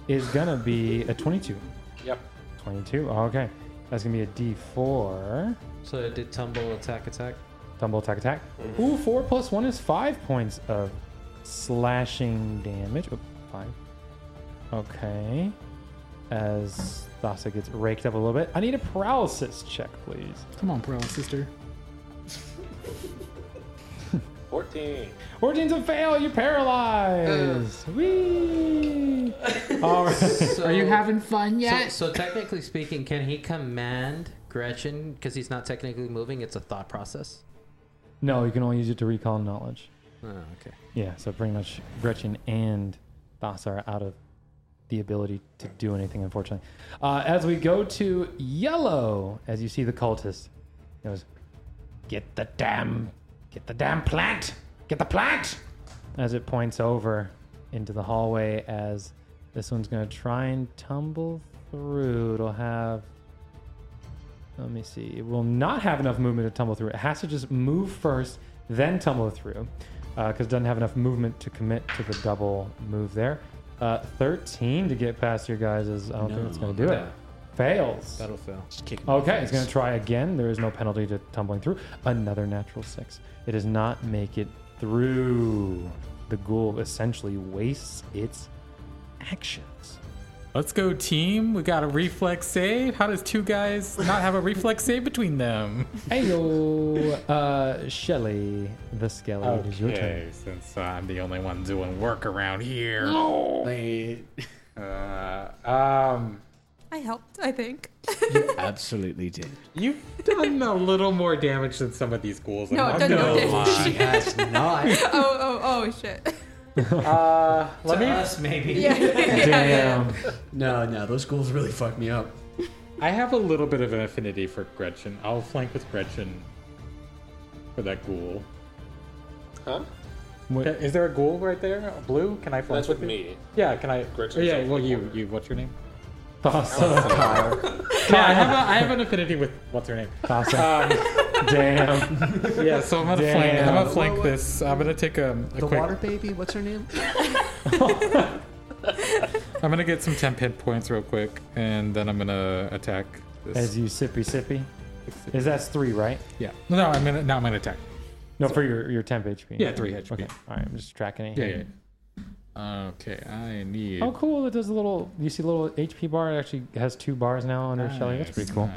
[SPEAKER 1] is gonna be a 22.
[SPEAKER 5] Yep.
[SPEAKER 1] 22. Okay, that's gonna be a D4.
[SPEAKER 4] So it did tumble, attack, attack.
[SPEAKER 1] Tumble attack attack. Ooh, four plus one is five points of slashing damage. Oop, five. Okay. As Thassa gets raked up a little bit. I need a paralysis check, please.
[SPEAKER 8] Come on, Pearl sister.
[SPEAKER 5] 14.
[SPEAKER 1] 14's a fail, you're paralyzed. Whee! Alright.
[SPEAKER 4] So,
[SPEAKER 8] Are you having fun
[SPEAKER 4] so,
[SPEAKER 8] yet?
[SPEAKER 4] so technically speaking, can he command Gretchen because he's not technically moving? It's a thought process.
[SPEAKER 1] no, you can only use it to recall knowledge.
[SPEAKER 4] Oh, okay.
[SPEAKER 1] Yeah, so pretty much Gretchen and Thassa are out of the ability to do anything, unfortunately. Uh, as we go to yellow, as you see the cultist, he goes, Get the damn, get the damn plant, get the plant! As it points over into the hallway, as this one's going to try and tumble through. It'll have, let me see, it will not have enough movement to tumble through. It has to just move first, then tumble through, because it doesn't have enough movement to commit to the double move there. Uh, 13 to get past your guys is, I don't think it's going to do it. Fails.
[SPEAKER 4] That'll fail.
[SPEAKER 1] Okay, it's going to try again. There is no penalty to tumbling through. Another natural six. It does not make it through. The ghoul essentially wastes its actions.
[SPEAKER 8] Let's go, team. We got a reflex save. How does two guys not have a reflex save between them?
[SPEAKER 1] Hey yo, uh, Shelly the Skelly, it is your turn.
[SPEAKER 8] since I'm the only one doing work around here. Uh, um,
[SPEAKER 7] I helped, I think.
[SPEAKER 3] Absolutely did.
[SPEAKER 8] you've done a little more damage than some of these ghouls.
[SPEAKER 7] No, I've done
[SPEAKER 8] gonna
[SPEAKER 7] no
[SPEAKER 8] lie.
[SPEAKER 3] She has not.
[SPEAKER 7] oh, oh, oh, shit.
[SPEAKER 8] Uh,
[SPEAKER 4] To
[SPEAKER 8] let me.
[SPEAKER 4] us, maybe.
[SPEAKER 7] Yeah. yeah, yeah.
[SPEAKER 1] Damn.
[SPEAKER 3] No, no, those ghouls really fucked me up.
[SPEAKER 8] I have a little bit of an affinity for Gretchen. I'll flank with Gretchen for that ghoul.
[SPEAKER 5] Huh?
[SPEAKER 1] What-
[SPEAKER 8] Is there a ghoul right there? A blue? Can I
[SPEAKER 5] That's
[SPEAKER 8] flank
[SPEAKER 5] with
[SPEAKER 8] you?
[SPEAKER 5] me.
[SPEAKER 8] Yeah, can I?
[SPEAKER 5] Gretchen,
[SPEAKER 8] oh, yeah,
[SPEAKER 5] it's
[SPEAKER 8] well,
[SPEAKER 5] all
[SPEAKER 8] you,
[SPEAKER 5] four.
[SPEAKER 8] you. What's your name?
[SPEAKER 1] Thassa,
[SPEAKER 8] Yeah, I have, a, I have an affinity with what's her name.
[SPEAKER 1] Thassa,
[SPEAKER 8] Um,
[SPEAKER 1] damn.
[SPEAKER 8] yeah, so I'm gonna
[SPEAKER 1] Damn.
[SPEAKER 8] flank. I'm gonna
[SPEAKER 1] Whoa,
[SPEAKER 8] flank this. I'm gonna take a, a
[SPEAKER 11] The
[SPEAKER 8] quick.
[SPEAKER 11] water baby, what's her name?
[SPEAKER 8] I'm gonna get some temp hit points real quick, and then I'm gonna attack. This.
[SPEAKER 1] As you sippy sippy, is that's three, right?
[SPEAKER 8] yeah. No, I'm gonna now I'm gonna attack.
[SPEAKER 1] No, for your your temp HP.
[SPEAKER 8] Yeah, three HP.
[SPEAKER 1] Okay, all right. I'm just tracking it.
[SPEAKER 8] Yeah.
[SPEAKER 1] here.
[SPEAKER 8] yeah, yeah. Okay, I need.
[SPEAKER 1] Oh, cool! It does a little. You see, a little HP bar. It actually has two bars now on her Shelly. That's pretty cool.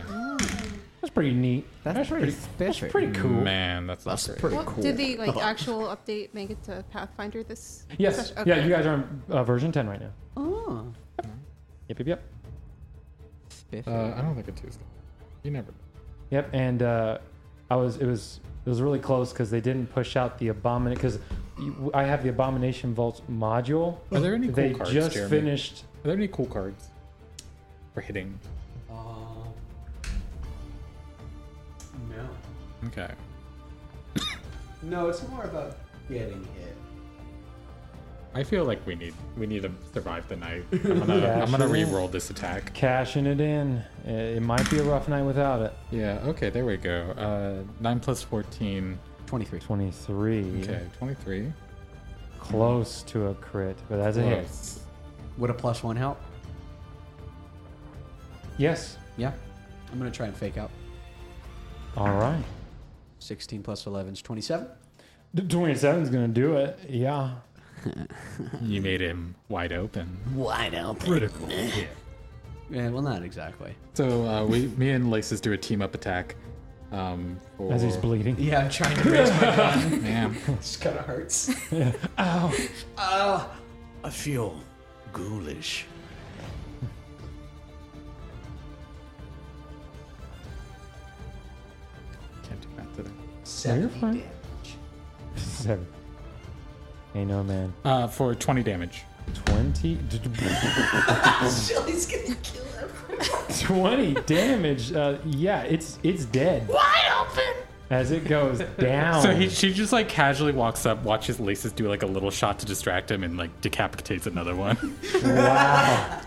[SPEAKER 1] That's pretty neat.
[SPEAKER 11] That's pretty special.
[SPEAKER 1] Pretty cool.
[SPEAKER 8] Man, that's not
[SPEAKER 3] That's
[SPEAKER 8] great.
[SPEAKER 3] pretty
[SPEAKER 7] Well,
[SPEAKER 3] cool.
[SPEAKER 7] Did the like actual update make it to Pathfinder this?
[SPEAKER 1] Yes.
[SPEAKER 7] session?
[SPEAKER 1] Yeah, you guys are on uh, version 10 right now.
[SPEAKER 11] Oh.
[SPEAKER 1] Yep, yep, yep.
[SPEAKER 11] spiffy.
[SPEAKER 8] Uh, I don't think it is. You never.
[SPEAKER 1] Yep, and uh, I was it was it was really close because they didn't push out the abomin because I have the abomination vault module.
[SPEAKER 8] Are there any cool
[SPEAKER 1] They
[SPEAKER 8] cards?
[SPEAKER 1] just
[SPEAKER 8] Jeremy?
[SPEAKER 1] finished.
[SPEAKER 8] Are there any cool cards for hitting?
[SPEAKER 3] Uh, No.
[SPEAKER 8] Okay.
[SPEAKER 3] No, it's more about getting hit.
[SPEAKER 8] I feel like we need we need to survive the night. I'm gonna I'm gonna re-roll this attack.
[SPEAKER 1] Cashing it in. It, it might be a rough night without it.
[SPEAKER 8] Yeah. Okay. There we go. Uh, nine plus fourteen.
[SPEAKER 11] 23.
[SPEAKER 1] 23.
[SPEAKER 8] Okay. Twenty-three.
[SPEAKER 1] Close to a crit, but that's a hit.
[SPEAKER 8] Close.
[SPEAKER 11] Would a plus one help?
[SPEAKER 1] Yes.
[SPEAKER 11] Yeah. I'm going to try and fake out.
[SPEAKER 1] All right.
[SPEAKER 11] 16 plus 11 is 27.
[SPEAKER 1] The 27's going to do it. Yeah.
[SPEAKER 8] You made him wide open.
[SPEAKER 11] Wide open.
[SPEAKER 8] Critical. yeah.
[SPEAKER 11] Yeah, well, not exactly.
[SPEAKER 8] So uh, we, me and Laces do a team up attack. Um, for,
[SPEAKER 1] As he's bleeding.
[SPEAKER 11] Yeah, I'm trying to raise my
[SPEAKER 8] Man,
[SPEAKER 3] This kind of hurts. Ow. I feel ghoulish.
[SPEAKER 1] you're fine. Seven. Hey, no, man.
[SPEAKER 8] Uh, for 20 damage.
[SPEAKER 1] 20. 20 damage. Uh, yeah, it's it's dead. Wide open! As it goes down.
[SPEAKER 8] So he, she just like casually walks up, watches Laces do like a little shot to distract him, and like decapitates another one.
[SPEAKER 1] wow.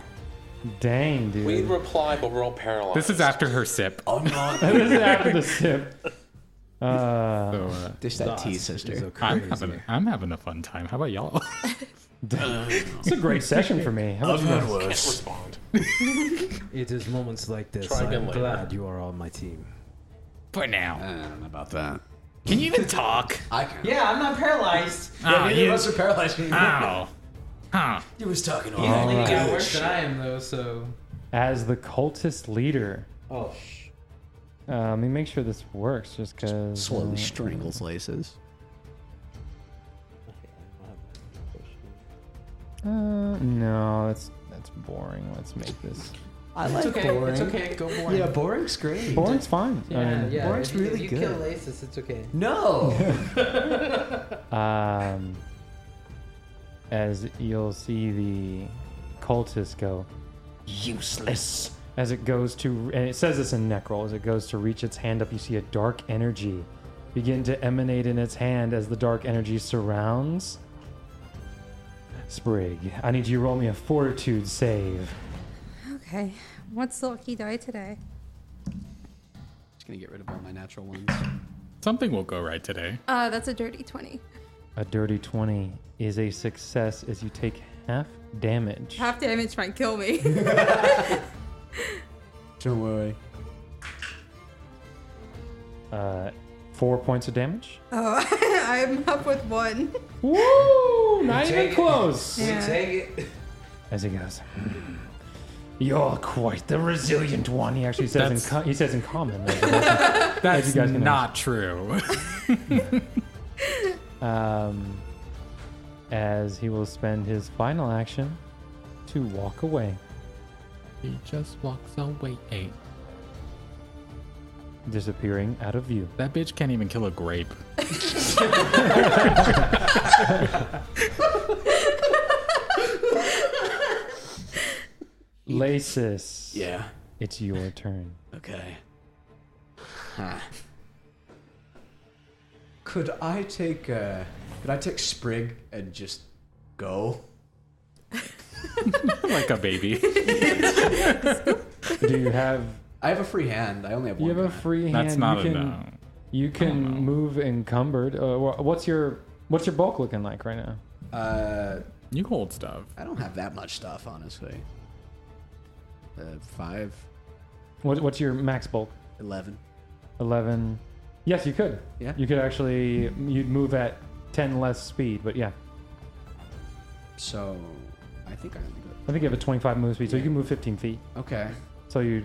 [SPEAKER 1] Dang, dude.
[SPEAKER 5] We reply, but we're all paralyzed.
[SPEAKER 8] this is after her sip.
[SPEAKER 3] I'm not.
[SPEAKER 1] this is after the sip. Uh,
[SPEAKER 8] So, uh,
[SPEAKER 11] Dish that tea, sister.
[SPEAKER 8] I'm, having, I'm having a fun time. How about y'all?
[SPEAKER 1] it's a great session for me. How
[SPEAKER 3] I've
[SPEAKER 1] about you
[SPEAKER 3] heard
[SPEAKER 1] guys?
[SPEAKER 5] Can't
[SPEAKER 3] worse.
[SPEAKER 5] respond.
[SPEAKER 4] It is moments like this.
[SPEAKER 5] Try again
[SPEAKER 4] I'm
[SPEAKER 5] later.
[SPEAKER 4] glad you are on my team.
[SPEAKER 8] for now.
[SPEAKER 3] I don't know about that.
[SPEAKER 8] Can you even talk?
[SPEAKER 3] I can.
[SPEAKER 4] Yeah, I'm not paralyzed.
[SPEAKER 8] Ah,
[SPEAKER 3] neither
[SPEAKER 8] you-
[SPEAKER 3] of us are paralyzed.
[SPEAKER 8] Ow. Huh.
[SPEAKER 3] He was talking all
[SPEAKER 4] Yeah,
[SPEAKER 3] that
[SPEAKER 4] you got
[SPEAKER 3] good
[SPEAKER 4] worse
[SPEAKER 3] shit.
[SPEAKER 4] than I am though. So
[SPEAKER 1] As the cultist leader.
[SPEAKER 4] oh sh.
[SPEAKER 1] Uh, let me make sure this works just uh, because.
[SPEAKER 11] Slowly strangles laces.
[SPEAKER 1] Uh, no, that's that's boring. Let's make this.
[SPEAKER 11] I like
[SPEAKER 4] It's okay. It's okay. Go blind.
[SPEAKER 11] Yeah, boring's great.
[SPEAKER 1] Boring's fine. I
[SPEAKER 4] Yeah,
[SPEAKER 1] mean,
[SPEAKER 4] yeah.
[SPEAKER 11] Boring's
[SPEAKER 4] if you-
[SPEAKER 11] really
[SPEAKER 4] if you kill
[SPEAKER 11] good.
[SPEAKER 4] Laces, it's okay.
[SPEAKER 11] No.
[SPEAKER 1] Um, as you'll see the cultist go useless as it goes to, and it says this in Necrol, as it goes to reach its hand up, you see a dark energy begin to emanate in its hand as the dark energy surrounds. Sprig, I need you to roll me a fortitude save.
[SPEAKER 7] Okay. What's the lucky die today?
[SPEAKER 11] just gonna get rid of all my natural ones.
[SPEAKER 8] Something will go right today.
[SPEAKER 7] Uh, that's a dirty 20.
[SPEAKER 1] A dirty 20 is a success as you take half damage.
[SPEAKER 7] Half damage might kill me.
[SPEAKER 11] Don't worry.
[SPEAKER 1] Uh, four points of damage.
[SPEAKER 7] oh, I'm up with one.
[SPEAKER 1] Woo! Not even
[SPEAKER 4] it.
[SPEAKER 1] close.
[SPEAKER 7] Yeah.
[SPEAKER 4] Take it.
[SPEAKER 1] As he goes, "Hmm, you're quite the resilient one. He actually says in
[SPEAKER 8] That's-
[SPEAKER 1] co- he says in common. like, that's-
[SPEAKER 8] That's
[SPEAKER 1] guys can
[SPEAKER 8] not true.
[SPEAKER 1] um, as he will spend his final action to walk away.
[SPEAKER 8] he just walks away.
[SPEAKER 1] Disappearing out of view.
[SPEAKER 8] That bitch can't even kill a grape.
[SPEAKER 1] Lasis,
[SPEAKER 3] Yeah.
[SPEAKER 1] it's your turn.
[SPEAKER 3] Okay.
[SPEAKER 11] Could
[SPEAKER 3] I take. Uh, could I take Sprig and just go?
[SPEAKER 8] like a baby.
[SPEAKER 1] Do you have
[SPEAKER 3] I have a free hand. I only have
[SPEAKER 1] you
[SPEAKER 3] one.
[SPEAKER 1] have a
[SPEAKER 3] guy.
[SPEAKER 1] free hand?
[SPEAKER 8] That's not
[SPEAKER 1] you
[SPEAKER 8] a
[SPEAKER 1] can,
[SPEAKER 8] no.
[SPEAKER 1] You can move encumbered. Uh, wh- what's your what's your bulk looking like right now?
[SPEAKER 3] uh,
[SPEAKER 8] You hold stuff.
[SPEAKER 3] I don't have that much stuff, honestly. Uh, five,
[SPEAKER 1] What, what's your max bulk?
[SPEAKER 3] eleven.
[SPEAKER 1] 11 yes you could
[SPEAKER 3] Yeah.
[SPEAKER 1] you could actually you'd move at 10 less speed but yeah
[SPEAKER 3] So I think I'm good.
[SPEAKER 1] i think you have a 25 move speed so you can move 15 feet
[SPEAKER 3] Okay.
[SPEAKER 1] so you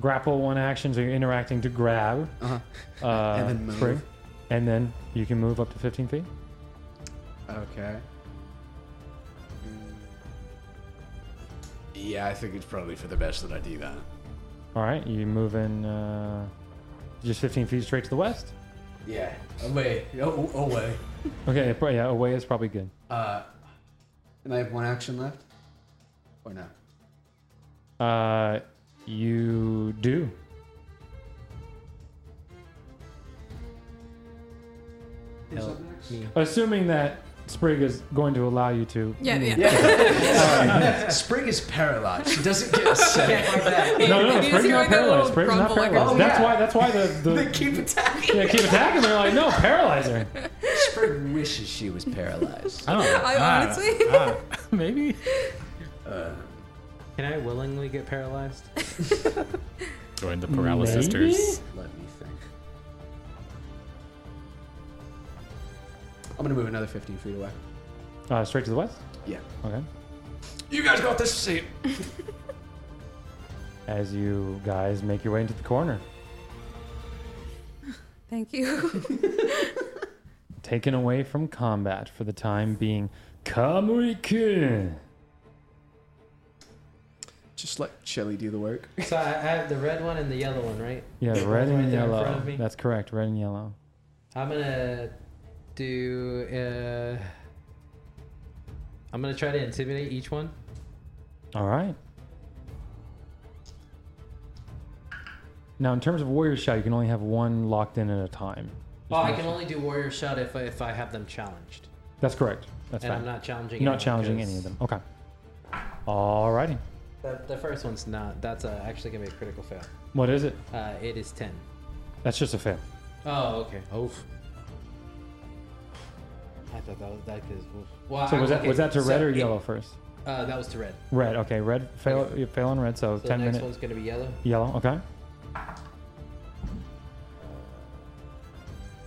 [SPEAKER 1] grapple one action so you're interacting to grab
[SPEAKER 3] Uh-huh.
[SPEAKER 1] uh,
[SPEAKER 3] And then move.
[SPEAKER 1] spring, and then you can move up to 15 feet
[SPEAKER 3] Okay. Yeah, I think it's probably for the best that I do that.
[SPEAKER 1] all right you move in uh, just 15 feet straight to the west
[SPEAKER 3] Yeah. Away. Oh, oh, away.
[SPEAKER 1] okay pro- yeah away is probably good
[SPEAKER 3] Uh, and I have one action left? Or no?
[SPEAKER 1] uh, you do assuming that sprig is going to allow you to
[SPEAKER 7] Yeah, yeah.
[SPEAKER 3] Sprig is paralyzed. She doesn't get a second.
[SPEAKER 1] No, no,
[SPEAKER 7] You
[SPEAKER 1] Spring's
[SPEAKER 7] see
[SPEAKER 1] not
[SPEAKER 7] like a little
[SPEAKER 1] paralyzed. Spring's not
[SPEAKER 7] grumble, like,
[SPEAKER 1] paralyzed.
[SPEAKER 7] "Oh,
[SPEAKER 1] that's
[SPEAKER 3] yeah."
[SPEAKER 1] why. That's why the, the they keep attacking. Yeah, keep attacking. They're like, no, paralyze her.
[SPEAKER 3] Sprig wishes she was paralyzed.
[SPEAKER 8] Oh,
[SPEAKER 7] I
[SPEAKER 8] ah,
[SPEAKER 7] honestly-
[SPEAKER 8] ah, maybe.
[SPEAKER 4] Can I willingly get paralyzed?
[SPEAKER 8] Join the Paralysis
[SPEAKER 1] Maybe?
[SPEAKER 8] Sisters.
[SPEAKER 3] Let me think. I'm gonna move another 15 feet away.
[SPEAKER 1] Uh, straight to the west.
[SPEAKER 3] Yeah.
[SPEAKER 1] Okay.
[SPEAKER 3] You guys got this. See.
[SPEAKER 1] As you guys make your way into the corner,
[SPEAKER 7] Thank you.
[SPEAKER 1] taken away from combat for the time being, Kamurikin.
[SPEAKER 3] Just let Shelly do the work.
[SPEAKER 4] so I I have the red one and the yellow one, right?
[SPEAKER 1] Yeah,
[SPEAKER 4] Right
[SPEAKER 1] red and
[SPEAKER 4] there in front
[SPEAKER 1] yellow.
[SPEAKER 4] of me.
[SPEAKER 1] That's correct. Red and yellow.
[SPEAKER 4] I'm gonna do. Uh, I'm gonna try to intimidate each one.
[SPEAKER 1] All right. Now, in terms of warrior shout, you can only have one locked in at a time.
[SPEAKER 4] Oh, I can only do warrior shot if I, if I have them challenged,
[SPEAKER 1] That's correct. That's
[SPEAKER 4] and
[SPEAKER 1] fine.
[SPEAKER 4] I'm not challenging.
[SPEAKER 1] You're not
[SPEAKER 4] anyone
[SPEAKER 1] challenging
[SPEAKER 4] 'cause
[SPEAKER 1] any of them. Okay. Alrighty.
[SPEAKER 4] The, the first one's not. That's uh, actually gonna be a critical fail.
[SPEAKER 1] What is it?
[SPEAKER 4] Uh, it is ten.
[SPEAKER 1] That's just a fail.
[SPEAKER 4] Oh, okay. Oof. I thought that was that is. Oof. Well,
[SPEAKER 1] Ah, So was
[SPEAKER 4] I-
[SPEAKER 1] that
[SPEAKER 4] okay,
[SPEAKER 1] was that to
[SPEAKER 4] so
[SPEAKER 1] red or
[SPEAKER 4] it-
[SPEAKER 1] yellow first?
[SPEAKER 4] Uh, that was to red.
[SPEAKER 1] Red. Okay. Red. Fail.
[SPEAKER 4] Okay.
[SPEAKER 1] you Fail on red. So,
[SPEAKER 4] So
[SPEAKER 1] ten
[SPEAKER 4] the next
[SPEAKER 1] minutes.
[SPEAKER 4] one's gonna be yellow.
[SPEAKER 1] Yellow. Okay.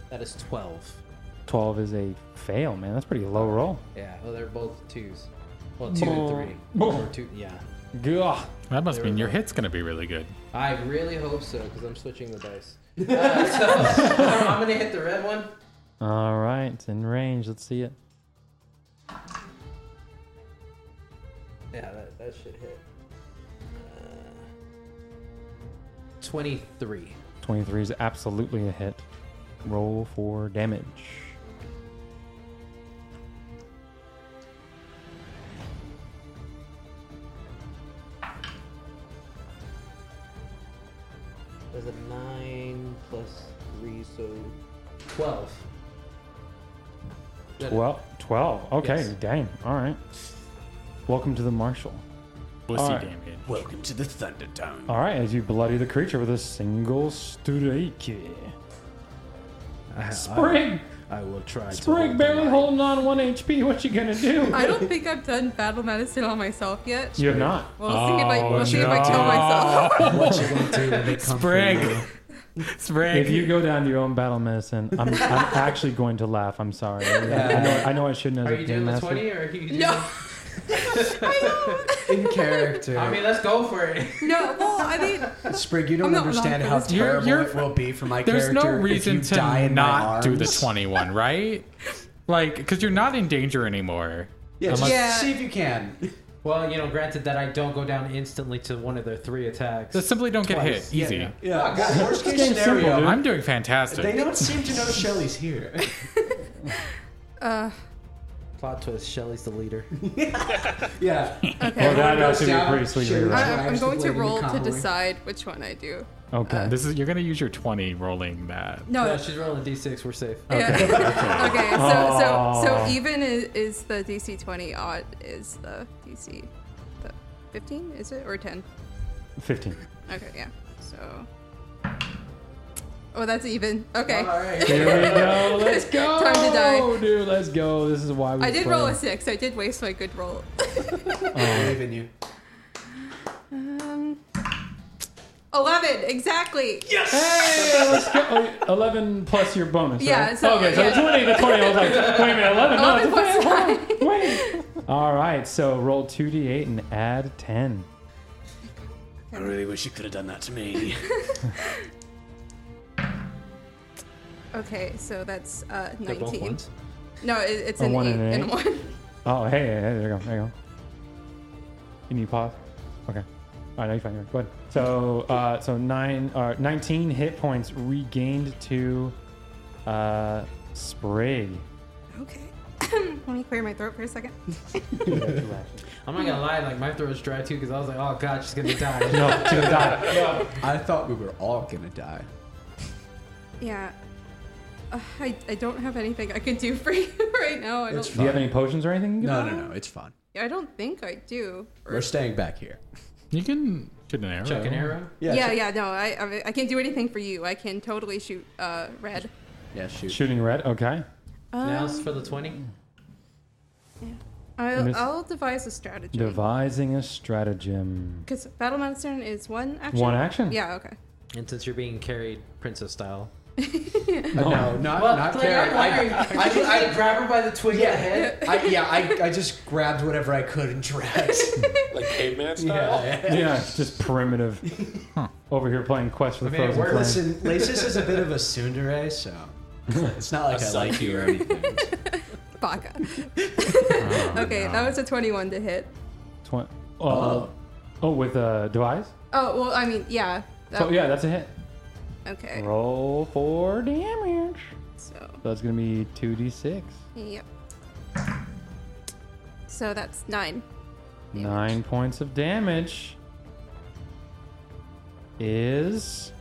[SPEAKER 4] That is twelve.
[SPEAKER 1] Twelve is a fail, man. That's pretty low roll.
[SPEAKER 4] Yeah. Well, they're both twos. Well, two and three.
[SPEAKER 1] Oh.
[SPEAKER 4] Or two. Yeah.
[SPEAKER 1] Gah.
[SPEAKER 8] That must mean your hit's gonna be really good.
[SPEAKER 4] I really hope so because I'm switching the dice. Uh, so I'm gonna hit the red one.
[SPEAKER 1] All right. It's in range. Let's see it.
[SPEAKER 4] Yeah, that, that should hit. Uh, Twenty-three.
[SPEAKER 1] Twenty-three is absolutely a hit. Roll for damage.
[SPEAKER 4] There's a nine plus three, so twelve. That-
[SPEAKER 1] Twelve. Twelve. Okay.
[SPEAKER 4] Yes.
[SPEAKER 1] Dang. All right. Welcome to the marshal.
[SPEAKER 2] Pussy
[SPEAKER 1] Alright.
[SPEAKER 2] damage.
[SPEAKER 3] Welcome to the Thunderdome.
[SPEAKER 1] All right, as you bloody the creature with a single Sturiki. Spring!
[SPEAKER 4] I will try.
[SPEAKER 1] Spring, barely holding on one HP. What you gonna do?
[SPEAKER 7] I don't think I've done battle medicine on myself yet.
[SPEAKER 1] You're Oh, not.
[SPEAKER 7] Well, let's see if I, let's see if I kill myself.
[SPEAKER 11] What you gonna do when they come for you?
[SPEAKER 1] If you go down to your own battle medicine, I'm, I'm actually going to laugh. I'm sorry. I, know, I know I shouldn't as
[SPEAKER 4] Are
[SPEAKER 1] a
[SPEAKER 4] you doing the
[SPEAKER 1] master.
[SPEAKER 4] twenty or are you doing?
[SPEAKER 7] no. I
[SPEAKER 11] In character.
[SPEAKER 4] I mean, let's go for it.
[SPEAKER 7] don't. No, well, I mean,
[SPEAKER 11] Sprig, you don't
[SPEAKER 7] I'm not
[SPEAKER 11] understand
[SPEAKER 7] wrong
[SPEAKER 11] how
[SPEAKER 7] for this.
[SPEAKER 8] You're-
[SPEAKER 11] terrible
[SPEAKER 8] you're-
[SPEAKER 11] it will be for my
[SPEAKER 8] There's
[SPEAKER 11] character.
[SPEAKER 8] no
[SPEAKER 11] if
[SPEAKER 8] reason
[SPEAKER 11] you
[SPEAKER 8] to
[SPEAKER 11] die in my
[SPEAKER 8] not do the
[SPEAKER 11] arms.
[SPEAKER 8] 21, right? like, because you're not in danger anymore.
[SPEAKER 11] Yeah, just
[SPEAKER 7] Yeah.
[SPEAKER 11] see if you can.
[SPEAKER 4] Well, you know, granted that I don't go down instantly to one of their three attacks.
[SPEAKER 8] Just simply don't get hit.
[SPEAKER 11] Twice.
[SPEAKER 8] Easy.
[SPEAKER 11] Yeah. Well, worst case
[SPEAKER 1] game's simple,
[SPEAKER 11] scenario,
[SPEAKER 1] dude.
[SPEAKER 8] I'm doing fantastic.
[SPEAKER 11] they don't seem to know Shelly's here.
[SPEAKER 7] uh,
[SPEAKER 4] Plot twist: Shelly's the leader.
[SPEAKER 11] yeah.
[SPEAKER 1] Well,
[SPEAKER 7] okay.
[SPEAKER 1] that
[SPEAKER 11] Goes
[SPEAKER 1] actually be
[SPEAKER 11] down,
[SPEAKER 1] pretty sweet.
[SPEAKER 11] shoots.
[SPEAKER 1] You're right.
[SPEAKER 7] I, I'm
[SPEAKER 11] Actually
[SPEAKER 7] going to
[SPEAKER 11] waiting
[SPEAKER 7] roll to
[SPEAKER 11] calmly.
[SPEAKER 7] decide which one I do.
[SPEAKER 1] Okay.
[SPEAKER 8] This is you're gonna use your 20 rolling that.
[SPEAKER 7] No,
[SPEAKER 4] no, she's rolling d6. We're safe.
[SPEAKER 7] Yeah. okay. So, so,
[SPEAKER 1] Oh.
[SPEAKER 7] so even is, is the DC 20 odd is the DC the 15 is it or 10?
[SPEAKER 1] 15.
[SPEAKER 7] Okay, yeah. So Oh, that's even. Okay.
[SPEAKER 1] Here we go. Let's go.
[SPEAKER 7] Time to die.
[SPEAKER 1] Dude, let's go. This is why we
[SPEAKER 7] I did roll a
[SPEAKER 1] play.
[SPEAKER 7] 6. I did waste my good roll.
[SPEAKER 3] Oh.
[SPEAKER 11] Believe in you.
[SPEAKER 7] um 11 exactly. Yeah.
[SPEAKER 1] Hey, let's go. Oh, 11 plus your bonus.
[SPEAKER 7] Yeah,
[SPEAKER 1] right?
[SPEAKER 7] so-
[SPEAKER 1] okay, so
[SPEAKER 7] yeah.
[SPEAKER 1] 20 to 20. I was like, wait a minute, 11? No, it's a
[SPEAKER 7] 11 plus
[SPEAKER 1] fail.
[SPEAKER 7] nine.
[SPEAKER 1] Wait. All right, so roll 2d8 and add 10.
[SPEAKER 3] I really wish you could have done that to me.
[SPEAKER 7] Okay, so that's uh
[SPEAKER 4] They're both
[SPEAKER 7] 19.
[SPEAKER 4] ones.
[SPEAKER 7] No, it, it's
[SPEAKER 1] A
[SPEAKER 7] an
[SPEAKER 1] one
[SPEAKER 7] 8
[SPEAKER 1] and an
[SPEAKER 7] and
[SPEAKER 1] eight?
[SPEAKER 7] 1.
[SPEAKER 1] Oh, hey, hey, hey, there you go. There you go. Can you pause? Okay. All right, now you're fine. You're fine. Go ahead. So, uh, so nine, uh, 19 hit points regained to uh, Sprig.
[SPEAKER 7] Okay. Let me clear my throat for a second.
[SPEAKER 1] Oh,
[SPEAKER 4] I'm not gonna lie, like my throat's dry too, because I was like, oh god, she's gonna die.
[SPEAKER 1] No, to the die.
[SPEAKER 3] I thought we were all gonna die.
[SPEAKER 7] Yeah. Uh, I, I don't have anything I can do for you right now. I
[SPEAKER 3] It's
[SPEAKER 7] don't
[SPEAKER 1] Do you have any potions or anything? you can
[SPEAKER 3] No, no, no, it's fine.
[SPEAKER 7] I don't think I do. Or-
[SPEAKER 3] We're staying back here.
[SPEAKER 8] You can shoot an arrow.
[SPEAKER 4] Chuck an arrow.
[SPEAKER 7] yeah, yeah,
[SPEAKER 3] sh-
[SPEAKER 7] no, I, I I can't do anything for you. I can totally shoot uh red.
[SPEAKER 3] yeah, shoot.
[SPEAKER 1] Shooting red. Okay.
[SPEAKER 4] Now
[SPEAKER 7] Um,
[SPEAKER 4] it's for the twenty.
[SPEAKER 1] Miss-
[SPEAKER 7] I'll, I'll devise a strategy.
[SPEAKER 1] Devising a stratagem.
[SPEAKER 7] Because battle medicine is one action.
[SPEAKER 1] One action?
[SPEAKER 7] Yeah. Okay.
[SPEAKER 4] And since you're being carried princess style,
[SPEAKER 3] Uh, no, not, not
[SPEAKER 4] Claire,
[SPEAKER 3] Karen.
[SPEAKER 4] I'm wondering,
[SPEAKER 3] I,
[SPEAKER 4] did you just, like, grab her by the twig
[SPEAKER 11] Yeah, I, yeah I, I just grabbed whatever I could and dragged.
[SPEAKER 5] Like caveman style?
[SPEAKER 11] yeah.
[SPEAKER 1] Yeah, just primitive. Over here playing Quest for the
[SPEAKER 4] I mean, it
[SPEAKER 1] Frozen
[SPEAKER 4] works.
[SPEAKER 1] Flame.
[SPEAKER 11] Listen, Lasis is a bit of a tsundere, so it's not like I like you or anything.
[SPEAKER 7] Baka.
[SPEAKER 1] Oh,
[SPEAKER 7] okay, that was a twenty-one to hit.
[SPEAKER 1] Twen- oh,
[SPEAKER 3] Uh,
[SPEAKER 1] oh, with a device?
[SPEAKER 7] Oh well, I mean, yeah. That,
[SPEAKER 1] So, yeah, that's a hit.
[SPEAKER 7] Okay.
[SPEAKER 1] Roll for damage.
[SPEAKER 7] So,
[SPEAKER 1] That's gonna be two d six.
[SPEAKER 7] yep. So that's nine. damage.
[SPEAKER 1] Nine points of damage is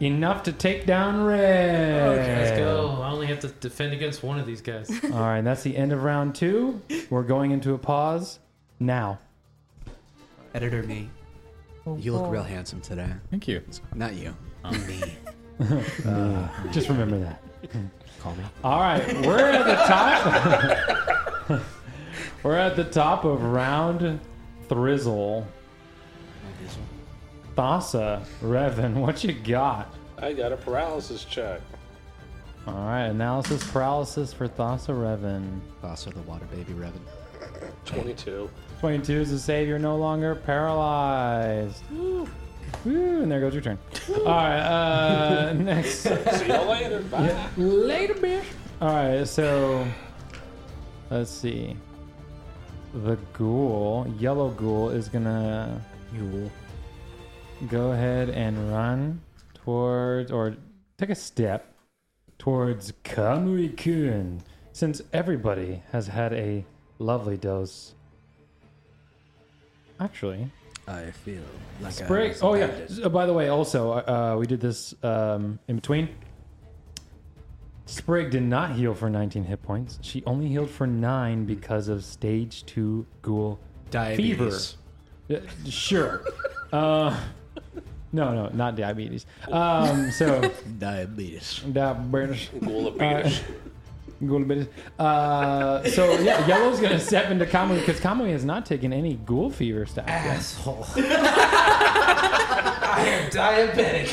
[SPEAKER 1] enough to take down Red.
[SPEAKER 4] Let's go. I only have to defend against one of these guys.
[SPEAKER 1] All right, that's the end of round two. We're going into a pause now.
[SPEAKER 11] Editor me. You look real handsome today.
[SPEAKER 8] Thank you.
[SPEAKER 11] Not you.
[SPEAKER 1] Just remember that. Call me. All right, we're at the top. we're at the top of round Thrizzle. Thassa, Revan, what you got?
[SPEAKER 5] I got a paralysis check.
[SPEAKER 1] All right, analysis paralysis for Thassa Revan.
[SPEAKER 11] Boss of the water baby, Revan.
[SPEAKER 5] 22.
[SPEAKER 1] 22 is the save. You're no longer paralyzed. Woo, and there goes your turn. All right, uh, next.
[SPEAKER 5] See you later. Bye.
[SPEAKER 1] Later, bitch. All right, so let's see. The ghoul, yellow ghoul, is gonna go ahead and run towards or take a step towards Kamui Kun, since everybody has had a lovely dose. Actually,
[SPEAKER 3] I feel like
[SPEAKER 1] Break. Oh yeah. Uh, by the way, also uh, we did this um, in between. Sprig did not heal for 19 hit points. She only healed for nine because of stage two ghoul
[SPEAKER 3] Diabetes.
[SPEAKER 1] fever. Uh, Sure. uh, no, no, not diabetes. Um, so
[SPEAKER 3] Diabetes.
[SPEAKER 1] diabetes.
[SPEAKER 5] Ghoul of Beanish.
[SPEAKER 1] Ghoul abilities. Uh, so yeah, yellow's gonna step into Kamui because Kamui has not taken any ghoul fever stats. yet.
[SPEAKER 4] Asshole. I am diabetic.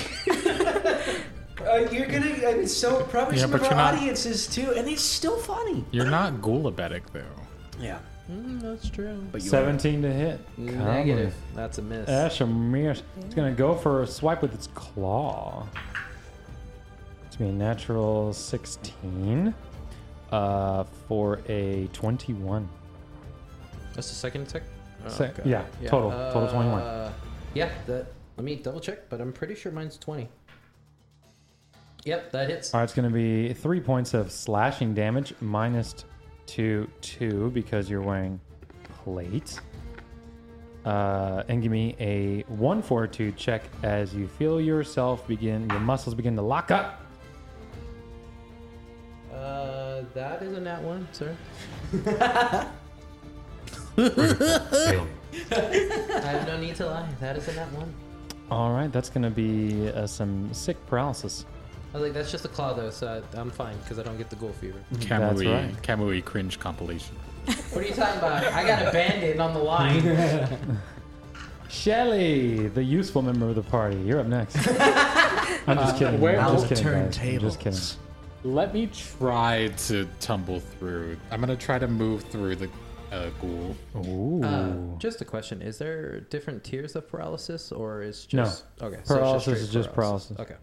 [SPEAKER 16] Uh, you're gonna. I'm so probably
[SPEAKER 8] Yeah,
[SPEAKER 16] some
[SPEAKER 8] but
[SPEAKER 16] of our
[SPEAKER 8] you're not-
[SPEAKER 16] audiences too, and it's still funny.
[SPEAKER 8] You're not gulabetic though.
[SPEAKER 3] Yeah.
[SPEAKER 4] That's true.
[SPEAKER 3] But you
[SPEAKER 1] 17 to hit.
[SPEAKER 4] Negative. That's a miss.
[SPEAKER 1] Ash It's gonna go for a swipe with its claw. It's gonna be a natural 16 uh, for a 21.
[SPEAKER 4] That's the second attack.
[SPEAKER 1] So- yeah, total, total 21.
[SPEAKER 4] Uh, yeah, that. Let me double check, but I'm pretty sure mine's 20. Yep, that hits.
[SPEAKER 1] All right, it's gonna be three points of slashing damage minus t- two, two because you're wearing plate. Uh, and give me a one fortitude check as you feel yourself begin, your muscles begin to lock up.
[SPEAKER 4] Uh, that isn't that one, sir. I have no need to lie. That isn't that one.
[SPEAKER 1] All right, that's gonna be uh, some sick paralysis.
[SPEAKER 4] I was like, that's just a claw though, so I, I'm fine because I don't get the ghoul fever.
[SPEAKER 1] That's
[SPEAKER 8] Kamui
[SPEAKER 1] right.
[SPEAKER 8] Kamui cringe compilation.
[SPEAKER 4] What are you talking about? I got a band-aid on the line.
[SPEAKER 1] Shelly, the useful member of the party, you're up next. I'm just kidding.
[SPEAKER 8] where-
[SPEAKER 1] I'm just
[SPEAKER 8] I'll
[SPEAKER 1] kidding,
[SPEAKER 3] turn
[SPEAKER 1] guys. I'm just kidding.
[SPEAKER 3] tables.
[SPEAKER 8] Let me try to tumble through. I'm gonna try to move through the uh, ghoul.
[SPEAKER 4] Uh,
[SPEAKER 1] Ooh.
[SPEAKER 4] just a question: Is there different tiers of paralysis, or is
[SPEAKER 1] No.
[SPEAKER 4] just okay? so it's
[SPEAKER 1] Paralysis
[SPEAKER 4] straight
[SPEAKER 1] is just paralysis.
[SPEAKER 4] Okay.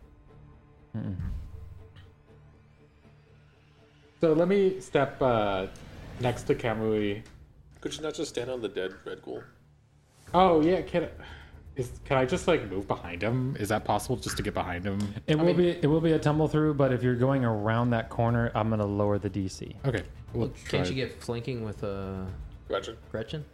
[SPEAKER 8] So let me step uh, next to Kamui.
[SPEAKER 5] Could you not just stand on the dead red ghoul?
[SPEAKER 8] Oh yeah, can is can I just like move behind him? Is that possible just to get behind him?
[SPEAKER 1] It will be it will be a tumble through, but if you're going around that corner, I'm gonna lower the DC.
[SPEAKER 8] Okay. Well,
[SPEAKER 4] Can't you get flanking with uh,
[SPEAKER 5] Gretchen.
[SPEAKER 4] Gretchen?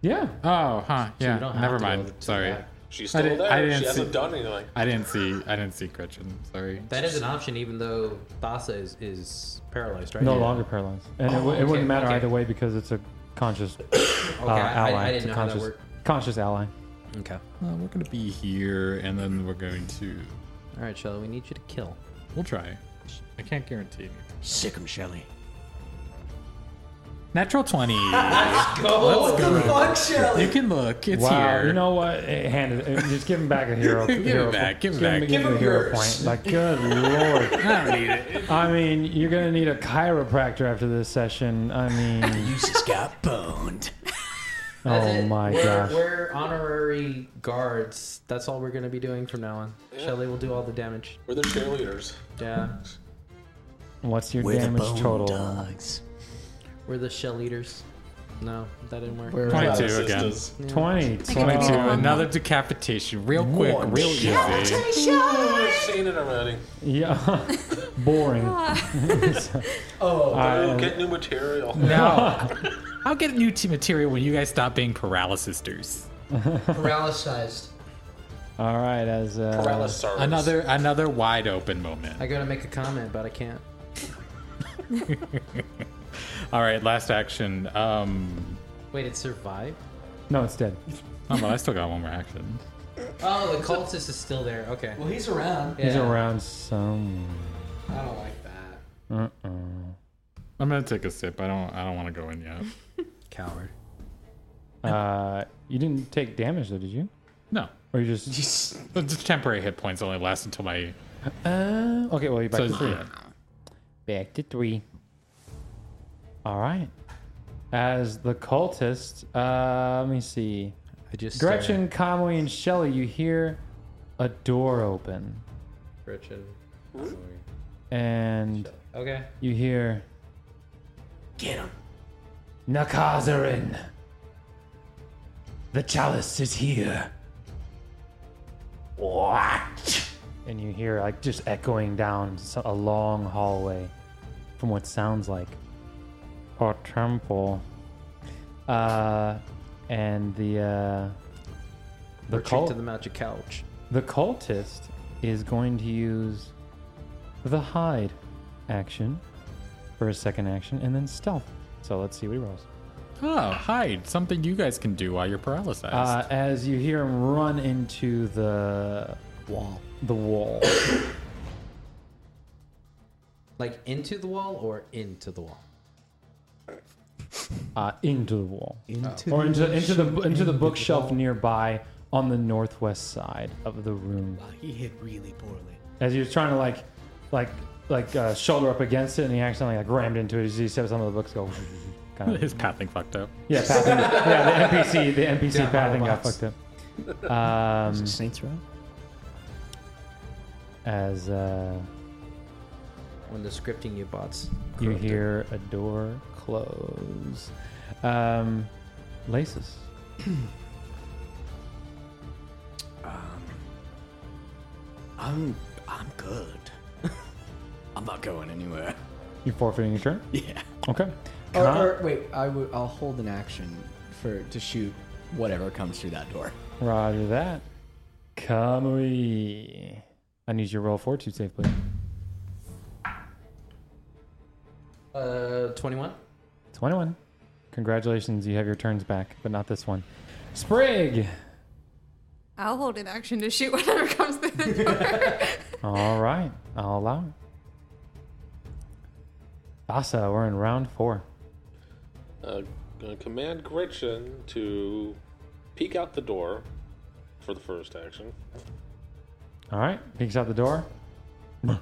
[SPEAKER 1] Yeah.
[SPEAKER 8] Oh, huh. Yeah.
[SPEAKER 4] don't have
[SPEAKER 8] never
[SPEAKER 4] to go
[SPEAKER 8] mind.
[SPEAKER 4] to the
[SPEAKER 8] Sorry.
[SPEAKER 4] back.
[SPEAKER 5] She's
[SPEAKER 8] I
[SPEAKER 5] still
[SPEAKER 8] didn't-
[SPEAKER 5] there.
[SPEAKER 8] I didn't
[SPEAKER 5] she hasn't
[SPEAKER 8] see-
[SPEAKER 5] done anything.
[SPEAKER 8] I didn't see. I didn't see Gretchen. Sorry.
[SPEAKER 4] That is an option, even though Thassa is, is paralyzed, right?
[SPEAKER 1] No
[SPEAKER 4] Yeah. Oh,
[SPEAKER 1] longer paralyzed, and it, w-
[SPEAKER 4] okay,
[SPEAKER 1] it wouldn't matter
[SPEAKER 4] okay.
[SPEAKER 1] either way because it's a conscious uh,
[SPEAKER 4] I- I
[SPEAKER 1] ally.
[SPEAKER 4] didn't
[SPEAKER 1] it's a
[SPEAKER 4] know how that
[SPEAKER 1] conscious,
[SPEAKER 4] worked.
[SPEAKER 1] conscious ally.
[SPEAKER 4] Okay.
[SPEAKER 8] Uh, we're gonna be here, and then we're going to.
[SPEAKER 4] All right, Shelly, we need you to kill.
[SPEAKER 8] We'll try. I can't guarantee. anything.
[SPEAKER 3] Sick him, Shelly.
[SPEAKER 8] Natural twenty.
[SPEAKER 16] Oh, the fuck, Shelly?
[SPEAKER 8] you can look. It's
[SPEAKER 1] Wow,
[SPEAKER 8] here.
[SPEAKER 1] you know what? Eh, hand it, eh, just give him back a hero.
[SPEAKER 8] Give him
[SPEAKER 1] hero
[SPEAKER 8] back, give him
[SPEAKER 1] give
[SPEAKER 8] back.
[SPEAKER 1] Give him a hero point. Like, good lord.
[SPEAKER 8] I don't need it.
[SPEAKER 1] I mean, you're gonna need a chiropractor after this session. I mean,
[SPEAKER 3] You just got boned.
[SPEAKER 1] oh
[SPEAKER 4] That's it.
[SPEAKER 1] my
[SPEAKER 4] we're,
[SPEAKER 1] gosh.
[SPEAKER 4] We're honorary guards. That's all we're gonna be doing from now on. Shelly will do all the damage.
[SPEAKER 5] We're the cheerleaders.
[SPEAKER 4] Yeah.
[SPEAKER 1] What's your
[SPEAKER 3] We're the
[SPEAKER 1] damage
[SPEAKER 3] bone
[SPEAKER 1] total?
[SPEAKER 3] dogs.
[SPEAKER 4] We're the shell eaters. No, that didn't work.
[SPEAKER 8] 22 again.
[SPEAKER 5] Sisters.
[SPEAKER 1] 20.
[SPEAKER 8] 22. Another decapitation. Real quick,
[SPEAKER 1] One.
[SPEAKER 8] real easy.
[SPEAKER 5] I've seen it already.
[SPEAKER 1] Yeah. Boring. So,
[SPEAKER 5] Oh,
[SPEAKER 1] I-
[SPEAKER 5] get new material.
[SPEAKER 8] Uh, No. I'll get new t- material when you guys stop being paralysisters.
[SPEAKER 16] Paralyzed.
[SPEAKER 1] all right, as uh,
[SPEAKER 5] Paralysaurus.
[SPEAKER 8] Another another wide open moment.
[SPEAKER 4] I gotta make a comment, but I can't.
[SPEAKER 8] All right, last action. Um,
[SPEAKER 4] Wait, it survived?
[SPEAKER 1] No, it's dead.
[SPEAKER 8] oh, well, I still got one more action.
[SPEAKER 4] Oh, the cultist is still there. Okay.
[SPEAKER 16] Well, he's around.
[SPEAKER 1] He's
[SPEAKER 4] Yeah.
[SPEAKER 1] around some.
[SPEAKER 16] I don't like that.
[SPEAKER 1] Uh-uh.
[SPEAKER 8] I'm gonna take a sip. I don't. I don't want to go in yet.
[SPEAKER 4] Coward.
[SPEAKER 1] Uh, you didn't take damage though, did you?
[SPEAKER 8] No,
[SPEAKER 1] Or you just?
[SPEAKER 8] The temporary hit points only last until my.
[SPEAKER 1] Uh, okay, well you're back
[SPEAKER 8] So
[SPEAKER 1] to three.
[SPEAKER 8] yeah.
[SPEAKER 1] Back to three. All right. As the cultist, uh, let me see.
[SPEAKER 4] I just
[SPEAKER 1] Gretchen, Conway, and Shelly, you hear a door open,
[SPEAKER 4] started. Gretchen.
[SPEAKER 1] and
[SPEAKER 4] Okay.
[SPEAKER 1] you hear. Get him. Nakazarin. The chalice is here. What? And you hear like just echoing down s- a long hallway from what sounds like a temple. Uh, and the uh, the
[SPEAKER 4] Retreat
[SPEAKER 1] cult-
[SPEAKER 4] to the magic couch.
[SPEAKER 1] the cultist is going to use the hide action for a second action and then stealth. So let's see what he rolls.
[SPEAKER 8] Oh, hide something you guys can do while you're paralyzed.
[SPEAKER 1] Uh, as you hear him run into the wall, the wall,
[SPEAKER 4] Like into the wall or into the wall?
[SPEAKER 1] uh, into the wall,
[SPEAKER 11] Into
[SPEAKER 1] or into into the into the bookshelf nearby on the northwest side of the room.
[SPEAKER 3] Oh,
[SPEAKER 11] He hit really poorly.
[SPEAKER 1] As he was trying to like, like, like uh, shoulder up against it, and he accidentally like rammed into it. As he steps some of the books, go kind of
[SPEAKER 8] His pathing fucked up.
[SPEAKER 1] Yeah, pathing. yeah, the NPC, the NPC pathing got
[SPEAKER 4] box.
[SPEAKER 1] fucked up. Um,
[SPEAKER 11] Saints Row?
[SPEAKER 1] as uh,
[SPEAKER 4] When the scripting you bots.
[SPEAKER 1] you
[SPEAKER 4] corrupted.
[SPEAKER 1] hear a door close, um, laces.
[SPEAKER 3] I'm I'm good. I'm not going anywhere.
[SPEAKER 1] You're forfeiting your turn.
[SPEAKER 3] Yeah.
[SPEAKER 1] Okay.
[SPEAKER 3] Or,
[SPEAKER 1] Con-
[SPEAKER 3] or wait, I w- I'll hold an action for to shoot whatever comes through that door.
[SPEAKER 1] Roger that. Kamui. I need you to roll fortitude save, please.
[SPEAKER 4] Uh, 21?
[SPEAKER 1] 21. Congratulations, you have your turns back, but not this one. Sprig!
[SPEAKER 7] I'll hold an action to shoot whatever comes through the door.
[SPEAKER 1] All right, I'll allow it. Asa, we're in round four.
[SPEAKER 5] Uh, gonna command Gretchen to peek out the door for the first action.
[SPEAKER 1] All right, peeks out the door, and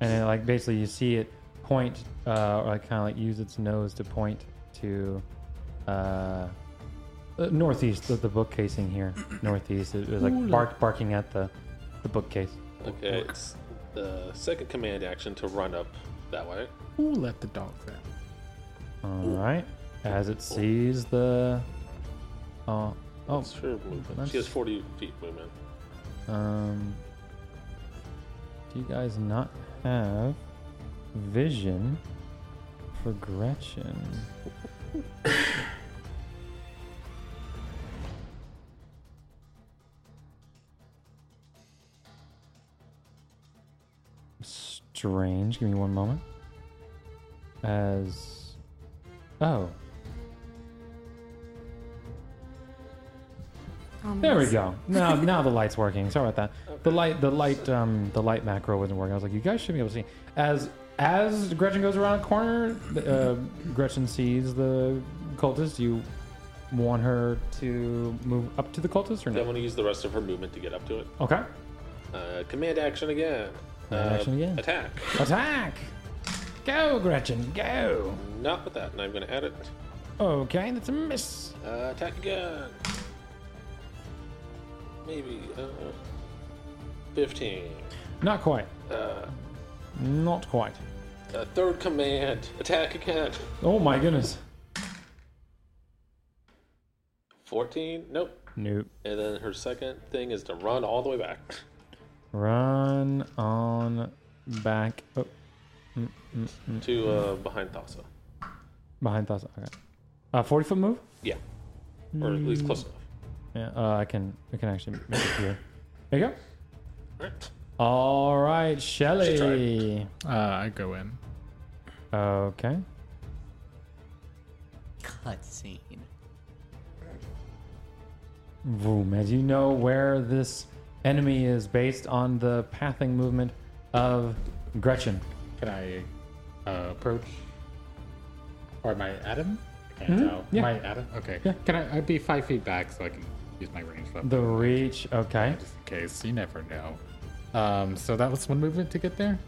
[SPEAKER 1] it, like basically you see it point, uh, or like kind of like use its nose to point to uh, uh, northeast of the book casing here. Northeast, it was like bark barking at the the bookcase.
[SPEAKER 5] Okay, it's the second command action to run up that way.
[SPEAKER 8] Ooh, let the dogs out.
[SPEAKER 1] All right, as it sees the uh, oh
[SPEAKER 5] It's her movement.
[SPEAKER 1] that's-
[SPEAKER 5] She has 40 feet movement.
[SPEAKER 1] um, do you guys not have vision for Gretchen? strange. Give me one moment. As. Oh. There we go. Now, now the light's working. Sorry about that. The light, the light, um, the light macro wasn't working. I was like, you guys should be able to see. As as Gretchen goes around a corner, uh, Gretchen sees the cultist. You want her to move up to the cultist or
[SPEAKER 5] I
[SPEAKER 1] no?
[SPEAKER 5] want to use the rest of her movement to get up to it.
[SPEAKER 1] Okay.
[SPEAKER 5] Uh, command action again.
[SPEAKER 1] Command
[SPEAKER 5] Uh,
[SPEAKER 1] action again.
[SPEAKER 5] Attack.
[SPEAKER 1] Attack! Go, Gretchen. Go.
[SPEAKER 5] Not with that, and I'm gonna add it.
[SPEAKER 1] Okay, that's a miss.
[SPEAKER 5] Uh, attack again. Maybe. Uh, 15.
[SPEAKER 1] Not quite.
[SPEAKER 5] Uh,
[SPEAKER 1] Not quite.
[SPEAKER 5] uh, third command. Attack again.
[SPEAKER 1] Oh my goodness.
[SPEAKER 5] 14? Nope.
[SPEAKER 1] Nope.
[SPEAKER 5] And then her second thing is to run all the way back.
[SPEAKER 1] Run on back. Oh. Mm, mm, mm,
[SPEAKER 5] to
[SPEAKER 1] mm.
[SPEAKER 5] uh, behind Thassa.
[SPEAKER 1] Behind Thassa. Okay. Uh, 40 foot move?
[SPEAKER 5] Yeah. Or at least close enough.
[SPEAKER 1] Yeah, uh, I can I can actually make it here. There you go.
[SPEAKER 5] Alright.
[SPEAKER 1] All right,
[SPEAKER 5] She
[SPEAKER 1] Shelly.
[SPEAKER 8] Uh, I go in.
[SPEAKER 1] Okay.
[SPEAKER 17] Cutscene.
[SPEAKER 1] Vroom. As you know where this enemy is based on the pathing movement of Gretchen.
[SPEAKER 8] Can I uh, approach? Or my Adam? I can't
[SPEAKER 1] Mhm,
[SPEAKER 8] tell.
[SPEAKER 1] yeah.
[SPEAKER 8] My Adam? Okay.
[SPEAKER 1] Yeah.
[SPEAKER 8] Can I I'd be five feet back so I can use my range weapon?
[SPEAKER 1] The reach. Okay.
[SPEAKER 8] Just in case. You never know. Um, so that was one movement to get there?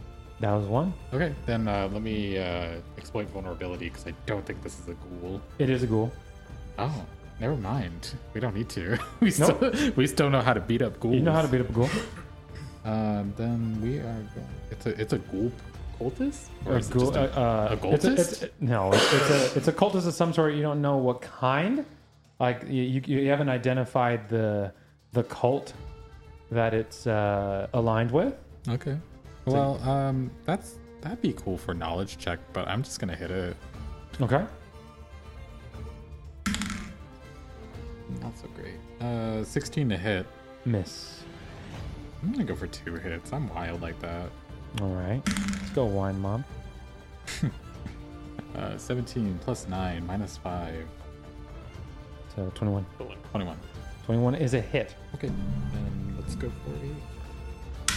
[SPEAKER 1] That was one.
[SPEAKER 8] Okay, then uh, let me uh, exploit vulnerability because I don't think this is a ghoul.
[SPEAKER 1] It is a ghoul.
[SPEAKER 8] Oh, never mind. We don't need to. we, still, we still know how to beat up ghouls.
[SPEAKER 1] You know how to beat up a ghoul.
[SPEAKER 8] Uh, then we are. Going... It's a it's a ghoul cultist. Or
[SPEAKER 1] a
[SPEAKER 8] is it
[SPEAKER 1] ghoul.
[SPEAKER 8] just
[SPEAKER 1] uh, uh,
[SPEAKER 8] a
[SPEAKER 1] it's a-
[SPEAKER 8] cultist?
[SPEAKER 1] it's- no, it's, it's a it's a cultist of some sort. You don't know what kind. Like you, you, you haven't identified the the cult that it's uh, aligned with.
[SPEAKER 8] Okay.
[SPEAKER 1] So-
[SPEAKER 8] Well, um, that's that'd be cool for knowledge check, but I'm just gonna hit it.
[SPEAKER 1] Okay.
[SPEAKER 8] Not so great. Uh, 16 to hit.
[SPEAKER 1] Miss.
[SPEAKER 8] I'm gonna go for two hits. I'm wild like that.
[SPEAKER 1] All right. Let's go, wine mom.
[SPEAKER 8] Uh, 17 plus nine minus five.
[SPEAKER 1] So 21.
[SPEAKER 8] 21.
[SPEAKER 1] 21 is a hit.
[SPEAKER 8] Okay. Then let's go for eight.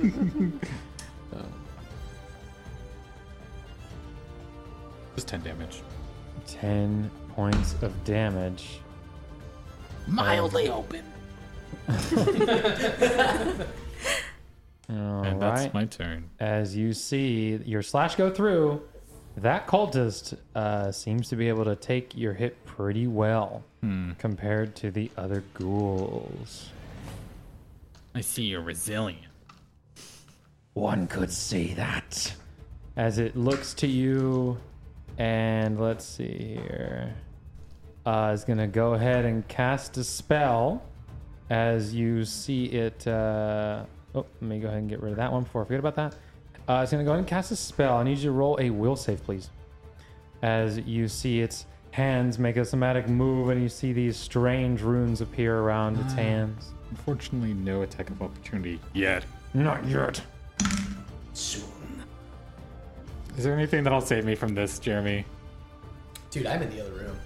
[SPEAKER 8] Come on. Uh, just 10 damage.
[SPEAKER 1] 10 points of damage.
[SPEAKER 17] Mildly open.
[SPEAKER 1] All
[SPEAKER 8] and that's
[SPEAKER 1] right.
[SPEAKER 8] my turn.
[SPEAKER 1] As you see your slash go through, that cultist uh, seems to be able to take your hit pretty well
[SPEAKER 8] Hmm.
[SPEAKER 1] compared to the other ghouls.
[SPEAKER 2] I see you're resilient.
[SPEAKER 1] One could see that. As it looks to you, and let's see here. Uh, is going to go ahead and cast a spell as you see it. Uh, oh, let me go ahead and get rid of that one before I forget about that. Uh, it's going to go ahead and cast a spell. I need you to roll a will save, please. As you see its hands make a somatic move, and you see these strange runes appear around its hands.
[SPEAKER 8] Unfortunately, no attack of opportunity yet.
[SPEAKER 1] Not yet.
[SPEAKER 8] Is there anything that'll save me from this, Jeremy?
[SPEAKER 18] Dude, I'm in the other room.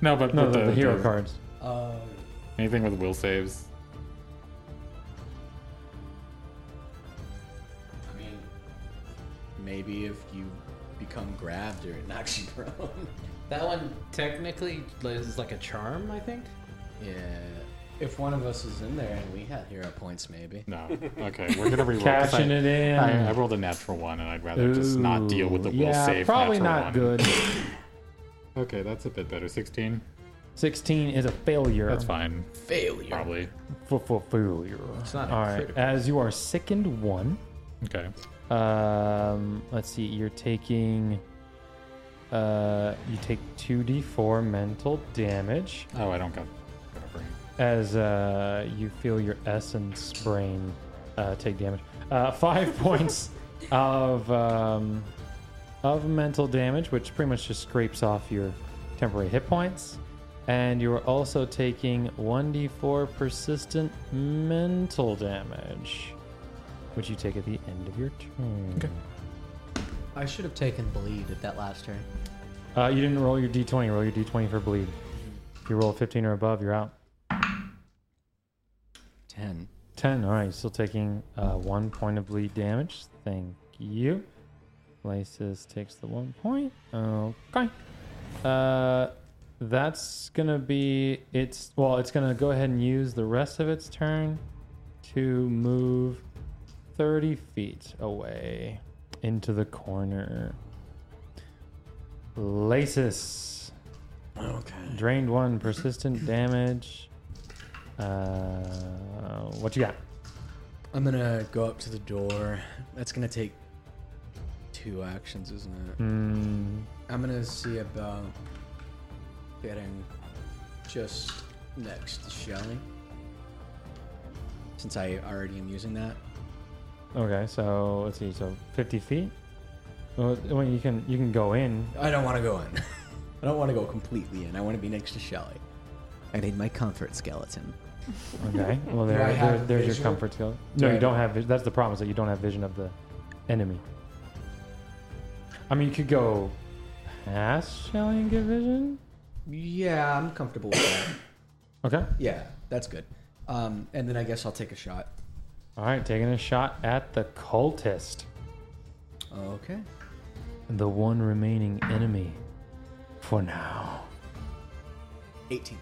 [SPEAKER 8] No, but
[SPEAKER 1] No,
[SPEAKER 8] with
[SPEAKER 1] the, the hero cards.
[SPEAKER 18] Um,
[SPEAKER 8] Anything with will saves.
[SPEAKER 18] I mean, maybe if you become grabbed or it knocks you prone.
[SPEAKER 4] That one technically is like a charm, I think.
[SPEAKER 18] yeah. If one of us was in there and we had hero points, maybe.
[SPEAKER 8] No. Okay, we're gonna reroll. 'cause
[SPEAKER 1] Cashing
[SPEAKER 8] I,
[SPEAKER 1] it in.
[SPEAKER 8] I, I rolled a natural one, and I'd rather just not deal with the
[SPEAKER 1] Ooh,
[SPEAKER 8] will
[SPEAKER 1] yeah,
[SPEAKER 8] save.
[SPEAKER 1] probably
[SPEAKER 8] natural
[SPEAKER 1] not
[SPEAKER 8] one.
[SPEAKER 1] good.
[SPEAKER 8] Okay, that's a bit better. Sixteen.
[SPEAKER 1] 16 is a failure.
[SPEAKER 8] That's fine.
[SPEAKER 18] Failure.
[SPEAKER 8] Probably.
[SPEAKER 1] For, for failure.
[SPEAKER 18] It's not a
[SPEAKER 1] All right.
[SPEAKER 18] critical.
[SPEAKER 1] As you are sickened one,
[SPEAKER 8] Okay.
[SPEAKER 1] um, let's see. You're taking. Uh, you take 2d4 mental damage
[SPEAKER 8] Oh, I don't got. got a brain.
[SPEAKER 1] as uh, you feel your essence brain uh, take damage. Uh, five points of um, of mental damage, which pretty much just scrapes off your temporary hit points. And you are also taking 1d4 persistent mental damage, which you take at the end of your turn.
[SPEAKER 17] I should have taken bleed at that last turn.
[SPEAKER 1] Uh, you didn't roll your d20. Roll your d20 for bleed. If you roll a 15 or above, you're out.
[SPEAKER 17] Ten.
[SPEAKER 1] 10. All right, still taking uh, one point of bleed damage. Thank you. Lysis takes the one point. Okay. Uh, that's going to be its. Well, it's going to go ahead and use the rest of its turn to move 30 feet away into the corner. Lasis.
[SPEAKER 3] Okay.
[SPEAKER 1] Drained one, persistent damage. Uh, what you got?
[SPEAKER 18] I'm gonna go up to the door. That's gonna take two actions, isn't it?
[SPEAKER 11] Hmm.
[SPEAKER 1] Mm,
[SPEAKER 18] I'm gonna see about getting just next to Shelly. Since I already am using that.
[SPEAKER 1] Okay, so let's see. So 50 feet. Well, well, you can you can go in.
[SPEAKER 18] I don't want to go in. I don't want to go completely in. I want to be next to Shelly.
[SPEAKER 11] I need my comfort skeleton.
[SPEAKER 1] Okay. Well, there,
[SPEAKER 18] Do I
[SPEAKER 1] there
[SPEAKER 18] have
[SPEAKER 1] there's your
[SPEAKER 18] vision?
[SPEAKER 1] comfort skill.
[SPEAKER 18] Do
[SPEAKER 1] No,
[SPEAKER 18] I
[SPEAKER 1] you don't
[SPEAKER 18] have-
[SPEAKER 1] have. vis- That's the problem. Is that you don't have vision of the enemy. I mean, you could go past Shelly and get vision.
[SPEAKER 18] Yeah, I'm comfortable with that.
[SPEAKER 1] Okay.
[SPEAKER 18] yeah, that's good. Um, and then I guess I'll take a shot.
[SPEAKER 1] All right, taking a shot at the cultist,
[SPEAKER 18] Okay.
[SPEAKER 1] the one remaining enemy for now.
[SPEAKER 18] 18.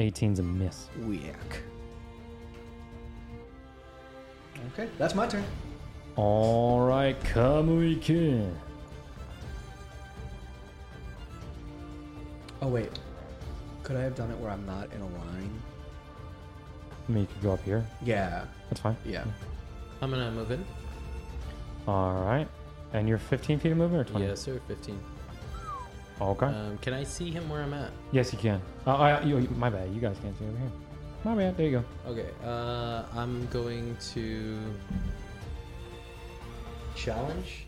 [SPEAKER 1] 18's a miss.
[SPEAKER 18] Weak. Okay, that's my turn.
[SPEAKER 1] All right, Kamurikin.
[SPEAKER 18] Oh wait, could I have done it where I'm not in a line?
[SPEAKER 1] I mean, you could go up here.
[SPEAKER 18] Yeah.
[SPEAKER 1] That's fine.
[SPEAKER 18] Yeah.
[SPEAKER 4] I'm gonna move in.
[SPEAKER 1] All right. And you're 15 feet of movement or 20?
[SPEAKER 4] Yes, sir. Fifteen.
[SPEAKER 1] Okay.
[SPEAKER 4] Um, can I see him where I'm at?
[SPEAKER 1] yes, you can. Uh, I, you, you- my bad. You guys can't see over here. My bad. There you go.
[SPEAKER 4] Okay. Uh, I'm going to challenge.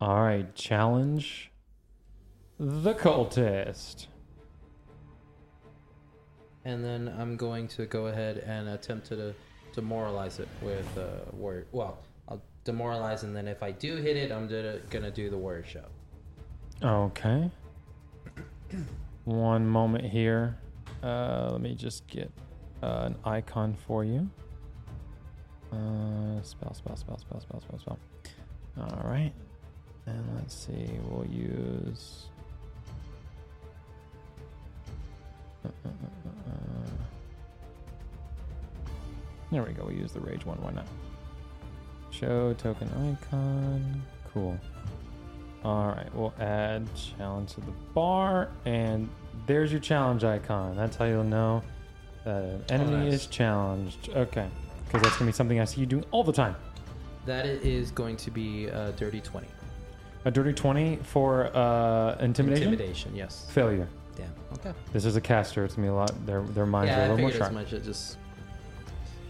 [SPEAKER 1] All right. Challenge the cultist.
[SPEAKER 4] And then I'm going to go ahead and attempt to demoralize it with uh, warrior. Well, I'll demoralize, and then if I do hit it, I'm gonna, gonna do the warrior shout.
[SPEAKER 1] Okay. One moment here. Uh, let me just get uh, an icon for you. Uh, spell, spell, spell, spell, spell, spell, spell. All right. And let's see. We'll use. Uh, uh, uh, uh, uh. There we go. We use the rage one. Why not? Show token icon. Cool. All right. We'll add challenge to the bar, and there's your challenge icon. That's how you'll know that an enemy
[SPEAKER 4] nice.
[SPEAKER 1] is challenged. Okay. Because that's gonna be something I see you doing all the time.
[SPEAKER 4] That is going to be a dirty twenty.
[SPEAKER 1] A dirty twenty for uh, intimidation.
[SPEAKER 4] Intimidation, yes.
[SPEAKER 1] Failure.
[SPEAKER 4] Damn. Okay.
[SPEAKER 1] This is a caster. It's gonna be a lot. Their their minds are a
[SPEAKER 4] yeah, I
[SPEAKER 1] little more
[SPEAKER 4] figured
[SPEAKER 1] sharp.
[SPEAKER 4] as much. It just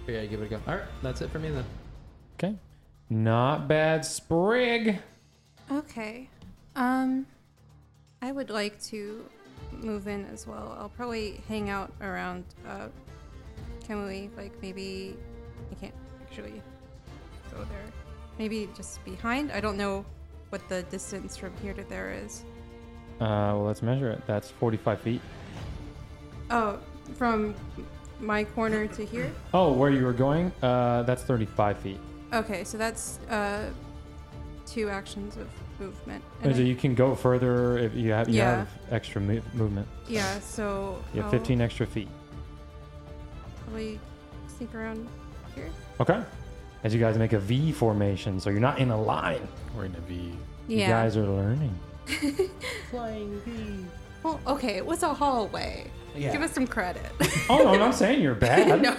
[SPEAKER 4] figured I'd give it a go. All right, that's it for me then.
[SPEAKER 1] Okay. Not bad, Sprig.
[SPEAKER 7] Okay. Um, I would like to move in as well. I'll probably hang out around uh, Kamui, like maybe I can't actually go there. Maybe just behind. I don't know what the distance from here to there is.
[SPEAKER 1] Uh, well, let's measure it. That's 45 feet.
[SPEAKER 7] Oh, from my corner to here.
[SPEAKER 1] Oh, where you were going? Uh, that's 35 feet.
[SPEAKER 7] Okay, so that's uh, two actions of movement. And
[SPEAKER 1] Oh, so
[SPEAKER 7] I-
[SPEAKER 1] you can go further if you have, you
[SPEAKER 7] Yeah. Oh.
[SPEAKER 1] have extra mo- movement.
[SPEAKER 7] yeah, so
[SPEAKER 1] You have
[SPEAKER 7] I'll
[SPEAKER 1] 15 extra feet.
[SPEAKER 7] Probably sneak around here.
[SPEAKER 1] Okay. As you guys make a V formation, so you're not in a line.
[SPEAKER 8] We're in a V.
[SPEAKER 1] You
[SPEAKER 7] Yeah.
[SPEAKER 1] guys are learning.
[SPEAKER 7] Flying bee. Well, okay, it was a hallway.
[SPEAKER 4] Yeah.
[SPEAKER 7] Give us some credit.
[SPEAKER 1] Oh, no, I'm not saying you're bad.
[SPEAKER 4] I,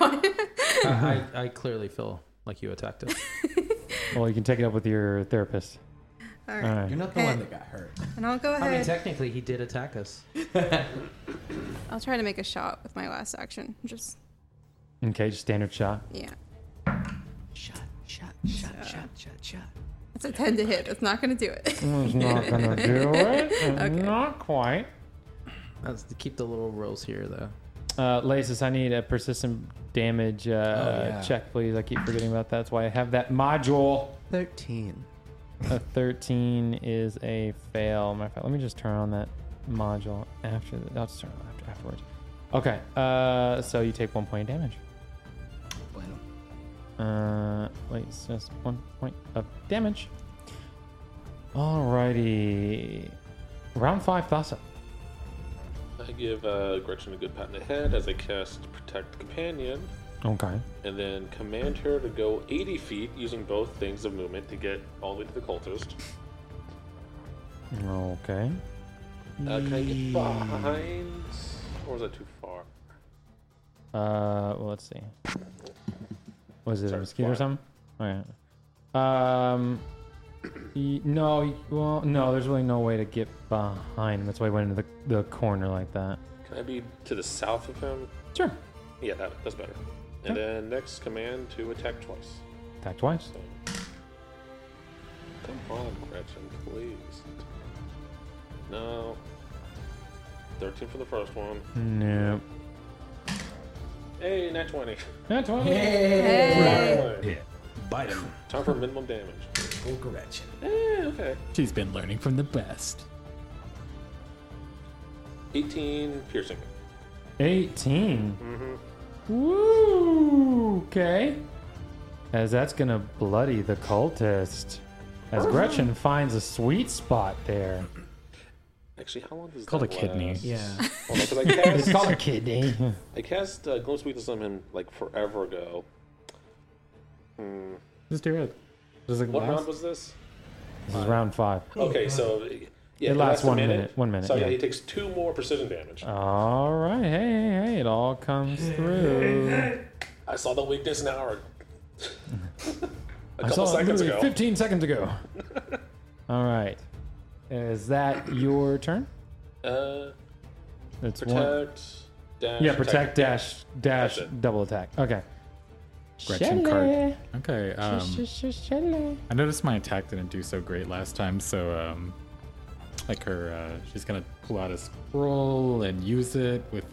[SPEAKER 4] I, I clearly feel like you attacked us.
[SPEAKER 1] Well, you can take it up with your therapist.
[SPEAKER 7] All right.
[SPEAKER 1] You're
[SPEAKER 7] not the one that got
[SPEAKER 18] hurt.
[SPEAKER 7] And I'll go
[SPEAKER 4] I mean,
[SPEAKER 7] ahead.
[SPEAKER 4] technically, he did attack us.
[SPEAKER 7] I'll try to make a shot with my last action. Just
[SPEAKER 1] Okay, just standard shot.
[SPEAKER 7] yeah.
[SPEAKER 11] Shot, shot, shot, shot, shot, shot.
[SPEAKER 7] It's a ten to hit. It's not gonna do it.
[SPEAKER 1] It's not gonna do it.
[SPEAKER 7] Okay.
[SPEAKER 1] Not quite.
[SPEAKER 4] That's to keep the little rolls here, though.
[SPEAKER 1] Uh, Laces, I need a persistent damage uh,
[SPEAKER 4] yeah.
[SPEAKER 1] check, please. I keep forgetting about that. That's why I have that module.
[SPEAKER 11] 13.
[SPEAKER 1] A 13 is a fail. Matter of fact, let me just turn on that module after. The, I'll just turn it on after, afterwards. Okay, uh, so you take one point of damage.
[SPEAKER 18] Bueno.
[SPEAKER 1] Uh, wait, it's just one point of damage. Alrighty. Round five, Thassa.
[SPEAKER 5] I give uh, Gretchen a good pat on the head as I cast Protect Companion,
[SPEAKER 1] Okay.
[SPEAKER 5] and then command her to go 80 feet using both things of movement to get all the way to the cultist.
[SPEAKER 1] Okay.
[SPEAKER 5] Uh, can I get behind? Or is that too far?
[SPEAKER 1] Uh, well, let's see. Was it a
[SPEAKER 5] Sorry,
[SPEAKER 1] mosquito or
[SPEAKER 5] fly.
[SPEAKER 1] something? Oh yeah. Um, Y- No, well, no. There's really no way to get behind him. That's why he went into the, the corner like that.
[SPEAKER 5] Can I be to the south of him?
[SPEAKER 1] Sure.
[SPEAKER 5] Yeah, that, that's better. And then next command to attack twice.
[SPEAKER 1] Attack twice.
[SPEAKER 5] Come on, Gretchen, please. No. 13 for the first one.
[SPEAKER 1] Hmm. No.
[SPEAKER 5] Hey, nat 20.
[SPEAKER 1] Nat 20.
[SPEAKER 5] Hey.
[SPEAKER 2] Yeah.
[SPEAKER 5] Bite him. Time for minimum damage.
[SPEAKER 2] Cool Gretchen.
[SPEAKER 5] Eh, okay.
[SPEAKER 2] She's been learning from the best.
[SPEAKER 5] 18 piercing.
[SPEAKER 1] 18.
[SPEAKER 5] Mm-hmm.
[SPEAKER 1] Woo! Okay. As that's gonna bloody the cultist. As Gretchen finds a sweet spot there.
[SPEAKER 5] Actually, how long does
[SPEAKER 1] Called
[SPEAKER 5] that
[SPEAKER 1] a kidney.
[SPEAKER 5] last?
[SPEAKER 1] Yeah.
[SPEAKER 5] Hold on, 'cause I cast,
[SPEAKER 1] It's called a kidney.
[SPEAKER 5] I cast uh, Glimpse Weakness on him like forever ago. Hmm.
[SPEAKER 8] Just do it. Does it
[SPEAKER 5] What round
[SPEAKER 8] last?
[SPEAKER 5] was this?
[SPEAKER 1] This is round five.
[SPEAKER 5] Okay, so yeah,
[SPEAKER 1] It lasts
[SPEAKER 5] a
[SPEAKER 1] one minute- one minute,
[SPEAKER 5] So
[SPEAKER 1] yeah. Oh.
[SPEAKER 5] he takes two more precision damage.
[SPEAKER 1] All right. Hey, hey, hey. It all comes through.
[SPEAKER 5] I saw the weakness an hour. a
[SPEAKER 1] I
[SPEAKER 5] couple
[SPEAKER 1] saw it
[SPEAKER 5] seconds
[SPEAKER 1] literally
[SPEAKER 5] ago.
[SPEAKER 1] 15 seconds ago. All right. Is that your turn?
[SPEAKER 5] Uh,
[SPEAKER 1] It's one.
[SPEAKER 5] protect. Dash,
[SPEAKER 1] yeah, protect, dash, dash,
[SPEAKER 8] That's it.
[SPEAKER 1] double attack. Okay.
[SPEAKER 8] Gretchen
[SPEAKER 1] Shelley.
[SPEAKER 8] card. Okay. Um,
[SPEAKER 1] Shelley.
[SPEAKER 8] I noticed my attack didn't do so great last time, so um, like her, uh, she's gonna pull out a scroll and use it with,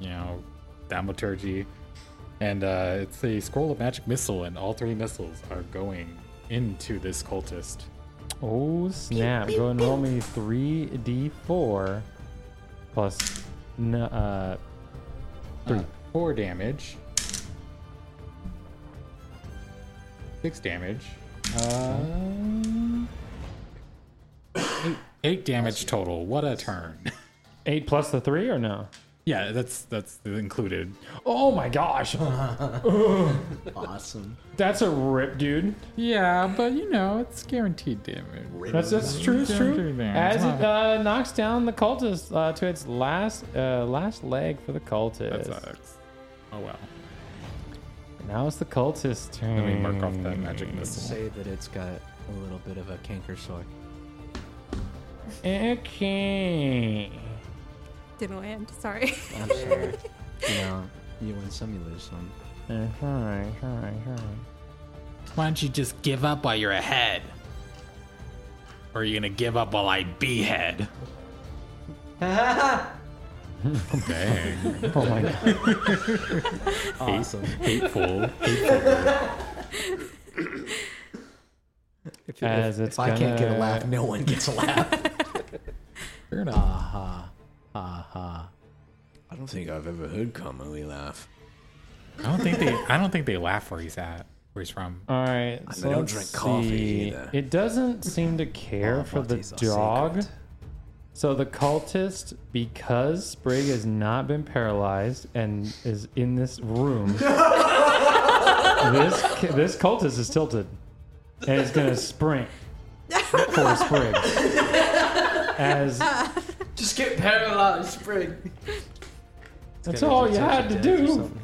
[SPEAKER 8] you know, thaumaturgy, and uh, it's a scroll of magic missile, and all three missiles are going into this cultist.
[SPEAKER 1] Oh snap! Go and roll me three d four plus n- uh three.
[SPEAKER 8] four damage. Six damage. Um, eight, eight damage total. What a turn.
[SPEAKER 1] Eight plus the three or no?
[SPEAKER 8] Yeah, that's that's included.
[SPEAKER 1] Oh my gosh!
[SPEAKER 18] awesome.
[SPEAKER 1] That's a rip, dude.
[SPEAKER 8] Yeah, but you know it's guaranteed damage.
[SPEAKER 1] That's that's true. It's true.
[SPEAKER 8] Guaranteed damage.
[SPEAKER 1] As it uh, knocks down the cultist uh, to its last uh, last leg for the cultist.
[SPEAKER 8] that sucks. Oh well.
[SPEAKER 1] Now it's the cultist's turn.
[SPEAKER 8] Let me mark off that magic missile.
[SPEAKER 17] Say that it's got a little bit of a canker sore.
[SPEAKER 1] Okay.
[SPEAKER 7] Didn't land. Sorry.
[SPEAKER 17] I'm sorry. you know, you win some, you lose some.
[SPEAKER 1] Alright, alright, alright.
[SPEAKER 2] Why don't you just give up while you're ahead? Or are you gonna give up while I behead?
[SPEAKER 8] Dang.
[SPEAKER 1] Oh my
[SPEAKER 8] god.
[SPEAKER 1] Awesome.
[SPEAKER 8] Hateful. hateful.
[SPEAKER 17] If,
[SPEAKER 1] As it's
[SPEAKER 17] I can't get a laugh,
[SPEAKER 1] gonna-
[SPEAKER 17] no one gets a laugh.
[SPEAKER 8] Fair enough.
[SPEAKER 17] Aha. Aha.
[SPEAKER 3] I don't think I've ever heard Kamui laugh.
[SPEAKER 8] I don't think they. I don't think they laugh where he's at. Where he's from.
[SPEAKER 1] All right.
[SPEAKER 3] And
[SPEAKER 1] so
[SPEAKER 3] I don't
[SPEAKER 1] let's
[SPEAKER 3] drink coffee
[SPEAKER 1] see.
[SPEAKER 3] either. Oh,
[SPEAKER 1] It doesn't seem to care for the dog. So the cultist, because Sprig has not been paralyzed and is in this room, this this cultist is tilted, and it's gonna sprint for Sprig. As
[SPEAKER 16] Just get paralyzed, Spring.
[SPEAKER 1] that's
[SPEAKER 16] gotta
[SPEAKER 1] all
[SPEAKER 16] do
[SPEAKER 1] you
[SPEAKER 16] some
[SPEAKER 1] had to
[SPEAKER 16] dance or
[SPEAKER 1] do.
[SPEAKER 16] something.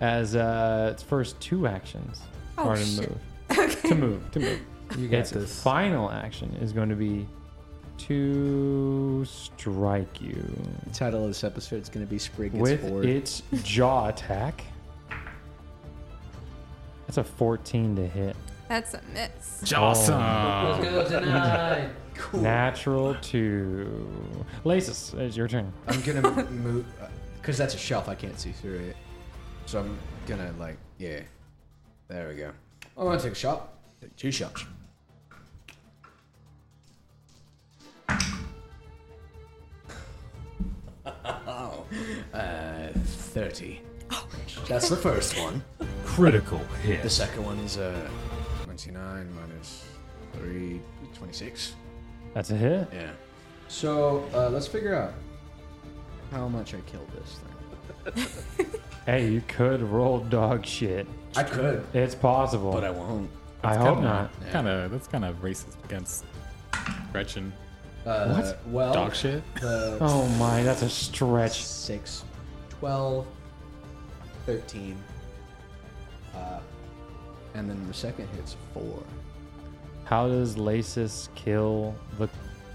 [SPEAKER 1] As uh, its first two actions
[SPEAKER 7] Oh,
[SPEAKER 1] are to
[SPEAKER 7] shit.
[SPEAKER 1] move. To move, to move.
[SPEAKER 17] You got
[SPEAKER 1] its
[SPEAKER 17] this.
[SPEAKER 1] final action is going to be to strike you
[SPEAKER 18] Title of this episode is going to be Sprig gets
[SPEAKER 1] with
[SPEAKER 18] bored.
[SPEAKER 1] its jaw attack. That's a 14 to hit.
[SPEAKER 7] That's a miss.
[SPEAKER 8] Oh.
[SPEAKER 1] Awesome.
[SPEAKER 4] Let's go tonight.
[SPEAKER 1] Natural two. Lasis, it's your turn.
[SPEAKER 18] I'm gonna move because that's a shelf. I can't see through it, so I'm gonna like yeah. There we go. I'm gonna take a shot. Take two shots. Oh, uh, thirty. That's the first one.
[SPEAKER 2] Critical hit.
[SPEAKER 18] The second one is uh, twenty-nine minus three, 26.
[SPEAKER 1] That's a hit.
[SPEAKER 18] Yeah. So uh, let's figure out how much I killed this thing.
[SPEAKER 1] Hey, you could roll dog shit.
[SPEAKER 18] I could.
[SPEAKER 1] It's possible.
[SPEAKER 18] But I won't.
[SPEAKER 1] I hope not.
[SPEAKER 8] Kind of. That's kind of racist against Gretchen.
[SPEAKER 18] Uh,
[SPEAKER 1] What?
[SPEAKER 18] Well,
[SPEAKER 8] Dog shit.
[SPEAKER 18] The
[SPEAKER 1] Oh my, that's a stretch.
[SPEAKER 18] 6, 12, 13. Uh, and then the second hit's 4.
[SPEAKER 1] How does Lasis kill the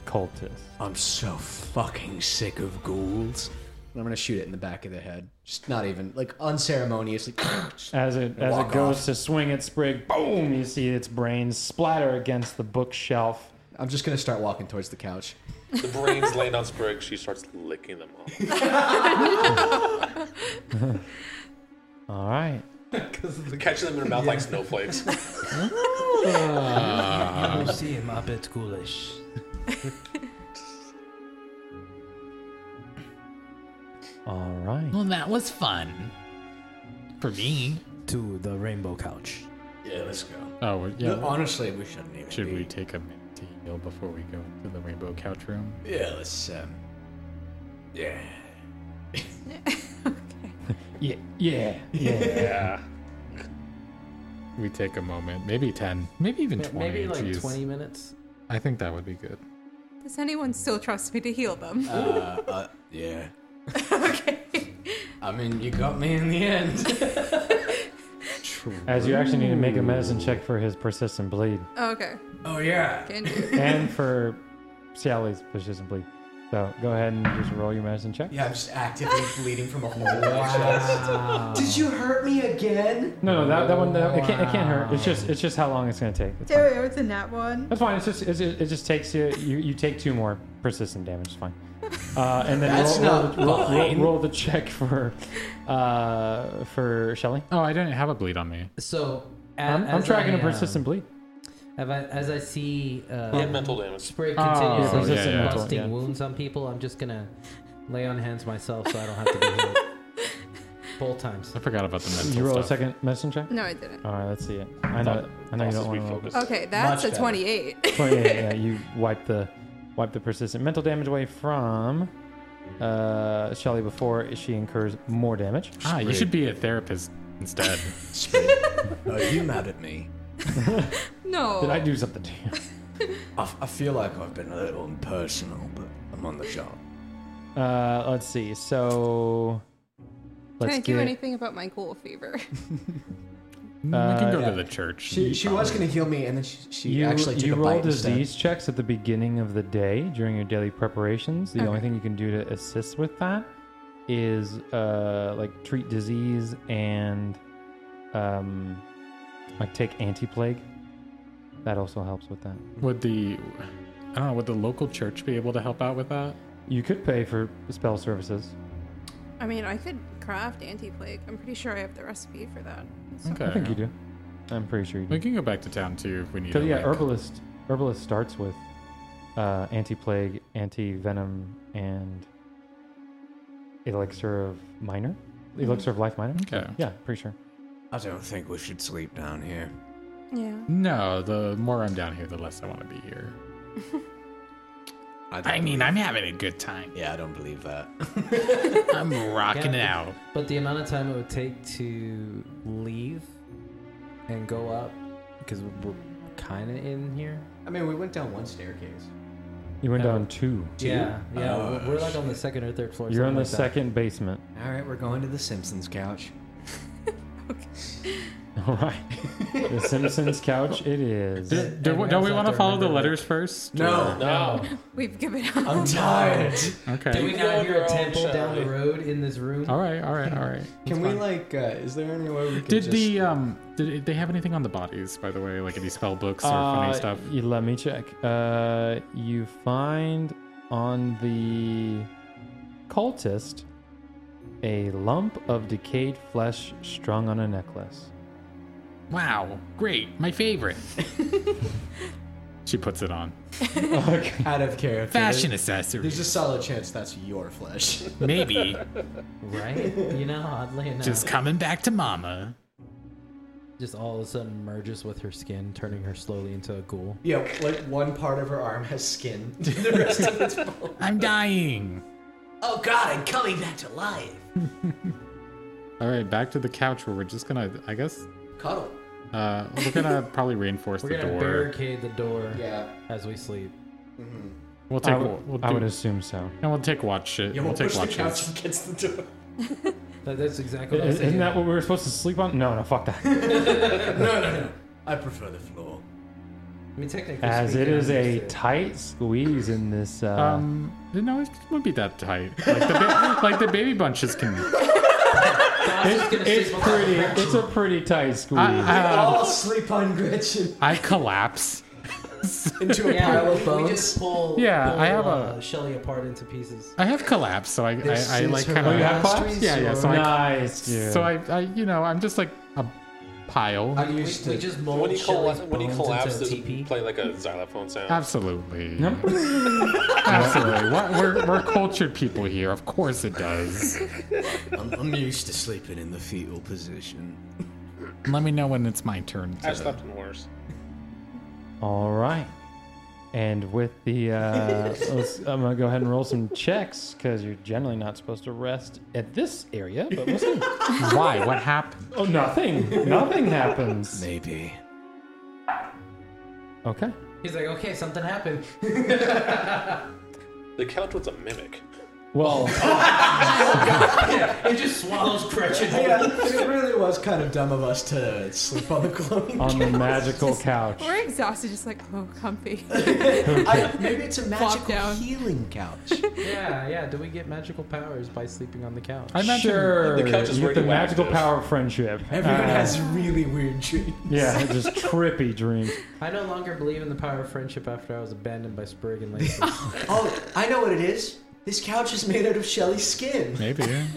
[SPEAKER 1] cultist?
[SPEAKER 3] I'm so fucking sick of ghouls.
[SPEAKER 18] I'm gonna shoot it in the back of the head. Just not even like unceremoniously.
[SPEAKER 1] As it as it goes to swing its sprig, boom! You see its brains splatter against the bookshelf.
[SPEAKER 18] I'm just gonna start walking towards the couch.
[SPEAKER 5] The brains land on Sprig. She starts licking them off.
[SPEAKER 1] All right.
[SPEAKER 5] Catching them in her mouth like snowflakes.
[SPEAKER 1] Ah.
[SPEAKER 4] you see him a bit ghoulish.
[SPEAKER 1] All right.
[SPEAKER 2] Well, that was fun. For me.
[SPEAKER 4] To the rainbow couch.
[SPEAKER 3] Yeah, let's go.
[SPEAKER 8] Oh, well, yeah.
[SPEAKER 3] No, honestly, we shouldn't even.
[SPEAKER 8] Should we take a minute to heal before we go to the rainbow couch room?
[SPEAKER 3] Yeah, let's. Um, yeah.
[SPEAKER 1] Yeah. Yeah.
[SPEAKER 8] Yeah. we take a moment, maybe 10, maybe even
[SPEAKER 4] Ma-
[SPEAKER 8] 20.
[SPEAKER 4] maybe like
[SPEAKER 8] jeez.
[SPEAKER 4] 20 minutes.
[SPEAKER 8] I think that would be good.
[SPEAKER 7] Does anyone still trust me to heal them?
[SPEAKER 3] Uh, uh, yeah. okay. I mean, you got me in the end.
[SPEAKER 1] As you actually need to make a medicine check for his persistent bleed
[SPEAKER 7] Oh, okay.
[SPEAKER 3] Oh yeah.
[SPEAKER 7] Can do.
[SPEAKER 1] and for Sally's persistent bleed. So go ahead and just roll your medicine check.
[SPEAKER 18] Yeah, I'm just actively bleeding from a hole. in my
[SPEAKER 1] Wow.
[SPEAKER 18] chest. Did you hurt me again?
[SPEAKER 1] No, no, that, that one, that, it, can't, it can't hurt. It's just, it's just how long it's gonna take. It's fine.
[SPEAKER 19] it's a nat one.
[SPEAKER 1] That's fine. It's just, it's, it just takes you, you, you take two more persistent damage. It's fine. Uh, and then
[SPEAKER 8] That's
[SPEAKER 1] roll, roll
[SPEAKER 8] not
[SPEAKER 1] the- roll, roll-
[SPEAKER 8] fine.
[SPEAKER 1] roll the check for, uh, for Shelly.
[SPEAKER 8] Oh, I didn't have a bleed on me.
[SPEAKER 4] So, a-
[SPEAKER 1] I'm, I'm
[SPEAKER 4] as
[SPEAKER 1] tracking
[SPEAKER 4] I, uh,
[SPEAKER 1] a persistent bleed.
[SPEAKER 4] Have I, as I see. Uh,
[SPEAKER 5] Yeah, mental damage.
[SPEAKER 4] Spray
[SPEAKER 1] Oh,
[SPEAKER 4] continues
[SPEAKER 1] yeah, yeah, yeah.
[SPEAKER 4] busting
[SPEAKER 1] Yeah.
[SPEAKER 4] wounds on people. I'm just gonna lay on hands myself so I don't have to be healed. Both times.
[SPEAKER 8] I forgot about the mental
[SPEAKER 1] you roll
[SPEAKER 8] stuff.
[SPEAKER 1] a second medicine check.
[SPEAKER 7] No, I didn't.
[SPEAKER 1] All right, let's see it. I know, I know you don't want to roll. this.
[SPEAKER 7] Okay, that's a
[SPEAKER 1] better.
[SPEAKER 7] 28.
[SPEAKER 1] 28, yeah, you wipe the wipe the persistent mental damage away from uh, Shelly before she incurs more damage.
[SPEAKER 8] Ah, you should be a therapist instead.
[SPEAKER 3] Are you mad at me?
[SPEAKER 7] no.
[SPEAKER 1] Did I do something to you?
[SPEAKER 3] I, f- I feel like I've been a little impersonal, but I'm on the job.
[SPEAKER 1] Uh, let's see. So let's
[SPEAKER 7] Can I do
[SPEAKER 1] get,
[SPEAKER 7] anything about my ghoul fever?
[SPEAKER 8] we can
[SPEAKER 1] uh,
[SPEAKER 8] go
[SPEAKER 1] yeah.
[SPEAKER 8] to the church.
[SPEAKER 18] She, she was gonna heal me, and then she, she
[SPEAKER 1] you,
[SPEAKER 18] actually took
[SPEAKER 1] you
[SPEAKER 18] a
[SPEAKER 1] roll
[SPEAKER 18] bite instead.
[SPEAKER 1] disease checks at the beginning of the day during your daily preparations. The only thing you can do to assist with that is uh, like treat disease and um, like take anti-plague. That also helps with that.
[SPEAKER 8] Would the I don't know, would the local church be able to help out with that?
[SPEAKER 1] You could pay for spell services.
[SPEAKER 7] I mean, I could craft anti-plague. I'm pretty sure I have the recipe for that. So-
[SPEAKER 8] Okay.
[SPEAKER 1] I think you do. I'm pretty sure you do.
[SPEAKER 8] We can go back to town too if we need
[SPEAKER 1] Because
[SPEAKER 8] to,
[SPEAKER 1] yeah,
[SPEAKER 8] like-
[SPEAKER 1] herbalist herbalist starts with uh, anti-plague, anti-venom, and elixir of minor, elixir of life minor.
[SPEAKER 8] Okay.
[SPEAKER 1] Yeah, pretty sure.
[SPEAKER 3] I don't think we should sleep down here.
[SPEAKER 7] Yeah.
[SPEAKER 8] No, the more I'm down here, the less I want to be here.
[SPEAKER 3] I,
[SPEAKER 8] I mean, I'm having a good time.
[SPEAKER 3] Yeah, I don't believe that.
[SPEAKER 8] I'm rocking
[SPEAKER 4] Yeah,
[SPEAKER 8] it out.
[SPEAKER 4] But the amount of time it would take to leave and go up, because we're kind of in here.
[SPEAKER 18] I mean, we went down one staircase.
[SPEAKER 1] You went
[SPEAKER 4] Yeah.
[SPEAKER 1] down two.
[SPEAKER 4] Yeah, yeah. we're- we're like on the second or third floor.
[SPEAKER 1] You're on
[SPEAKER 4] something
[SPEAKER 1] the
[SPEAKER 4] like that.
[SPEAKER 1] second basement.
[SPEAKER 18] All right, we're going to the Simpsons couch.
[SPEAKER 1] All right. the Simpsons couch. It is.
[SPEAKER 8] Do, do-
[SPEAKER 4] And we
[SPEAKER 8] don't we
[SPEAKER 4] also have
[SPEAKER 8] want to
[SPEAKER 4] to
[SPEAKER 8] follow the
[SPEAKER 4] remember
[SPEAKER 8] letters first?
[SPEAKER 4] No.
[SPEAKER 8] Or-
[SPEAKER 4] No.
[SPEAKER 7] We've given up.
[SPEAKER 3] I'm tired.
[SPEAKER 8] Okay.
[SPEAKER 4] Did we not hear a temple down the road in this room?
[SPEAKER 8] All right, all right, all right. That's
[SPEAKER 18] Can we
[SPEAKER 8] fine.
[SPEAKER 18] like? Uh, is there any way we can
[SPEAKER 8] Did
[SPEAKER 18] just...
[SPEAKER 8] the um did they have anything on the bodies by the way, like any spell books or
[SPEAKER 1] Uh,
[SPEAKER 8] funny stuff?
[SPEAKER 1] You, let me check. Uh, you find on the cultist a lump of decayed flesh strung on a necklace.
[SPEAKER 8] Wow, great, my favorite. she puts it on.
[SPEAKER 18] out of character?
[SPEAKER 8] Fashion
[SPEAKER 18] There's-
[SPEAKER 8] accessory.
[SPEAKER 18] There's a solid chance that's your flesh.
[SPEAKER 8] Maybe
[SPEAKER 4] Right? You know, oddly enough.
[SPEAKER 8] just coming back to mama.
[SPEAKER 4] Just all of a sudden merges with her skin, turning her slowly into a ghoul.
[SPEAKER 18] yeah, like one part of her arm has skin. the rest of it's bone.
[SPEAKER 8] I'm dying.
[SPEAKER 18] Oh God, I'm coming back to life.
[SPEAKER 8] All right, back to the couch where we're just gonna, I guess,
[SPEAKER 18] Cuddle.
[SPEAKER 8] uh, we're gonna probably reinforce
[SPEAKER 4] We're
[SPEAKER 8] the
[SPEAKER 4] gonna
[SPEAKER 8] door.
[SPEAKER 4] barricade the door
[SPEAKER 18] Yeah.
[SPEAKER 4] as we sleep.
[SPEAKER 8] We'll take.
[SPEAKER 1] I would,
[SPEAKER 8] we'll
[SPEAKER 1] I
[SPEAKER 8] do-
[SPEAKER 1] would assume so.
[SPEAKER 8] And we'll take watch shit.
[SPEAKER 18] Yeah,
[SPEAKER 8] we'll take watch
[SPEAKER 18] couch
[SPEAKER 8] shit.
[SPEAKER 18] against the door.
[SPEAKER 4] That- that's exactly what I was
[SPEAKER 1] Isn't
[SPEAKER 4] thinking.
[SPEAKER 1] that what we were supposed to sleep on? No, no, fuck that.
[SPEAKER 3] no, no, no. I prefer the floor.
[SPEAKER 4] I mean, technically.
[SPEAKER 1] As it
[SPEAKER 4] speaking,
[SPEAKER 1] is
[SPEAKER 4] I'm
[SPEAKER 1] a
[SPEAKER 4] used to-
[SPEAKER 1] tight squeeze in this. Uh,
[SPEAKER 8] Um, no, it won't be that tight. Like the, ba- like the baby bunches can.
[SPEAKER 1] it's, it's pretty. It's a pretty tight squeeze.
[SPEAKER 8] I- I-
[SPEAKER 16] All sleep on Gretchen.
[SPEAKER 8] I collapse.
[SPEAKER 16] Into a
[SPEAKER 4] yeah,
[SPEAKER 16] pile of
[SPEAKER 4] we-
[SPEAKER 16] bones.
[SPEAKER 4] We just pull,
[SPEAKER 8] Yeah,
[SPEAKER 4] pull,
[SPEAKER 8] I have
[SPEAKER 4] uh, Shelly apart into pieces.
[SPEAKER 8] I have collapsed, so I,
[SPEAKER 4] This
[SPEAKER 8] I, I
[SPEAKER 4] is
[SPEAKER 8] like
[SPEAKER 4] her
[SPEAKER 8] kind of.
[SPEAKER 4] Oh, you have collapse? masteries,
[SPEAKER 8] Yeah, yeah. So I,
[SPEAKER 1] Nice, dude.
[SPEAKER 8] So I, I, you know, I'm just like a pile.
[SPEAKER 5] I
[SPEAKER 4] used We- we to- just mold
[SPEAKER 5] when you, colla-
[SPEAKER 4] Shelly's
[SPEAKER 5] when you
[SPEAKER 4] bones
[SPEAKER 5] collapse,
[SPEAKER 4] into a
[SPEAKER 5] does it play like a xylophone sound?
[SPEAKER 8] Absolutely. Absolutely. What, we're, we're cultured people here. Of course it does.
[SPEAKER 3] I'm, I'm used to sleeping in the fetal position.
[SPEAKER 8] Let me know when it's my turn.
[SPEAKER 5] I
[SPEAKER 8] to-
[SPEAKER 5] slept in worse.
[SPEAKER 1] All right. And with the, uh, let's, I'm gonna go ahead and roll some checks because you're generally not supposed to rest at this area. But we'll see.
[SPEAKER 8] Why? What happened?
[SPEAKER 1] Oh, nothing. Nothing happens.
[SPEAKER 3] Maybe.
[SPEAKER 1] Okay.
[SPEAKER 4] He's like, okay, something happened.
[SPEAKER 5] The couch was a mimic.
[SPEAKER 1] Well,
[SPEAKER 4] it just swallows Gretchen.
[SPEAKER 18] Yeah, it really was kind of dumb of us to sleep on the glowing
[SPEAKER 1] on the
[SPEAKER 18] couch.
[SPEAKER 1] magical couch.
[SPEAKER 7] We're exhausted, just like, oh, comfy.
[SPEAKER 18] I- maybe it's a magical
[SPEAKER 7] down.
[SPEAKER 18] healing couch.
[SPEAKER 4] yeah, yeah. Do we get magical powers by sleeping on the couch?
[SPEAKER 8] I imagine
[SPEAKER 1] Sure.
[SPEAKER 5] The couch is
[SPEAKER 1] you get the
[SPEAKER 5] radioactive.
[SPEAKER 1] magical power of friendship.
[SPEAKER 18] Everyone
[SPEAKER 1] Uh,
[SPEAKER 18] has really weird dreams.
[SPEAKER 1] Yeah, just trippy dreams.
[SPEAKER 4] I no longer believe in the power of friendship after I was abandoned by Sprig and Lacey.
[SPEAKER 18] Oh, I know what it is. This couch is made out of Shelly's skin.
[SPEAKER 8] Maybe. yeah.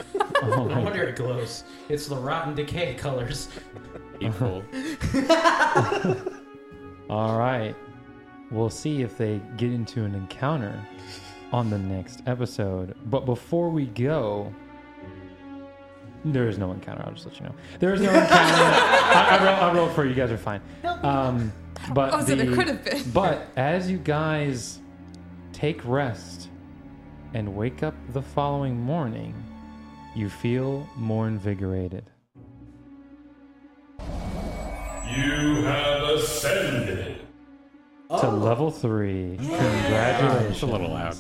[SPEAKER 1] Oh,
[SPEAKER 4] no wonder it glows. It's the rotten decay colors.
[SPEAKER 8] Hateful.
[SPEAKER 1] All right. We'll see if they get into an encounter on the next episode. But before we go, there is no encounter. I'll just let you know. There is no encounter. I, I, roll, I roll for you guys are fine. Um, but
[SPEAKER 7] Oh,
[SPEAKER 1] the,
[SPEAKER 7] so there could have been.
[SPEAKER 1] But as you guys take rest and wake up the following morning, you feel more invigorated.
[SPEAKER 19] You have ascended.
[SPEAKER 18] Oh.
[SPEAKER 1] to level three. Congratulations.
[SPEAKER 8] It's a little loud.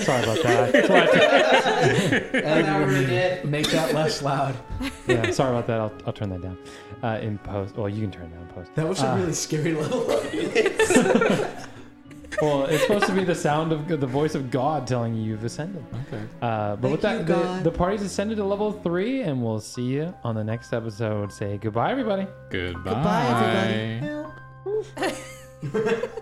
[SPEAKER 1] Sorry about that. That's why I took-
[SPEAKER 18] And now we're dead. Make that less loud.
[SPEAKER 1] yeah, sorry about that. I'll, I'll turn that down uh, in post. Well, you can turn it down in post.
[SPEAKER 18] That was
[SPEAKER 1] Uh,
[SPEAKER 18] a really scary level. up.
[SPEAKER 1] well, it's supposed to be the sound of the voice of God telling you you've ascended.
[SPEAKER 8] Okay.
[SPEAKER 1] Uh, but with that,
[SPEAKER 18] Thank you,
[SPEAKER 1] the,
[SPEAKER 18] God.
[SPEAKER 1] the party's ascended to level three, and we'll see you on the next episode. Say goodbye, everybody.
[SPEAKER 8] Goodbye.
[SPEAKER 18] Goodbye, everybody. Help.